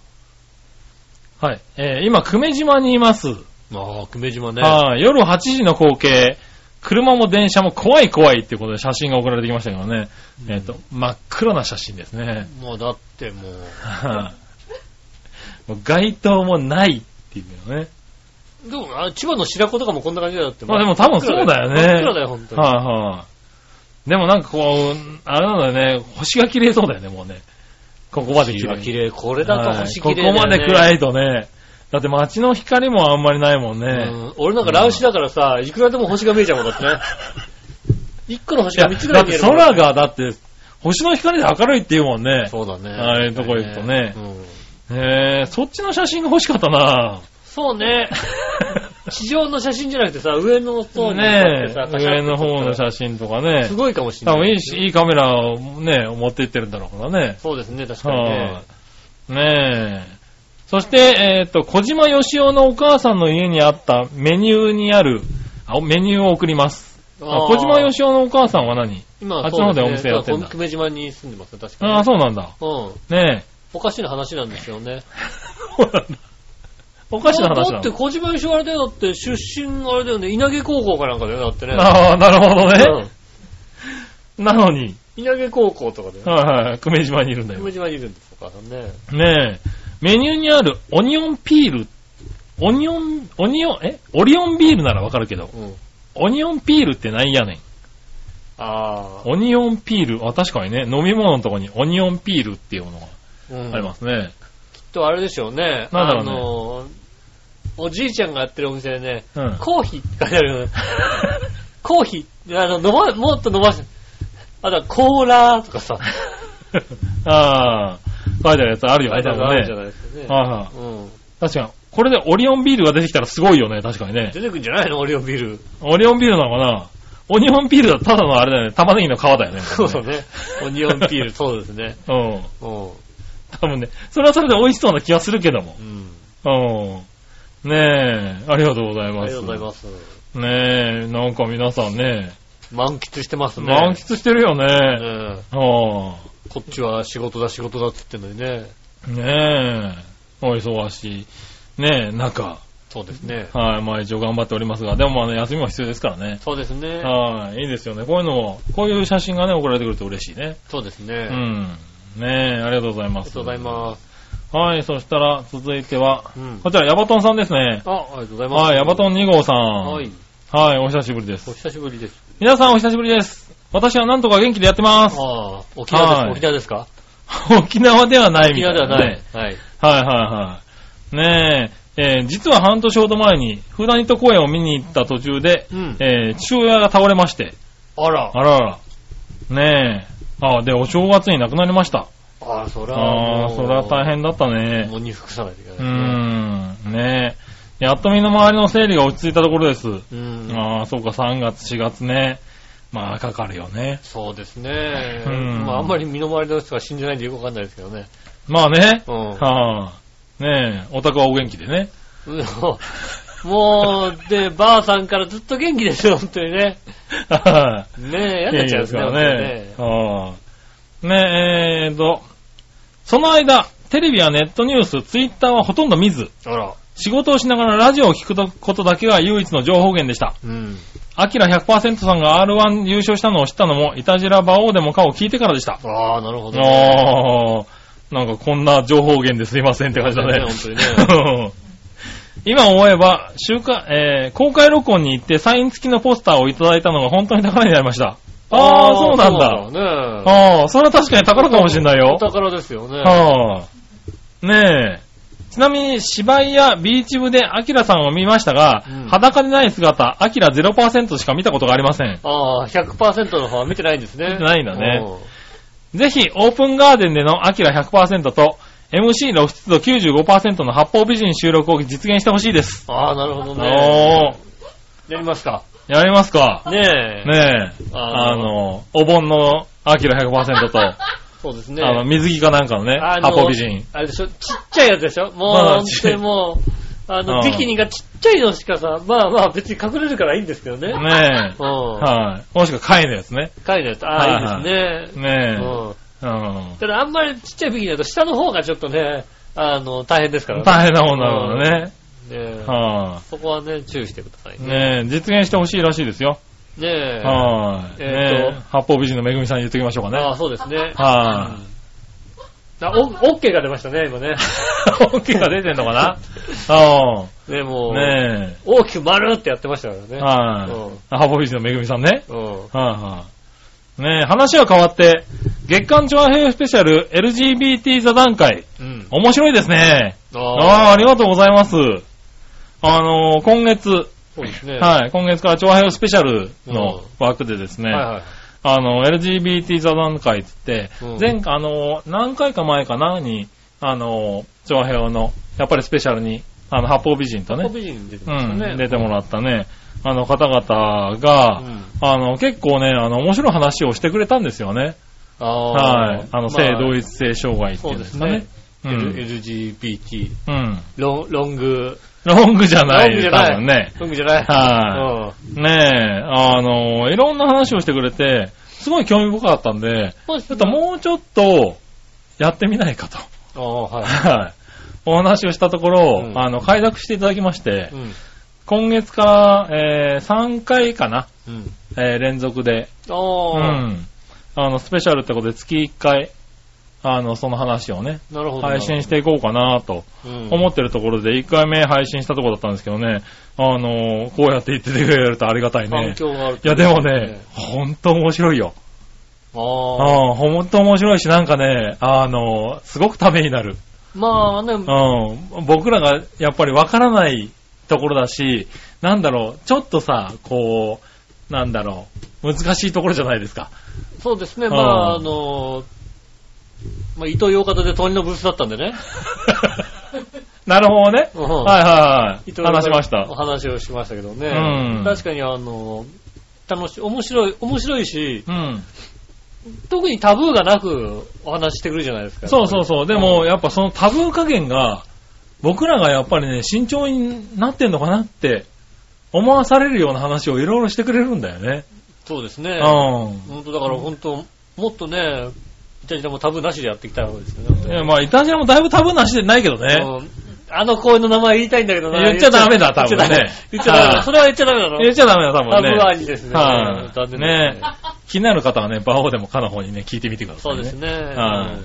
[SPEAKER 3] はい。えー、今、久米島にいます。
[SPEAKER 2] ああ、久米島ね。
[SPEAKER 3] はい。夜8時の光景。車も電車も怖い怖いっていうことで写真が送られてきましたけどね。えーっと、真っ黒な写真ですね。
[SPEAKER 2] もうだってもう、
[SPEAKER 3] もう街灯もないっていうのね。
[SPEAKER 2] どうかな千葉の白子とかもこんな感じだよだって。
[SPEAKER 3] まあでも多分そうだよね
[SPEAKER 2] 真っ暗だよ、本当に。
[SPEAKER 3] はいはい。でもなんかこう、あれなんだよね、星が綺麗そうだよね、もうね。ここまで
[SPEAKER 2] 星
[SPEAKER 3] 綺麗
[SPEAKER 2] は綺麗。これだと星綺麗だ
[SPEAKER 3] は
[SPEAKER 2] よ
[SPEAKER 3] い
[SPEAKER 2] ね。
[SPEAKER 3] ここまで暗
[SPEAKER 2] い。
[SPEAKER 3] いとね。だって街の光もあんまりないもんね。
[SPEAKER 2] うん、俺なんか乱視だからさ、いくらでも星が見えちゃうもんだって ね。一個の
[SPEAKER 3] い
[SPEAKER 2] 星
[SPEAKER 3] や
[SPEAKER 2] が三つぐら
[SPEAKER 3] だ
[SPEAKER 2] い見
[SPEAKER 3] っ
[SPEAKER 2] え
[SPEAKER 3] て
[SPEAKER 2] るもんね
[SPEAKER 3] 空が、だって、星の光で明るいって言うもんね。
[SPEAKER 2] そうだね。
[SPEAKER 3] ああいうとこ行くとね
[SPEAKER 2] うん
[SPEAKER 3] へえ、そっちの写真が欲しかった な
[SPEAKER 2] そう ね。地上の写真じゃなくてさ、上の方に
[SPEAKER 3] ね
[SPEAKER 2] こ
[SPEAKER 3] え、
[SPEAKER 2] うやってさ
[SPEAKER 3] 上の方
[SPEAKER 2] 真。
[SPEAKER 3] の写真とかね
[SPEAKER 2] す。ごいかもしれ
[SPEAKER 3] 多
[SPEAKER 2] ない。
[SPEAKER 3] 分いいし、いいカメラをね、持って行ってるんだろうからね。
[SPEAKER 2] そうですね、確かに
[SPEAKER 3] は
[SPEAKER 2] ね。
[SPEAKER 3] い、ねえ。そして、えっ、と、小島よしおのお母さんの家にあったメニューにある、あメニューを送ります。あ小島よ
[SPEAKER 2] し、
[SPEAKER 3] しおのお母さんは何
[SPEAKER 2] 今、
[SPEAKER 3] あっちの方でお店やってんだ
[SPEAKER 2] そうですね今久米島に住んでますね、確かに。
[SPEAKER 3] ああ、そうなんだ。
[SPEAKER 2] うん。
[SPEAKER 3] ね
[SPEAKER 2] おかしな話なんですよね。
[SPEAKER 3] え。そうなんだ。おかしな話
[SPEAKER 2] だ
[SPEAKER 3] だ
[SPEAKER 2] って。小島よしおあれだよ、だって出身あれだよね、稲毛高校かなんかだよ、だってね。
[SPEAKER 3] ああ、なるほど
[SPEAKER 2] う
[SPEAKER 3] ね
[SPEAKER 2] ん。
[SPEAKER 3] なのに、
[SPEAKER 2] 稲毛高校とかだよ。
[SPEAKER 3] はいはい、久米島にいるんだ
[SPEAKER 2] 久
[SPEAKER 3] よ。
[SPEAKER 2] 米島にいるんです、お母さんね。
[SPEAKER 3] ねえ、メニューにあるオニオンピール、オニオン、オニオン、えオリオンビールならわかるけど、
[SPEAKER 2] うん。
[SPEAKER 3] オニオンピールって何やねん。
[SPEAKER 2] あ
[SPEAKER 3] オニオンピール、あ、確かにね、飲み物のとこにオニオンピールっていうのが
[SPEAKER 2] あ。うん
[SPEAKER 3] ありますね。
[SPEAKER 2] きっとあれでしょうね。
[SPEAKER 3] なんだろうね
[SPEAKER 2] あの、おじいちゃんがやってるお店でね、
[SPEAKER 3] うん。
[SPEAKER 2] コーヒーって書いてあるよね。コーヒー、あの、飲ま、もっと飲ませあとはコーラーとかさ、
[SPEAKER 3] ああ、書いてあるやつある
[SPEAKER 2] 書い
[SPEAKER 3] よ
[SPEAKER 2] てある
[SPEAKER 3] ね、多
[SPEAKER 2] のある
[SPEAKER 3] 分
[SPEAKER 2] じゃな
[SPEAKER 3] ね。
[SPEAKER 2] いですかね。
[SPEAKER 3] はいはい
[SPEAKER 2] うん。
[SPEAKER 3] 確かに。これでオリオンビールが出てきたらすごいよね、確かに ね。
[SPEAKER 2] 出てくんじゃないのオリオンビール。
[SPEAKER 3] オリオンビールなのかなオニオンピールだただのあれだよね、玉ねぎの皮だよね。
[SPEAKER 2] そうだね。オニオンビール、そうですね。
[SPEAKER 3] うん。
[SPEAKER 2] うん。
[SPEAKER 3] 多分ね、それはそれで美味しそうな気がするけども。
[SPEAKER 2] うん。
[SPEAKER 3] うん。ねえ、ありがとうござい
[SPEAKER 2] あ
[SPEAKER 3] ま
[SPEAKER 2] り
[SPEAKER 3] す。
[SPEAKER 2] がとうございます。
[SPEAKER 3] す。ねえ、なんか皆さんね、
[SPEAKER 2] 満喫してますね。
[SPEAKER 3] 満喫してるよね。
[SPEAKER 2] ね
[SPEAKER 3] うん。
[SPEAKER 2] えこっちは仕事だ仕事だって言ってんのにね。
[SPEAKER 3] ねえ、お忙しい。ねえ、中。
[SPEAKER 2] そうですね。
[SPEAKER 3] はい、まあ一応頑張っておりますが、でもまあね、休みも必要ですからね。
[SPEAKER 2] そうですね。
[SPEAKER 3] はい、いいですよね。こういうのも、こういう写真がね、送られてくると嬉しいね。
[SPEAKER 2] そうですね。
[SPEAKER 3] う
[SPEAKER 2] あり
[SPEAKER 3] ん。ねえ、ありがとうございま
[SPEAKER 2] が
[SPEAKER 3] す。
[SPEAKER 2] とうございます。
[SPEAKER 3] す。はい、そしたら、続いては、
[SPEAKER 2] うん。
[SPEAKER 3] こちら、ヤバトンさんですね。
[SPEAKER 2] あ、ありがとうございます。
[SPEAKER 3] はい、ヤバトン2号さん。
[SPEAKER 2] は
[SPEAKER 3] はいい。。はい、お久しぶりです。
[SPEAKER 2] お久しぶりです。
[SPEAKER 3] 皆さんお久しぶりです。私はなんとか元気でやってます。
[SPEAKER 2] ああ、沖縄です
[SPEAKER 3] は
[SPEAKER 2] か
[SPEAKER 3] い
[SPEAKER 2] 沖縄ですか
[SPEAKER 3] 沖縄ではない
[SPEAKER 2] 沖
[SPEAKER 3] みた
[SPEAKER 2] 縄
[SPEAKER 3] い
[SPEAKER 2] では
[SPEAKER 3] な、
[SPEAKER 2] ない。。はい。
[SPEAKER 3] はいはいはい。ねえ、えー実は半年ほど前に、フーダニット公演を見に行った途中で、
[SPEAKER 2] うん。
[SPEAKER 3] えー父親が倒れまして、
[SPEAKER 2] あら。
[SPEAKER 3] あらあら、ねえ、あで、お正月に亡くなりました。
[SPEAKER 2] ああ、そら。
[SPEAKER 3] ああ、それは大変だった
[SPEAKER 2] 変。
[SPEAKER 3] ね。
[SPEAKER 2] もうに服さないといけ
[SPEAKER 3] うー
[SPEAKER 2] ない。
[SPEAKER 3] ん、ねえ、やっと身の回りの整理が落ち着いたところです。
[SPEAKER 2] うん。うん。
[SPEAKER 3] ああ、そうか、3月、4月ね。まあ、かかるよね。
[SPEAKER 2] そうですね。
[SPEAKER 3] うん
[SPEAKER 2] まあ、あんまり身の回りの人が死んでないんでよくわかんないですけどね。
[SPEAKER 3] まあね、
[SPEAKER 2] うん。
[SPEAKER 3] はあ。ねえ、オタクはお元気でね。
[SPEAKER 2] うんもう、で、ばあさんからずっと元気ですよ、本当にね。
[SPEAKER 3] は
[SPEAKER 2] ねえ、や
[SPEAKER 3] い
[SPEAKER 2] っちゃうんですね
[SPEAKER 3] ら
[SPEAKER 2] 本当にね
[SPEAKER 3] ね。。はあ。ねえ、えーと、その間、テレビやネットニュース、ツイッターはほとんど見ず、
[SPEAKER 2] あら。
[SPEAKER 3] 仕事をしながらラジオを聞くことだけが唯一の情報源でした。
[SPEAKER 2] うん。
[SPEAKER 3] アキラ100%さんが R1 優勝したのを知ったのも、イタジラ馬王でもかを聞いてからでした。
[SPEAKER 2] ああ、なるほどね。
[SPEAKER 3] ああ、なんかこんな情報源ですいませんって感じだね。
[SPEAKER 2] そうですね本当
[SPEAKER 3] 今思えば、週刊、えー公開録音に行ってサイン付きのポスターをいただいたのが本当に宝になりました。ああ、そうなんだ。
[SPEAKER 2] だね
[SPEAKER 3] ああ、それは確かに宝かもしれない
[SPEAKER 2] お
[SPEAKER 3] よ。
[SPEAKER 2] 宝ですよね。
[SPEAKER 3] ああ。ねえ。ちなみに、芝居やビーチ部でアキラさんを見ましたが、
[SPEAKER 2] うん
[SPEAKER 3] 裸でない姿、アキラ0%しか見たことがありません。
[SPEAKER 2] ああ、100%の方は見てないんですね。
[SPEAKER 3] 見てないんだね
[SPEAKER 2] うん
[SPEAKER 3] ぜひ、オープンガーデンでのアキラ100%と、MC 露出度95%の八方美人収録を実現してほしいです。
[SPEAKER 2] ああ、なるほど
[SPEAKER 3] お
[SPEAKER 2] ね。
[SPEAKER 3] ー、
[SPEAKER 2] やりますか。
[SPEAKER 3] やりますか。
[SPEAKER 2] ねえ。
[SPEAKER 3] ねえ、
[SPEAKER 2] あ
[SPEAKER 3] あ
[SPEAKER 2] の
[SPEAKER 3] の、お盆のアキラ100%と、
[SPEAKER 2] そうです ね。
[SPEAKER 3] あの、水着かなんかのね、
[SPEAKER 2] あ
[SPEAKER 3] 八
[SPEAKER 2] の
[SPEAKER 3] 方美人。
[SPEAKER 2] あれでしょ、ちっちゃいやつでしょもう、
[SPEAKER 3] まあ
[SPEAKER 2] 本当にもう、あの、
[SPEAKER 3] うん
[SPEAKER 2] ビキニがちっちゃいのしかさ、まあまあ別に隠れるからいいんですけどね。
[SPEAKER 3] ねえ
[SPEAKER 2] う、ん。
[SPEAKER 3] はい。もしくは貝のやつね。
[SPEAKER 2] 貝のやつ。ああ、いいですね。
[SPEAKER 3] ね
[SPEAKER 2] うん。
[SPEAKER 3] え、うん。
[SPEAKER 2] ただあんまりちっちゃいビキニだと下の方がちょっとね、あの、大変ですからね。
[SPEAKER 3] 大変なもんだからね。
[SPEAKER 2] ねえ
[SPEAKER 3] は
[SPEAKER 2] そこはね、注意してください
[SPEAKER 3] い。
[SPEAKER 2] ね。
[SPEAKER 3] ねえ、実現してほしいらしいですよ。
[SPEAKER 2] ねえ。
[SPEAKER 3] はい。
[SPEAKER 2] えー
[SPEAKER 3] ねえ、八方美人のめぐみさんに言っておきましょうかね。
[SPEAKER 2] ああ、そうですね。
[SPEAKER 3] は
[SPEAKER 2] うあおオッケーが出ましたね、 今ね。
[SPEAKER 3] 大きいが出てんのかなあ
[SPEAKER 2] ね、もう、
[SPEAKER 3] あ、ね
[SPEAKER 2] 大きく丸ってやってましたから
[SPEAKER 3] え。
[SPEAKER 2] ね。
[SPEAKER 3] は
[SPEAKER 2] うん
[SPEAKER 3] い。ハボイズのめぐみさんね。
[SPEAKER 2] うん。
[SPEAKER 3] はいはい。ねえ、話は変わって、月間長編スペシャル LGBT 座談会。
[SPEAKER 2] うん。
[SPEAKER 3] 面白いですね。ああー、
[SPEAKER 2] あ
[SPEAKER 3] ありがとうございます。あのー今月、
[SPEAKER 2] そうですね。
[SPEAKER 3] はい、今月から長編スペシャル
[SPEAKER 2] うん
[SPEAKER 3] の枠でですね、
[SPEAKER 2] はいはい。
[SPEAKER 3] あの、LGBT 座談会って言
[SPEAKER 2] うん
[SPEAKER 3] って、前、あの、何回か前かなに、あの、長平の、やっぱりスペシャルに、あの、八方美人と
[SPEAKER 2] ね、
[SPEAKER 3] ね、
[SPEAKER 2] 美人出て
[SPEAKER 3] う
[SPEAKER 2] ましたね。
[SPEAKER 3] ん、出てもらったね、あの方々が、
[SPEAKER 2] うん
[SPEAKER 3] あの、結構ね、あの、面白い話をしてくれたんですよね。
[SPEAKER 2] あ
[SPEAKER 3] は
[SPEAKER 2] ー
[SPEAKER 3] い。あの、性同一性障害っていうんですかね。う
[SPEAKER 2] まあ
[SPEAKER 3] ん
[SPEAKER 2] L- LGBT、
[SPEAKER 3] うん。
[SPEAKER 2] ロンロング、
[SPEAKER 3] ロングじゃな
[SPEAKER 2] ロング
[SPEAKER 3] い、
[SPEAKER 2] じゃ
[SPEAKER 3] 多
[SPEAKER 2] ない
[SPEAKER 3] 分ね。
[SPEAKER 2] ロングじゃない。。
[SPEAKER 3] はいねえ、あの、いろんな話をしてくれて、すごい興味深かったんで、
[SPEAKER 2] うん。
[SPEAKER 3] ちょっともうちょっと、やってみないかと。
[SPEAKER 2] ああ、はい。
[SPEAKER 3] はい。お話をしたところ、
[SPEAKER 2] うん
[SPEAKER 3] あの、快諾していただきまして、
[SPEAKER 2] うん。
[SPEAKER 3] 今月から、えー3回かな、
[SPEAKER 2] うん。
[SPEAKER 3] えー連続で、う
[SPEAKER 2] ああ、
[SPEAKER 3] ん。あの、スペシャルってことで月1回、あの、その話をね、
[SPEAKER 2] なるほど。
[SPEAKER 3] 配信していこうかなと
[SPEAKER 2] うん、
[SPEAKER 3] 思ってるところで、1回目配信したところだったんですけどね、あの、こうやって言っててくれるとありがたい
[SPEAKER 2] 反
[SPEAKER 3] ね。
[SPEAKER 2] 響があるっ
[SPEAKER 3] い
[SPEAKER 2] て
[SPEAKER 3] や、
[SPEAKER 2] こ
[SPEAKER 3] でも
[SPEAKER 2] とす
[SPEAKER 3] ね、。ほんと面白いよ。
[SPEAKER 2] ああ。
[SPEAKER 3] うん、ほんと面白いし、なんかね、あの、すごくためになる。
[SPEAKER 2] まあね、
[SPEAKER 3] うん、僕らがやっぱりわからないところだし、なんだろう、ちょっとさ、こう、なんだろう、難しいところじゃないですか。
[SPEAKER 2] そうですね、
[SPEAKER 3] うん
[SPEAKER 2] まあ、あの、まあ、伊藤洋方で鳥のブースだったんでね。
[SPEAKER 3] なるほどね。
[SPEAKER 2] うん
[SPEAKER 3] はいはい
[SPEAKER 2] 伊
[SPEAKER 3] はい。
[SPEAKER 2] 藤洋
[SPEAKER 3] 話
[SPEAKER 2] 方
[SPEAKER 3] しました
[SPEAKER 2] お。話をしましたけどね。
[SPEAKER 3] うん
[SPEAKER 2] 確かに、あの、楽しい、面白い、面白いし、
[SPEAKER 3] うん。
[SPEAKER 2] 特にタブーがなくお話してくるじゃないですか。
[SPEAKER 3] そうそうそう。でも、やっぱそのタブー加減が、僕らがやっぱりね、慎重になってんのかなって、思わされるような話をいろいろしてくれるんだよね。
[SPEAKER 2] そうですね。
[SPEAKER 3] うん。
[SPEAKER 2] 本当だから本当、もっとね、イタリアもタブーなしでやっていきたい方ですよね本当に。
[SPEAKER 3] えまあ、イタジラもだいぶタブーなしでないけどね。
[SPEAKER 2] うんあの公園の名前言いたいんだけどな。
[SPEAKER 3] 言っちゃダメだ
[SPEAKER 2] 言っちゃダメ
[SPEAKER 3] 多分ね
[SPEAKER 2] 言っちゃダメ
[SPEAKER 3] は
[SPEAKER 2] だ。
[SPEAKER 3] い
[SPEAKER 2] それは言っちゃダメだろ。
[SPEAKER 3] 言っちゃダメだ、多分ね。
[SPEAKER 2] タブー味ですね。
[SPEAKER 3] は
[SPEAKER 2] 残
[SPEAKER 3] い
[SPEAKER 2] 念です
[SPEAKER 3] ね気になる方はね、バオでもかの方にね、聞いてみてくださ
[SPEAKER 2] そ
[SPEAKER 3] い、
[SPEAKER 2] う
[SPEAKER 3] ね。
[SPEAKER 2] です
[SPEAKER 3] ね。
[SPEAKER 2] ね。
[SPEAKER 3] はい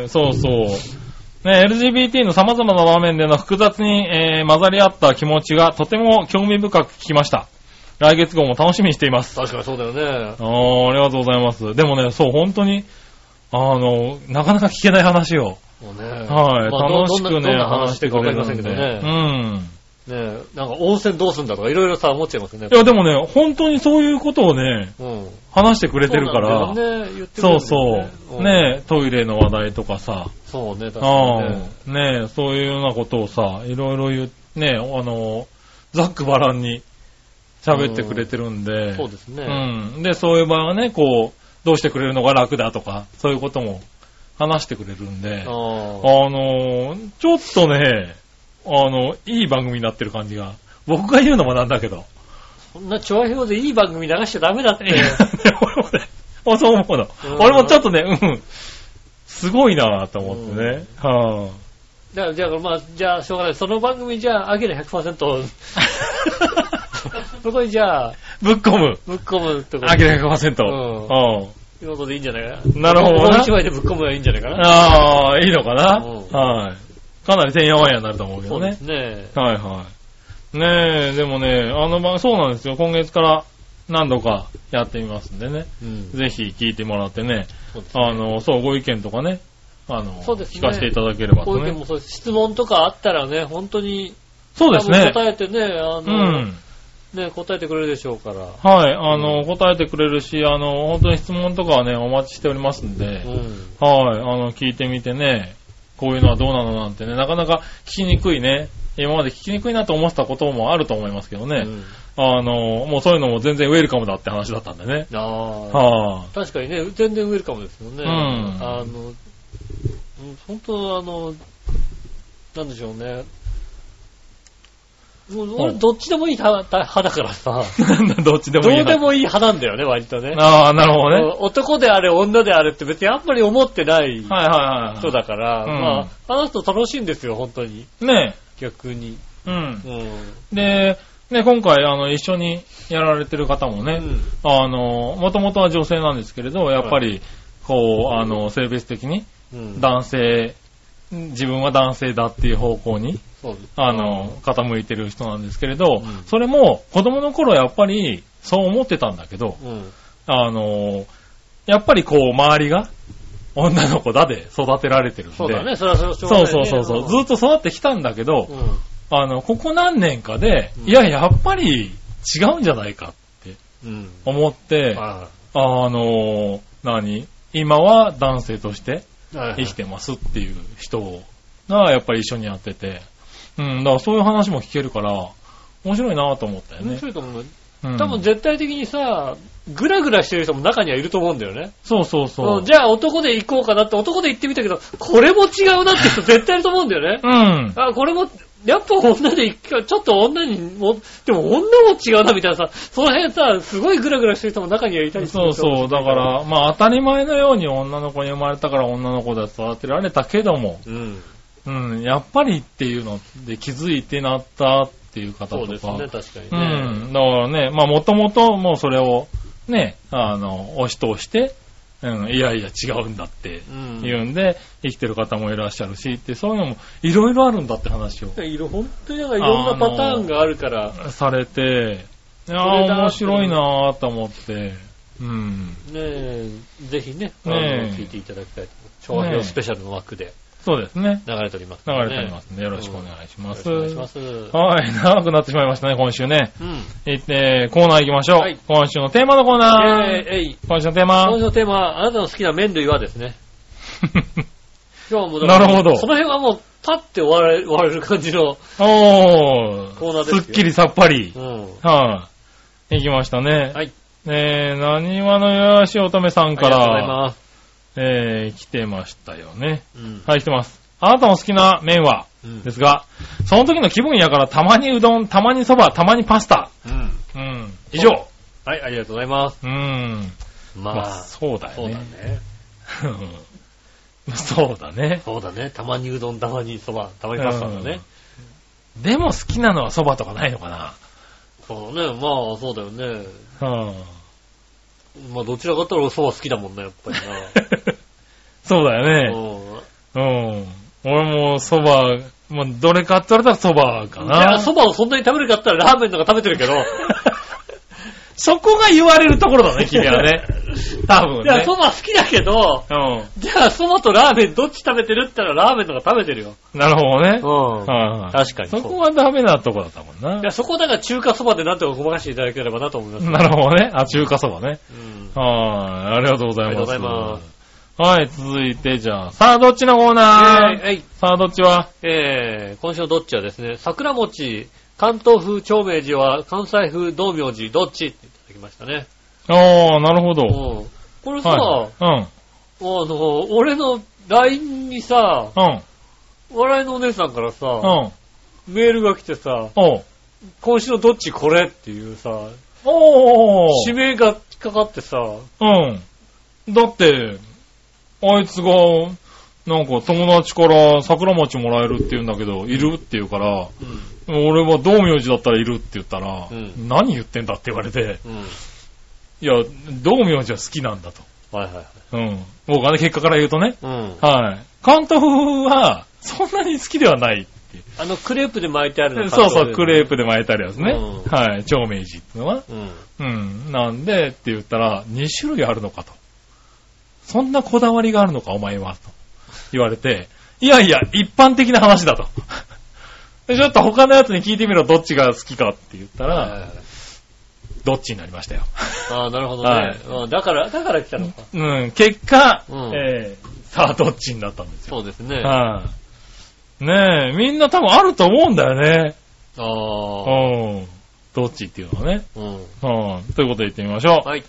[SPEAKER 3] え、そうそう。ねえ LGBT の様々な場面での複雑に、えー混ざり合った気持ちがとても興味深く聞きました。来月号も楽しみにしています。
[SPEAKER 2] 確かにそうだよね。
[SPEAKER 3] あーありがとうございます。でもね、そう、本当に、あの、なかなか聞けない話を、
[SPEAKER 2] もうね。
[SPEAKER 3] はい、
[SPEAKER 2] まあど
[SPEAKER 3] 楽しく
[SPEAKER 2] どんなどん
[SPEAKER 3] ね、
[SPEAKER 2] な
[SPEAKER 3] 話
[SPEAKER 2] 話
[SPEAKER 3] し
[SPEAKER 2] して
[SPEAKER 3] て
[SPEAKER 2] か
[SPEAKER 3] く
[SPEAKER 2] わか
[SPEAKER 3] れ
[SPEAKER 2] りませ
[SPEAKER 3] るん
[SPEAKER 2] ん
[SPEAKER 3] で。
[SPEAKER 2] けどね。
[SPEAKER 3] うん。
[SPEAKER 2] ねなんか温泉どうすんだとかいろいろさ、思っちゃいますよね
[SPEAKER 3] い。や、でもね、本当にそういうことをね、
[SPEAKER 2] うん。
[SPEAKER 3] 話してくれてるから、
[SPEAKER 2] そうなんだよね言ってくれ
[SPEAKER 3] そ
[SPEAKER 2] る
[SPEAKER 3] うん
[SPEAKER 2] だよ
[SPEAKER 3] そう。ねえ、トイレの話題とかさ、
[SPEAKER 2] うんそうね、確かにね。
[SPEAKER 3] うんねえ、そういうようなことをさ、いろいろ言う、ねえ、あの、ざっくばらんに喋ってくれてるんで、
[SPEAKER 2] そうですね。
[SPEAKER 3] うん。で、そういう場合はね、こう、どうしてくれるのが楽だとか、そういうことも話してくれるんで、
[SPEAKER 2] あ
[SPEAKER 3] あの、ちょっとね、あの、いい番組になってる感じが、僕が言うのもなんだけど、
[SPEAKER 2] そんな調和表でいい番組流しちゃダメだって。
[SPEAKER 3] 俺もね、あそう思うの
[SPEAKER 2] うん。
[SPEAKER 3] 俺もちょっとね、うん、すごいなぁと思ってね。は
[SPEAKER 2] だから、じゃあ、まあ、じゃあ、しょうがない。その番組じゃあ、アキラ100%、そこにじゃあ、
[SPEAKER 3] あ、ぶっ込む。
[SPEAKER 2] ぶっ込むとこ
[SPEAKER 3] あげる
[SPEAKER 2] う
[SPEAKER 3] 100%。
[SPEAKER 2] ん
[SPEAKER 3] うん
[SPEAKER 2] ということでいいんじゃないか
[SPEAKER 3] なるほどな
[SPEAKER 2] この一枚でぶっ込むのはいいんじゃないかな。
[SPEAKER 3] ああ、いいのかな
[SPEAKER 2] うん
[SPEAKER 3] はい。かなりてんやわんやになると思うけ
[SPEAKER 2] そ
[SPEAKER 3] ど
[SPEAKER 2] うで
[SPEAKER 3] ね
[SPEAKER 2] す。ね。
[SPEAKER 3] はいはい。ねえ、でもね、あの番、そうなんですよ。今月から何度かやってみますんでね。
[SPEAKER 2] うん。
[SPEAKER 3] ぜひ聞いてもらってね。
[SPEAKER 2] そうですね
[SPEAKER 3] あの、そう、ご意見とかね。あの、
[SPEAKER 2] そうですね
[SPEAKER 3] 聞かせていただければ
[SPEAKER 2] こう
[SPEAKER 3] と
[SPEAKER 2] いう
[SPEAKER 3] ね
[SPEAKER 2] の。もそうです質問とかあったらね、本当に、
[SPEAKER 3] そうです
[SPEAKER 2] 多分。
[SPEAKER 3] ね
[SPEAKER 2] 答えてね、あの、
[SPEAKER 3] うん。
[SPEAKER 2] ね、答えてくれるでしょうから。
[SPEAKER 3] はい、あの、答えてくれるし、あの、本当に質問とかはね、お待ちしておりますんで、
[SPEAKER 2] うん。
[SPEAKER 3] はい、あの、聞いてみてね、こういうのはどうなのなんてね、なかなか聞きにくいね、今まで聞きにくいなと思ってたこともあると思いますけど
[SPEAKER 2] う
[SPEAKER 3] ね、
[SPEAKER 2] ん
[SPEAKER 3] あの、もうそういうのも全然ウェルカムだって話だったんでね。
[SPEAKER 2] ああ。
[SPEAKER 3] は
[SPEAKER 2] 確かにね、全然ウェルカムですよね。
[SPEAKER 3] うん
[SPEAKER 2] あの、うん本当あの、なんでしょうね。もう俺、
[SPEAKER 3] うん
[SPEAKER 2] どっちでもいい派派だからさ。
[SPEAKER 3] い。 なんだ、どっちで
[SPEAKER 2] ど
[SPEAKER 3] もいいうな。
[SPEAKER 2] でもいい派なんだよね、割とね。
[SPEAKER 3] ああ、なるほどね。
[SPEAKER 2] 男であれ、女であれって別にあんまり思ってない人
[SPEAKER 3] はいはいはい
[SPEAKER 2] だから、
[SPEAKER 3] うん
[SPEAKER 2] まあ、あの人楽しいんですよ、本当に。。
[SPEAKER 3] ね
[SPEAKER 2] 逆に。
[SPEAKER 3] え。うん。
[SPEAKER 2] うん。
[SPEAKER 3] で、ね、今回、あの、一緒にやられてる方もね、
[SPEAKER 2] うん
[SPEAKER 3] あの、もともとは女性なんですけれど、やっぱり、こう、あの、性別的に、
[SPEAKER 2] うん。
[SPEAKER 3] 男性、自分は男性だっていう方向に、
[SPEAKER 2] そうです。
[SPEAKER 3] あの、傾いてる人なんですけれ
[SPEAKER 2] う
[SPEAKER 3] ど
[SPEAKER 2] ん、
[SPEAKER 3] それも子供の頃やっぱりそう思ってたんだけど、
[SPEAKER 2] うん。
[SPEAKER 3] あの、やっぱりこう、周りが女の子だで育てられてるんで。
[SPEAKER 2] そうだね、それはそうしょうが
[SPEAKER 3] そ
[SPEAKER 2] な
[SPEAKER 3] う
[SPEAKER 2] い
[SPEAKER 3] そ
[SPEAKER 2] ね
[SPEAKER 3] うそうそう。ずっと育ってきたんだけど、
[SPEAKER 2] うん。
[SPEAKER 3] あの、ここ何年かで、
[SPEAKER 2] うん
[SPEAKER 3] いや、やっぱり違うんじゃないかって
[SPEAKER 2] うん。
[SPEAKER 3] 思って、あ
[SPEAKER 2] あ
[SPEAKER 3] の、何今は男性として
[SPEAKER 2] あはいは
[SPEAKER 3] 生
[SPEAKER 2] い
[SPEAKER 3] きてますっていう人がやっぱり一緒にやってて、うん、だからそういう話も聞けるから、面白いなと思ったよ
[SPEAKER 2] 面
[SPEAKER 3] ね。
[SPEAKER 2] 白いと思う。
[SPEAKER 3] うん
[SPEAKER 2] 多分絶対的にさ、グラグラしてる人も中にはいると思うんだよね。
[SPEAKER 3] そうそうそう
[SPEAKER 2] うん。じゃあ男で行こうかなって男で行ってみたけど、これも違うなって人絶対いると思うんだよね。
[SPEAKER 3] うん。
[SPEAKER 2] あ、これも、やっぱ女で行くか、ちょっと女にも、でも女も違うなみたいなさ、その辺さ、すごいグラグラしてる人も中にはいたりす
[SPEAKER 3] そ
[SPEAKER 2] る
[SPEAKER 3] うそう。だか。ら、まあ当たり前のように女の子に生まれたから女の子で育てられたけども、
[SPEAKER 2] うん。
[SPEAKER 3] うん、やっぱりっていうので気づいてなったっていう方と
[SPEAKER 2] そ
[SPEAKER 3] か。
[SPEAKER 2] うですね、確かに
[SPEAKER 3] う
[SPEAKER 2] ね。
[SPEAKER 3] ん。だからね、まあもともともうそれを、ね、あの、押し通して、うん、いやいや違うんだって
[SPEAKER 2] うん
[SPEAKER 3] 言うんで、生きてる方もいらっしゃるしって、そういうのもいろいろあるんだって話を
[SPEAKER 2] いろ、本当になんかいろんなパターンがあるから、
[SPEAKER 3] されて、いやー
[SPEAKER 2] それだ
[SPEAKER 3] 面白いなーと思って、うん。
[SPEAKER 2] ねえ、ぜひね、あの
[SPEAKER 3] ねえ
[SPEAKER 2] 聞いていただきたいと思います。調和
[SPEAKER 3] ねえ
[SPEAKER 2] 表スペシャルの枠で
[SPEAKER 3] そうですね。
[SPEAKER 2] 流れております、。
[SPEAKER 3] 流れておりますすんで、よろしくお願いし
[SPEAKER 2] よ
[SPEAKER 3] ま
[SPEAKER 2] ろし
[SPEAKER 3] す。
[SPEAKER 2] くお願いします。う
[SPEAKER 3] はい、長くなってしまいましたね、今週ね。
[SPEAKER 2] ん。
[SPEAKER 3] いって、コーナー行きましょう。
[SPEAKER 2] はい
[SPEAKER 3] 今週のテーマのコーナー。
[SPEAKER 2] えーえい。
[SPEAKER 3] 今週のテーマ
[SPEAKER 2] 今。週のテーマは、あなたの好きな麺類はですね。今日はもうだから
[SPEAKER 3] なるほど
[SPEAKER 2] その辺はもう、パッて終われ終われる感じの。コ
[SPEAKER 3] お
[SPEAKER 2] ーナーで
[SPEAKER 3] ー、
[SPEAKER 2] すよ
[SPEAKER 3] すっきりさっぱり
[SPEAKER 2] う。ん。
[SPEAKER 3] はい、行きましたね。
[SPEAKER 2] はい。
[SPEAKER 3] えー、なにわのよしおとめさんか
[SPEAKER 2] ありがとうござい
[SPEAKER 3] ら、
[SPEAKER 2] ます。
[SPEAKER 3] えー、来てましたよね。
[SPEAKER 2] うん。
[SPEAKER 3] はい、来てます。あなたの好きな麺は
[SPEAKER 2] うん
[SPEAKER 3] ですが、その時の気分やからたまにうどん、たまにそば、たまにパスタ。
[SPEAKER 2] うん。
[SPEAKER 3] うん。以上。
[SPEAKER 2] はい、ありがとうございます。
[SPEAKER 3] うん。
[SPEAKER 2] ま
[SPEAKER 3] まあ、
[SPEAKER 2] あ、
[SPEAKER 3] そうだ
[SPEAKER 2] そう
[SPEAKER 3] よ
[SPEAKER 2] だ
[SPEAKER 3] ね。
[SPEAKER 2] ね。
[SPEAKER 3] うん そうだね。
[SPEAKER 2] そうだね。たまにうどん、たまにそば、たまにパスタだね。
[SPEAKER 3] でも好きなのはそばとかないのかな。
[SPEAKER 2] そうだね。まあ、そうだよね。
[SPEAKER 3] うん。
[SPEAKER 2] まあ、どちらかというと俺そば好きだもんね、やっぱり
[SPEAKER 3] そうだ
[SPEAKER 2] な。
[SPEAKER 3] よね。
[SPEAKER 2] うん。
[SPEAKER 3] うん。俺もそば、まあ、どれかって言われたらそばか
[SPEAKER 2] じゃあ、
[SPEAKER 3] な。
[SPEAKER 2] そばをそんなに食べるかって言ったらラーメンとか食べてるけど。
[SPEAKER 3] そこが言われるところだね、君はね。 多分
[SPEAKER 2] いや、
[SPEAKER 3] ね
[SPEAKER 2] そ。ば好きだけど、
[SPEAKER 3] う
[SPEAKER 2] じゃあ、そばとラーメンどっち食べてるって言ったらラーメンとか食べてるよ。
[SPEAKER 3] ん。なるほどね。
[SPEAKER 2] うん
[SPEAKER 3] はいはい
[SPEAKER 2] 確かにそ
[SPEAKER 3] そうこがダメなとこだったもんな。
[SPEAKER 2] いや、そこだから中華そばでなんとかごまかしていただければなと思います。
[SPEAKER 3] なるほどね。あ、中華そばね。
[SPEAKER 2] うん。
[SPEAKER 3] はい。ありがとうござい
[SPEAKER 2] あ
[SPEAKER 3] ます。。
[SPEAKER 2] りがとうございます
[SPEAKER 3] はい、続いてじゃあ、さあどっちのコーナー
[SPEAKER 2] はい。
[SPEAKER 3] さあどっちは
[SPEAKER 2] えー、今週のどっちはですね、桜餅、関東風長明寺は関西風道明寺、どっちっていただきましたね。
[SPEAKER 3] ああ、なるほ
[SPEAKER 2] うん
[SPEAKER 3] ど。。
[SPEAKER 2] これさ、
[SPEAKER 3] はい。うん。
[SPEAKER 2] あの、俺の LINE にさ、
[SPEAKER 3] うん。
[SPEAKER 2] 笑いのお姉さんからさ、
[SPEAKER 3] うん。
[SPEAKER 2] メールが来てさ、
[SPEAKER 3] おう
[SPEAKER 2] 今週のどっちこれっていうさ、
[SPEAKER 3] お
[SPEAKER 2] 指名が引っかかってさ、
[SPEAKER 3] うん。だって、あいつが、なんか友達から桜餅もらえるって言うんだけど、いるって言うから、
[SPEAKER 2] う
[SPEAKER 3] 俺は道明寺だったらいるって言ったら、
[SPEAKER 2] うん
[SPEAKER 3] 何言ってんだって言われて、
[SPEAKER 2] ん。うん。
[SPEAKER 3] いや、道明寺は好きなんだと。
[SPEAKER 2] はいはいはい。
[SPEAKER 3] うん。僕はね、結果から言うとね。
[SPEAKER 2] うん。
[SPEAKER 3] はい。関東は、そんなに好きではないっていう。
[SPEAKER 2] あの、クレープで巻いてあるの
[SPEAKER 3] そうそう、クレー
[SPEAKER 2] プ。
[SPEAKER 3] プで巻いてあるやつね。
[SPEAKER 2] うん
[SPEAKER 3] はい。長明寺っていうのは。
[SPEAKER 2] うん。
[SPEAKER 3] うん。なんでって言ったら、2種類あるのかと。そんなこだわりがあるのか、お前は。と言われて、いやいや、一般的な話だと。 でちょっと他のやつに聞いてみろ、どっちが好きかって言った
[SPEAKER 2] はいはい
[SPEAKER 3] ら
[SPEAKER 2] は、い
[SPEAKER 3] どっちになりましたよ。
[SPEAKER 2] ああ、なるほどね、
[SPEAKER 3] はい
[SPEAKER 2] うんだから、だから来たのか。
[SPEAKER 3] うん、結果、
[SPEAKER 2] うん
[SPEAKER 3] えー、さあ、どっちになったんですよ。
[SPEAKER 2] そうですね。あ
[SPEAKER 3] はい、ねえ、みんな多分あると思うんだよね。
[SPEAKER 2] あ。
[SPEAKER 3] うん。どっちっていうのはね。
[SPEAKER 2] うん。
[SPEAKER 3] うん。ということで言ってみましょう。
[SPEAKER 2] はい。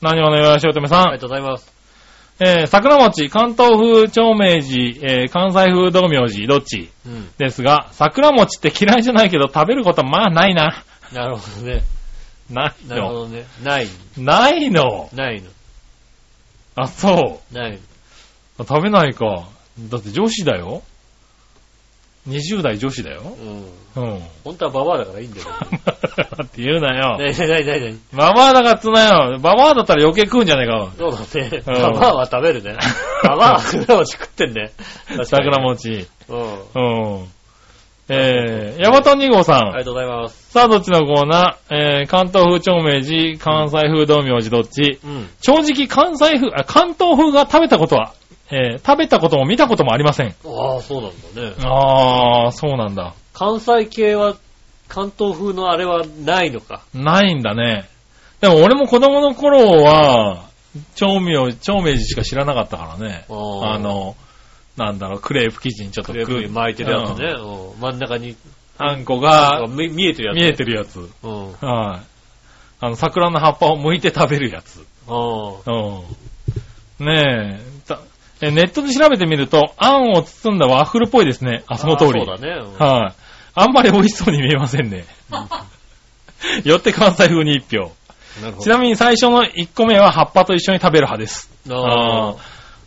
[SPEAKER 3] 何話のよやしおとめさん。
[SPEAKER 2] ありがとうございます。
[SPEAKER 3] えー桜餅、関東風長明寺、えー関西風道明寺、どっち
[SPEAKER 2] うん。
[SPEAKER 3] ですが、桜餅って嫌いじゃないけど食べることはまあないな。
[SPEAKER 2] なるほどね。
[SPEAKER 3] ない
[SPEAKER 2] なるほ
[SPEAKER 3] の。
[SPEAKER 2] どね。ない。
[SPEAKER 3] ないの。
[SPEAKER 2] ないの。
[SPEAKER 3] あ、そう。
[SPEAKER 2] ない
[SPEAKER 3] 食べないか。だって女子だよ。 20代女子だよ。
[SPEAKER 2] うん。
[SPEAKER 3] うん。
[SPEAKER 2] 本当はババアだからいいんだよ。
[SPEAKER 3] って言うなよ。
[SPEAKER 2] ねえ、なになになに
[SPEAKER 3] ババアだからっつうなよ。ババアだったら余計食うんじゃねえか。
[SPEAKER 2] そうだね。
[SPEAKER 3] うん
[SPEAKER 2] ババアは食べるね。 ババアは桜餅食ってんね。確かに
[SPEAKER 3] 桜。餅。
[SPEAKER 2] うん。
[SPEAKER 3] うん。えー、ヤバトン2号さ
[SPEAKER 2] あり
[SPEAKER 3] ん。
[SPEAKER 2] がとうございます。
[SPEAKER 3] さあ、どっちのコーナーえー、関東風長明寺、関西風道明寺、どっち
[SPEAKER 2] うん。
[SPEAKER 3] 正直、関西風、あ、関東風が食べたことは、えー、食べたことも見たこともありません。
[SPEAKER 2] ああ、そうなんだね。
[SPEAKER 3] あー、そうなんだ。
[SPEAKER 2] 関西系は、関東風のあれはないのか。
[SPEAKER 3] ないんだね。でも俺も子供の頃は、長明、長明寺しか知らなかったからね。
[SPEAKER 2] あー
[SPEAKER 3] あの、なんだろう、クレープ生地にちょっと
[SPEAKER 2] クレープに巻いてるやつね。。うん真ん中に、
[SPEAKER 3] うんあんこ
[SPEAKER 2] あ
[SPEAKER 3] が
[SPEAKER 2] 見見えてるやつ。
[SPEAKER 3] 見えてるやつ。はい、
[SPEAKER 2] うん。
[SPEAKER 3] あの、桜の葉っぱを剥いて食べるやつ。
[SPEAKER 2] あ
[SPEAKER 3] うん。ねえたえネットで調べてみると、あんを包んだワッフルっぽいですね。あ、
[SPEAKER 2] あ。
[SPEAKER 3] その通り。
[SPEAKER 2] そうだね。うん
[SPEAKER 3] はい、あんまり美味しそうに見えませ んね。よって関西風に一票。
[SPEAKER 2] なるほ
[SPEAKER 3] ちなみに最初の1個目は葉っぱと一緒に食べる派です。
[SPEAKER 2] ど。ああ
[SPEAKER 3] あー。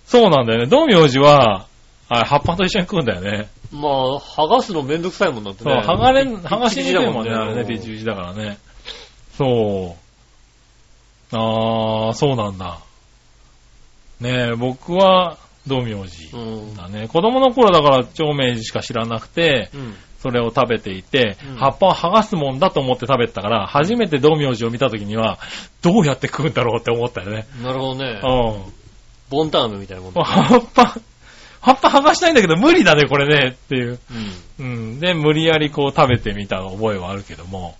[SPEAKER 3] そうなんだよね。道明寺は、あ葉っぱと一緒に食うんだよね。
[SPEAKER 2] まあ、剥がすのめんどくさいもんだって
[SPEAKER 3] そう、
[SPEAKER 2] ね。
[SPEAKER 3] 剥がれん、剥がしにくいもんね、
[SPEAKER 2] ピッチピチだ
[SPEAKER 3] あ
[SPEAKER 2] もんね
[SPEAKER 3] れね、ピチピチだからね。そう。あー、そうなんだ。ねえ、僕は、道明
[SPEAKER 2] う
[SPEAKER 3] 寺
[SPEAKER 2] ん。
[SPEAKER 3] だね。子供の頃だから、長明寺しか知らなくて、
[SPEAKER 2] うん。
[SPEAKER 3] それを食べていて、
[SPEAKER 2] うん
[SPEAKER 3] 葉っぱを剥がすもんだと思って食べてたから、初めて道明寺を見た時には、どうやって食うんだろうって思ったよね。
[SPEAKER 2] なるほど
[SPEAKER 3] う
[SPEAKER 2] ね
[SPEAKER 3] ん。。も
[SPEAKER 2] ボンタームみたいなもん
[SPEAKER 3] う
[SPEAKER 2] だね。
[SPEAKER 3] 葉っぱ、葉っぱ剥がしたいんだけど、無理だね、これね、っていう。
[SPEAKER 2] うん。
[SPEAKER 3] うん。で、無理やりこう食べてみた覚えはあるけども。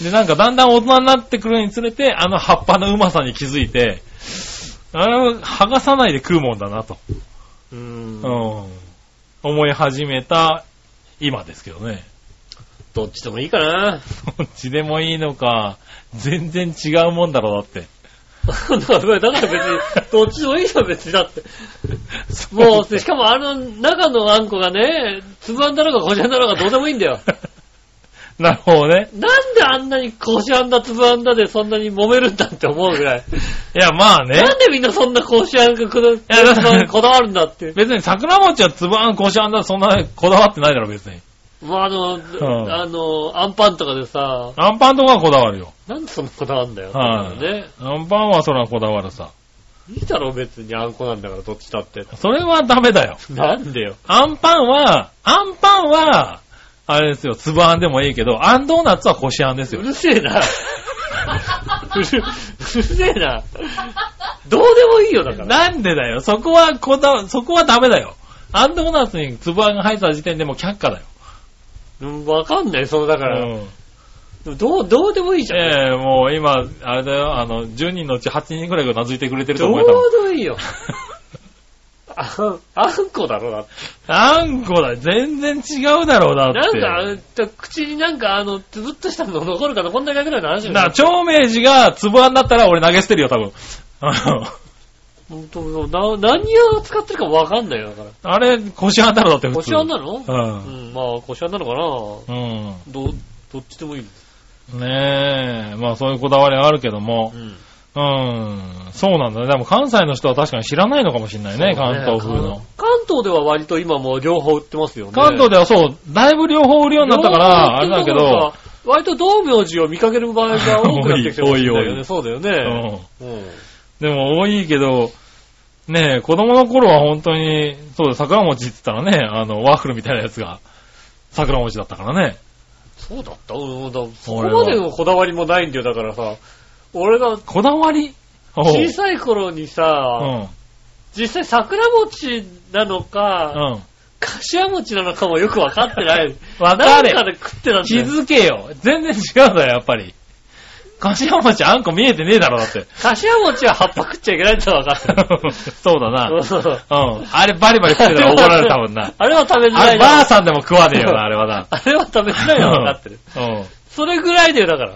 [SPEAKER 3] で、なんかだんだん大人になってくるにつれて、あの葉っぱのうまさに気づいて、あれを剥がさないで食うもんだなと、
[SPEAKER 2] う。
[SPEAKER 3] うんん、思い始めた今ですけどね。
[SPEAKER 2] どっちでもいいかな。
[SPEAKER 3] どっちでもいいのか、全然違うもんだろうだって。
[SPEAKER 2] だからだから別に、どっちでもいいじゃん、別に。だ って。もう、しかもあの中のあんこがね、つぶあんだろうがこしあんだろうがどうでもいいん だよ。
[SPEAKER 3] なるほどね。
[SPEAKER 2] なんであんなにこしあんだ、つぶあんだでそんなに揉めるんだって思うぐらい。
[SPEAKER 3] いや、まあね
[SPEAKER 2] な。んでみんなそんなこしあんがこ だ
[SPEAKER 3] やだから
[SPEAKER 2] こだわるんだって。
[SPEAKER 3] 別に桜餅はつぶあんこしあんだそんなこだわってないだろ別に。
[SPEAKER 2] もうあの、
[SPEAKER 3] ん
[SPEAKER 2] あの、アンパンとかでさ、
[SPEAKER 3] アンパンとかはこだわるよ。
[SPEAKER 2] なんでそんなこだわるんだよ。
[SPEAKER 3] はい
[SPEAKER 2] ね。
[SPEAKER 3] アンパンはそらこだわるさ。
[SPEAKER 2] いいだろ、別にあんこなんだから、どっちだって。
[SPEAKER 3] それはダメだよ。
[SPEAKER 2] なんでよ。
[SPEAKER 3] アンパンは、アンパンは、あれですよ、つぶあんでもいいけど、あんドーナツはこしあんです
[SPEAKER 2] う
[SPEAKER 3] よ。
[SPEAKER 2] るせえな。うるうるせえな。どうでもいいよ、だから。
[SPEAKER 3] なんでだよ、そこはこだわ、そこはダメだよ。あんドーナツにつぶあんが入った時点でもう却下だよ。
[SPEAKER 2] うんわかんない、その、だから、
[SPEAKER 3] うん
[SPEAKER 2] どう、どうでもいいじゃん。
[SPEAKER 3] ええもう今、あれだよ、あの、10人のうち8人くらいがなずいてくれてると
[SPEAKER 2] ど
[SPEAKER 3] 思
[SPEAKER 2] う
[SPEAKER 3] う
[SPEAKER 2] で
[SPEAKER 3] よ、
[SPEAKER 2] もいいよ。あん、あんこだろ、だって。
[SPEAKER 3] 多分 あんこだ、全然違うだろう、だっ
[SPEAKER 2] なん
[SPEAKER 3] て。
[SPEAKER 2] かあの、ちょ口になんか、あの、つぶっとしたの残るか残んないかぐらいの話
[SPEAKER 3] な、
[SPEAKER 2] ちょ、
[SPEAKER 3] 長明寺がつぶあんだったら俺投げ捨てるよ、多分。
[SPEAKER 2] ほんとな、何を使ってるかわかんないよ、だから。
[SPEAKER 3] あれ、こしあんだろ、だって普通。
[SPEAKER 2] こしあんなの
[SPEAKER 3] うん
[SPEAKER 2] うん、まあ、こしあんなのかな
[SPEAKER 3] うん。
[SPEAKER 2] どう、どっちでもいい。
[SPEAKER 3] ねえ、まあそういうこだわりはあるけども
[SPEAKER 2] う、ん。
[SPEAKER 3] うーん、そうなんだね。でも関西の人は確かに知らないのかもしれないね、
[SPEAKER 2] そう
[SPEAKER 3] 関東風の。。
[SPEAKER 2] 関関東では割と今もう両方売ってますよね。
[SPEAKER 3] 関東ではそう、だいぶ両方売るようになったから、あれだけ
[SPEAKER 2] 両方売って、ると
[SPEAKER 3] ど
[SPEAKER 2] ころか。割と道明寺を見かける場合が多くなってきてますよ
[SPEAKER 3] 多い多い多
[SPEAKER 2] ね。
[SPEAKER 3] い
[SPEAKER 2] そうだよね。うん。
[SPEAKER 3] うんでも多いけど、ねえ、子供の頃は本当に、そうだ、桜餅って言ったらね、あの、ワッフルみたいなやつが、桜餅だったからね。
[SPEAKER 2] そうだったうんだそこ
[SPEAKER 3] 俺は
[SPEAKER 2] までのこだわりもないんだよ、だからさ。俺が
[SPEAKER 3] こだわりおう
[SPEAKER 2] 小さい頃にさ、実際桜餅なの
[SPEAKER 3] う
[SPEAKER 2] か、
[SPEAKER 3] ん。うん。
[SPEAKER 2] 柏餅なのかもよくわかってない。
[SPEAKER 3] わ
[SPEAKER 2] な
[SPEAKER 3] か
[SPEAKER 2] ん
[SPEAKER 3] れ
[SPEAKER 2] かで食ってたんだ
[SPEAKER 3] 気
[SPEAKER 2] よ。
[SPEAKER 3] づけよ。全然違うんだよ、やっぱり。柏餅あんこ見えてねえだろ、だって。
[SPEAKER 2] 柏餅は葉っぱ食っちゃいけないってのはわかってる。
[SPEAKER 3] そうだな。
[SPEAKER 2] うん。
[SPEAKER 3] うん。あれバリバリ食ってたら怒られたもんな
[SPEAKER 2] あれは食べづ
[SPEAKER 3] あ
[SPEAKER 2] ら
[SPEAKER 3] れ
[SPEAKER 2] い
[SPEAKER 3] ばあ
[SPEAKER 2] な。
[SPEAKER 3] さんでも食わねえよな、あれはな。
[SPEAKER 2] あれは食べづらいのは分かってる。
[SPEAKER 3] うん。
[SPEAKER 2] それぐらいだよ、だから。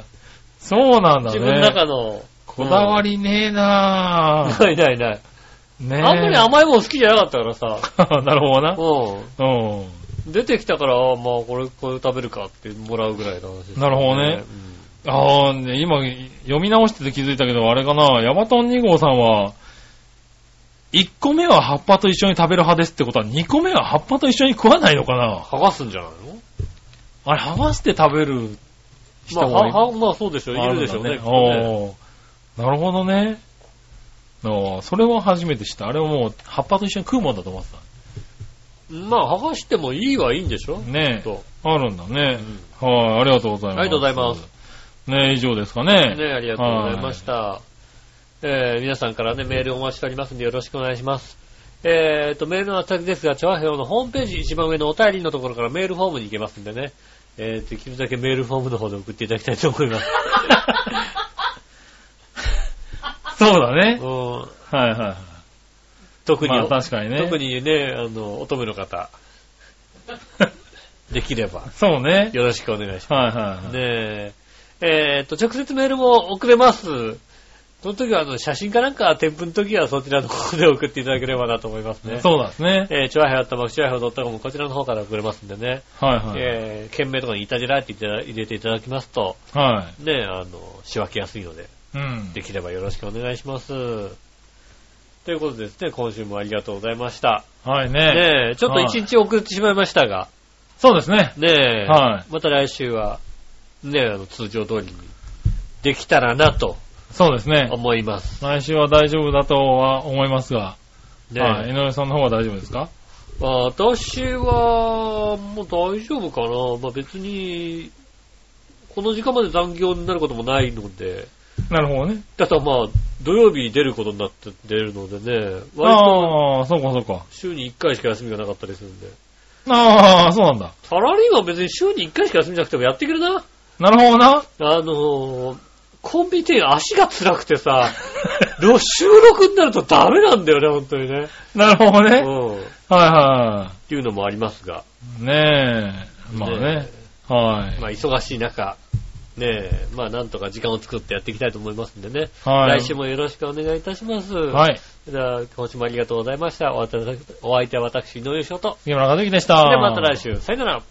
[SPEAKER 3] そうなんだ
[SPEAKER 2] 自分の中
[SPEAKER 3] ね。
[SPEAKER 2] の。
[SPEAKER 3] こだわりねえなぁ。
[SPEAKER 2] ないないない。
[SPEAKER 3] ねえ。
[SPEAKER 2] あんまり甘いもん好きじゃなかったからさ。
[SPEAKER 3] なるほどな。
[SPEAKER 2] う
[SPEAKER 3] うん。
[SPEAKER 2] ん。出てきたから、あーまあこれ、これ食べるかってもらうぐらいの話です、
[SPEAKER 3] なるほどねああ、ね今、読み直してて気づいたけど、あれかな、ヤバトン2号さんは、 1個目は葉っぱと一緒に食べる派ですってことは、2個目は葉っぱと一緒に食わないのかな
[SPEAKER 2] 剥がすんじゃないの
[SPEAKER 3] あれ、剥がして食べる
[SPEAKER 2] ま
[SPEAKER 3] 人
[SPEAKER 2] あ、
[SPEAKER 3] もいる
[SPEAKER 2] ははまあそうでしょう。いるでしょうね。きっとね
[SPEAKER 3] おーなるほどね。ああそれは初めて知った。あれはもう、葉っぱと一緒に食うもんだと思って
[SPEAKER 2] まあ、剥がしてもいいはいいんでしょ
[SPEAKER 3] た。ねえ。
[SPEAKER 2] と。
[SPEAKER 3] あるんだね。
[SPEAKER 2] うん
[SPEAKER 3] はい、ありがとうございます。
[SPEAKER 2] ありがとうございます。
[SPEAKER 3] ねえ、以上ですかね。
[SPEAKER 2] ね、ありがとうございました。えー、皆さんからね、メールお待ちしておりますのでよろしくお願いします。えーと、メールの宛先ですが、チョアヘオのホームページ一番上のお便りのところからメールフォームに行けますんでね、えー、できるだけメールフォームの方で送っていただきたいと思い ます。
[SPEAKER 3] そうだね。
[SPEAKER 2] うん
[SPEAKER 3] はいはいはい。
[SPEAKER 2] 特に、
[SPEAKER 3] まあ確かにね。
[SPEAKER 2] 特にね、あの、乙女の 方、できれば
[SPEAKER 3] そうね。
[SPEAKER 2] よろしくお願いし
[SPEAKER 3] は
[SPEAKER 2] ま
[SPEAKER 3] いは
[SPEAKER 2] す。
[SPEAKER 3] いはい。
[SPEAKER 2] ねえ、えーと、直接メールも送れます。その時は、あの、写真かなんか添付の時はそちらの方で送っていただければなと思いますね。
[SPEAKER 3] そうだね。
[SPEAKER 2] えー、チュアヘアットマーク、チュアヘアドットコム、こちらの方から送れますんでね、
[SPEAKER 3] はいはい。
[SPEAKER 2] えー、件名とかにいたじらっていただ入れていただきますと、
[SPEAKER 3] は
[SPEAKER 2] ね、あの、仕分けやすいので、
[SPEAKER 3] い。うん。
[SPEAKER 2] できればよろしくお願いします。ということでですね、今週もありがとうございました。
[SPEAKER 3] はいね。
[SPEAKER 2] ねえ、ちょっと
[SPEAKER 3] はい
[SPEAKER 2] 一日遅れてしまいましたが、
[SPEAKER 3] そうですね。
[SPEAKER 2] ねえ、
[SPEAKER 3] は
[SPEAKER 2] また来週は、ねえ、あの通常通りにできたらなと
[SPEAKER 3] そうですね。
[SPEAKER 2] 思います。
[SPEAKER 3] 来週は大丈夫だとは思いますが。
[SPEAKER 2] ねえ、
[SPEAKER 3] はい。井上さんの方は大丈夫ですか
[SPEAKER 2] 私は、もう大丈夫かな。まあ、別に、この時間まで残業になることもないので、
[SPEAKER 3] なるほどね。
[SPEAKER 2] ただまあ、土曜日出ることになって出るのでね、割と
[SPEAKER 3] ああ、そうかそうか。
[SPEAKER 2] 週に1回しか休みがなかったりするんで、
[SPEAKER 3] ああ、そうなんだ。
[SPEAKER 2] サラリーマン別に週に1回しか休みなくてもやってくれな。
[SPEAKER 3] なるほどな。
[SPEAKER 2] あのー、コンビニ店足が辛くて さ、どう収録になるとダメなんだよね、本当にね。
[SPEAKER 3] なるほど
[SPEAKER 2] う
[SPEAKER 3] ね。
[SPEAKER 2] ん。っ
[SPEAKER 3] はいは
[SPEAKER 2] ていうのもありますが。
[SPEAKER 3] い。ねえ。まあね。は
[SPEAKER 2] え
[SPEAKER 3] い。
[SPEAKER 2] まあ、忙しい中、ねえ、まあ、なんとか時間を作ってやっていきたいと思いますんでね。
[SPEAKER 3] はい。
[SPEAKER 2] 来週もよろしくお願いいたします。。
[SPEAKER 3] はいい。
[SPEAKER 2] じゃあ、今週もありがとうございました。お相手はお相手は私、井上翔と。
[SPEAKER 3] 杉村和之でした。
[SPEAKER 2] ではまた来週。さよなら。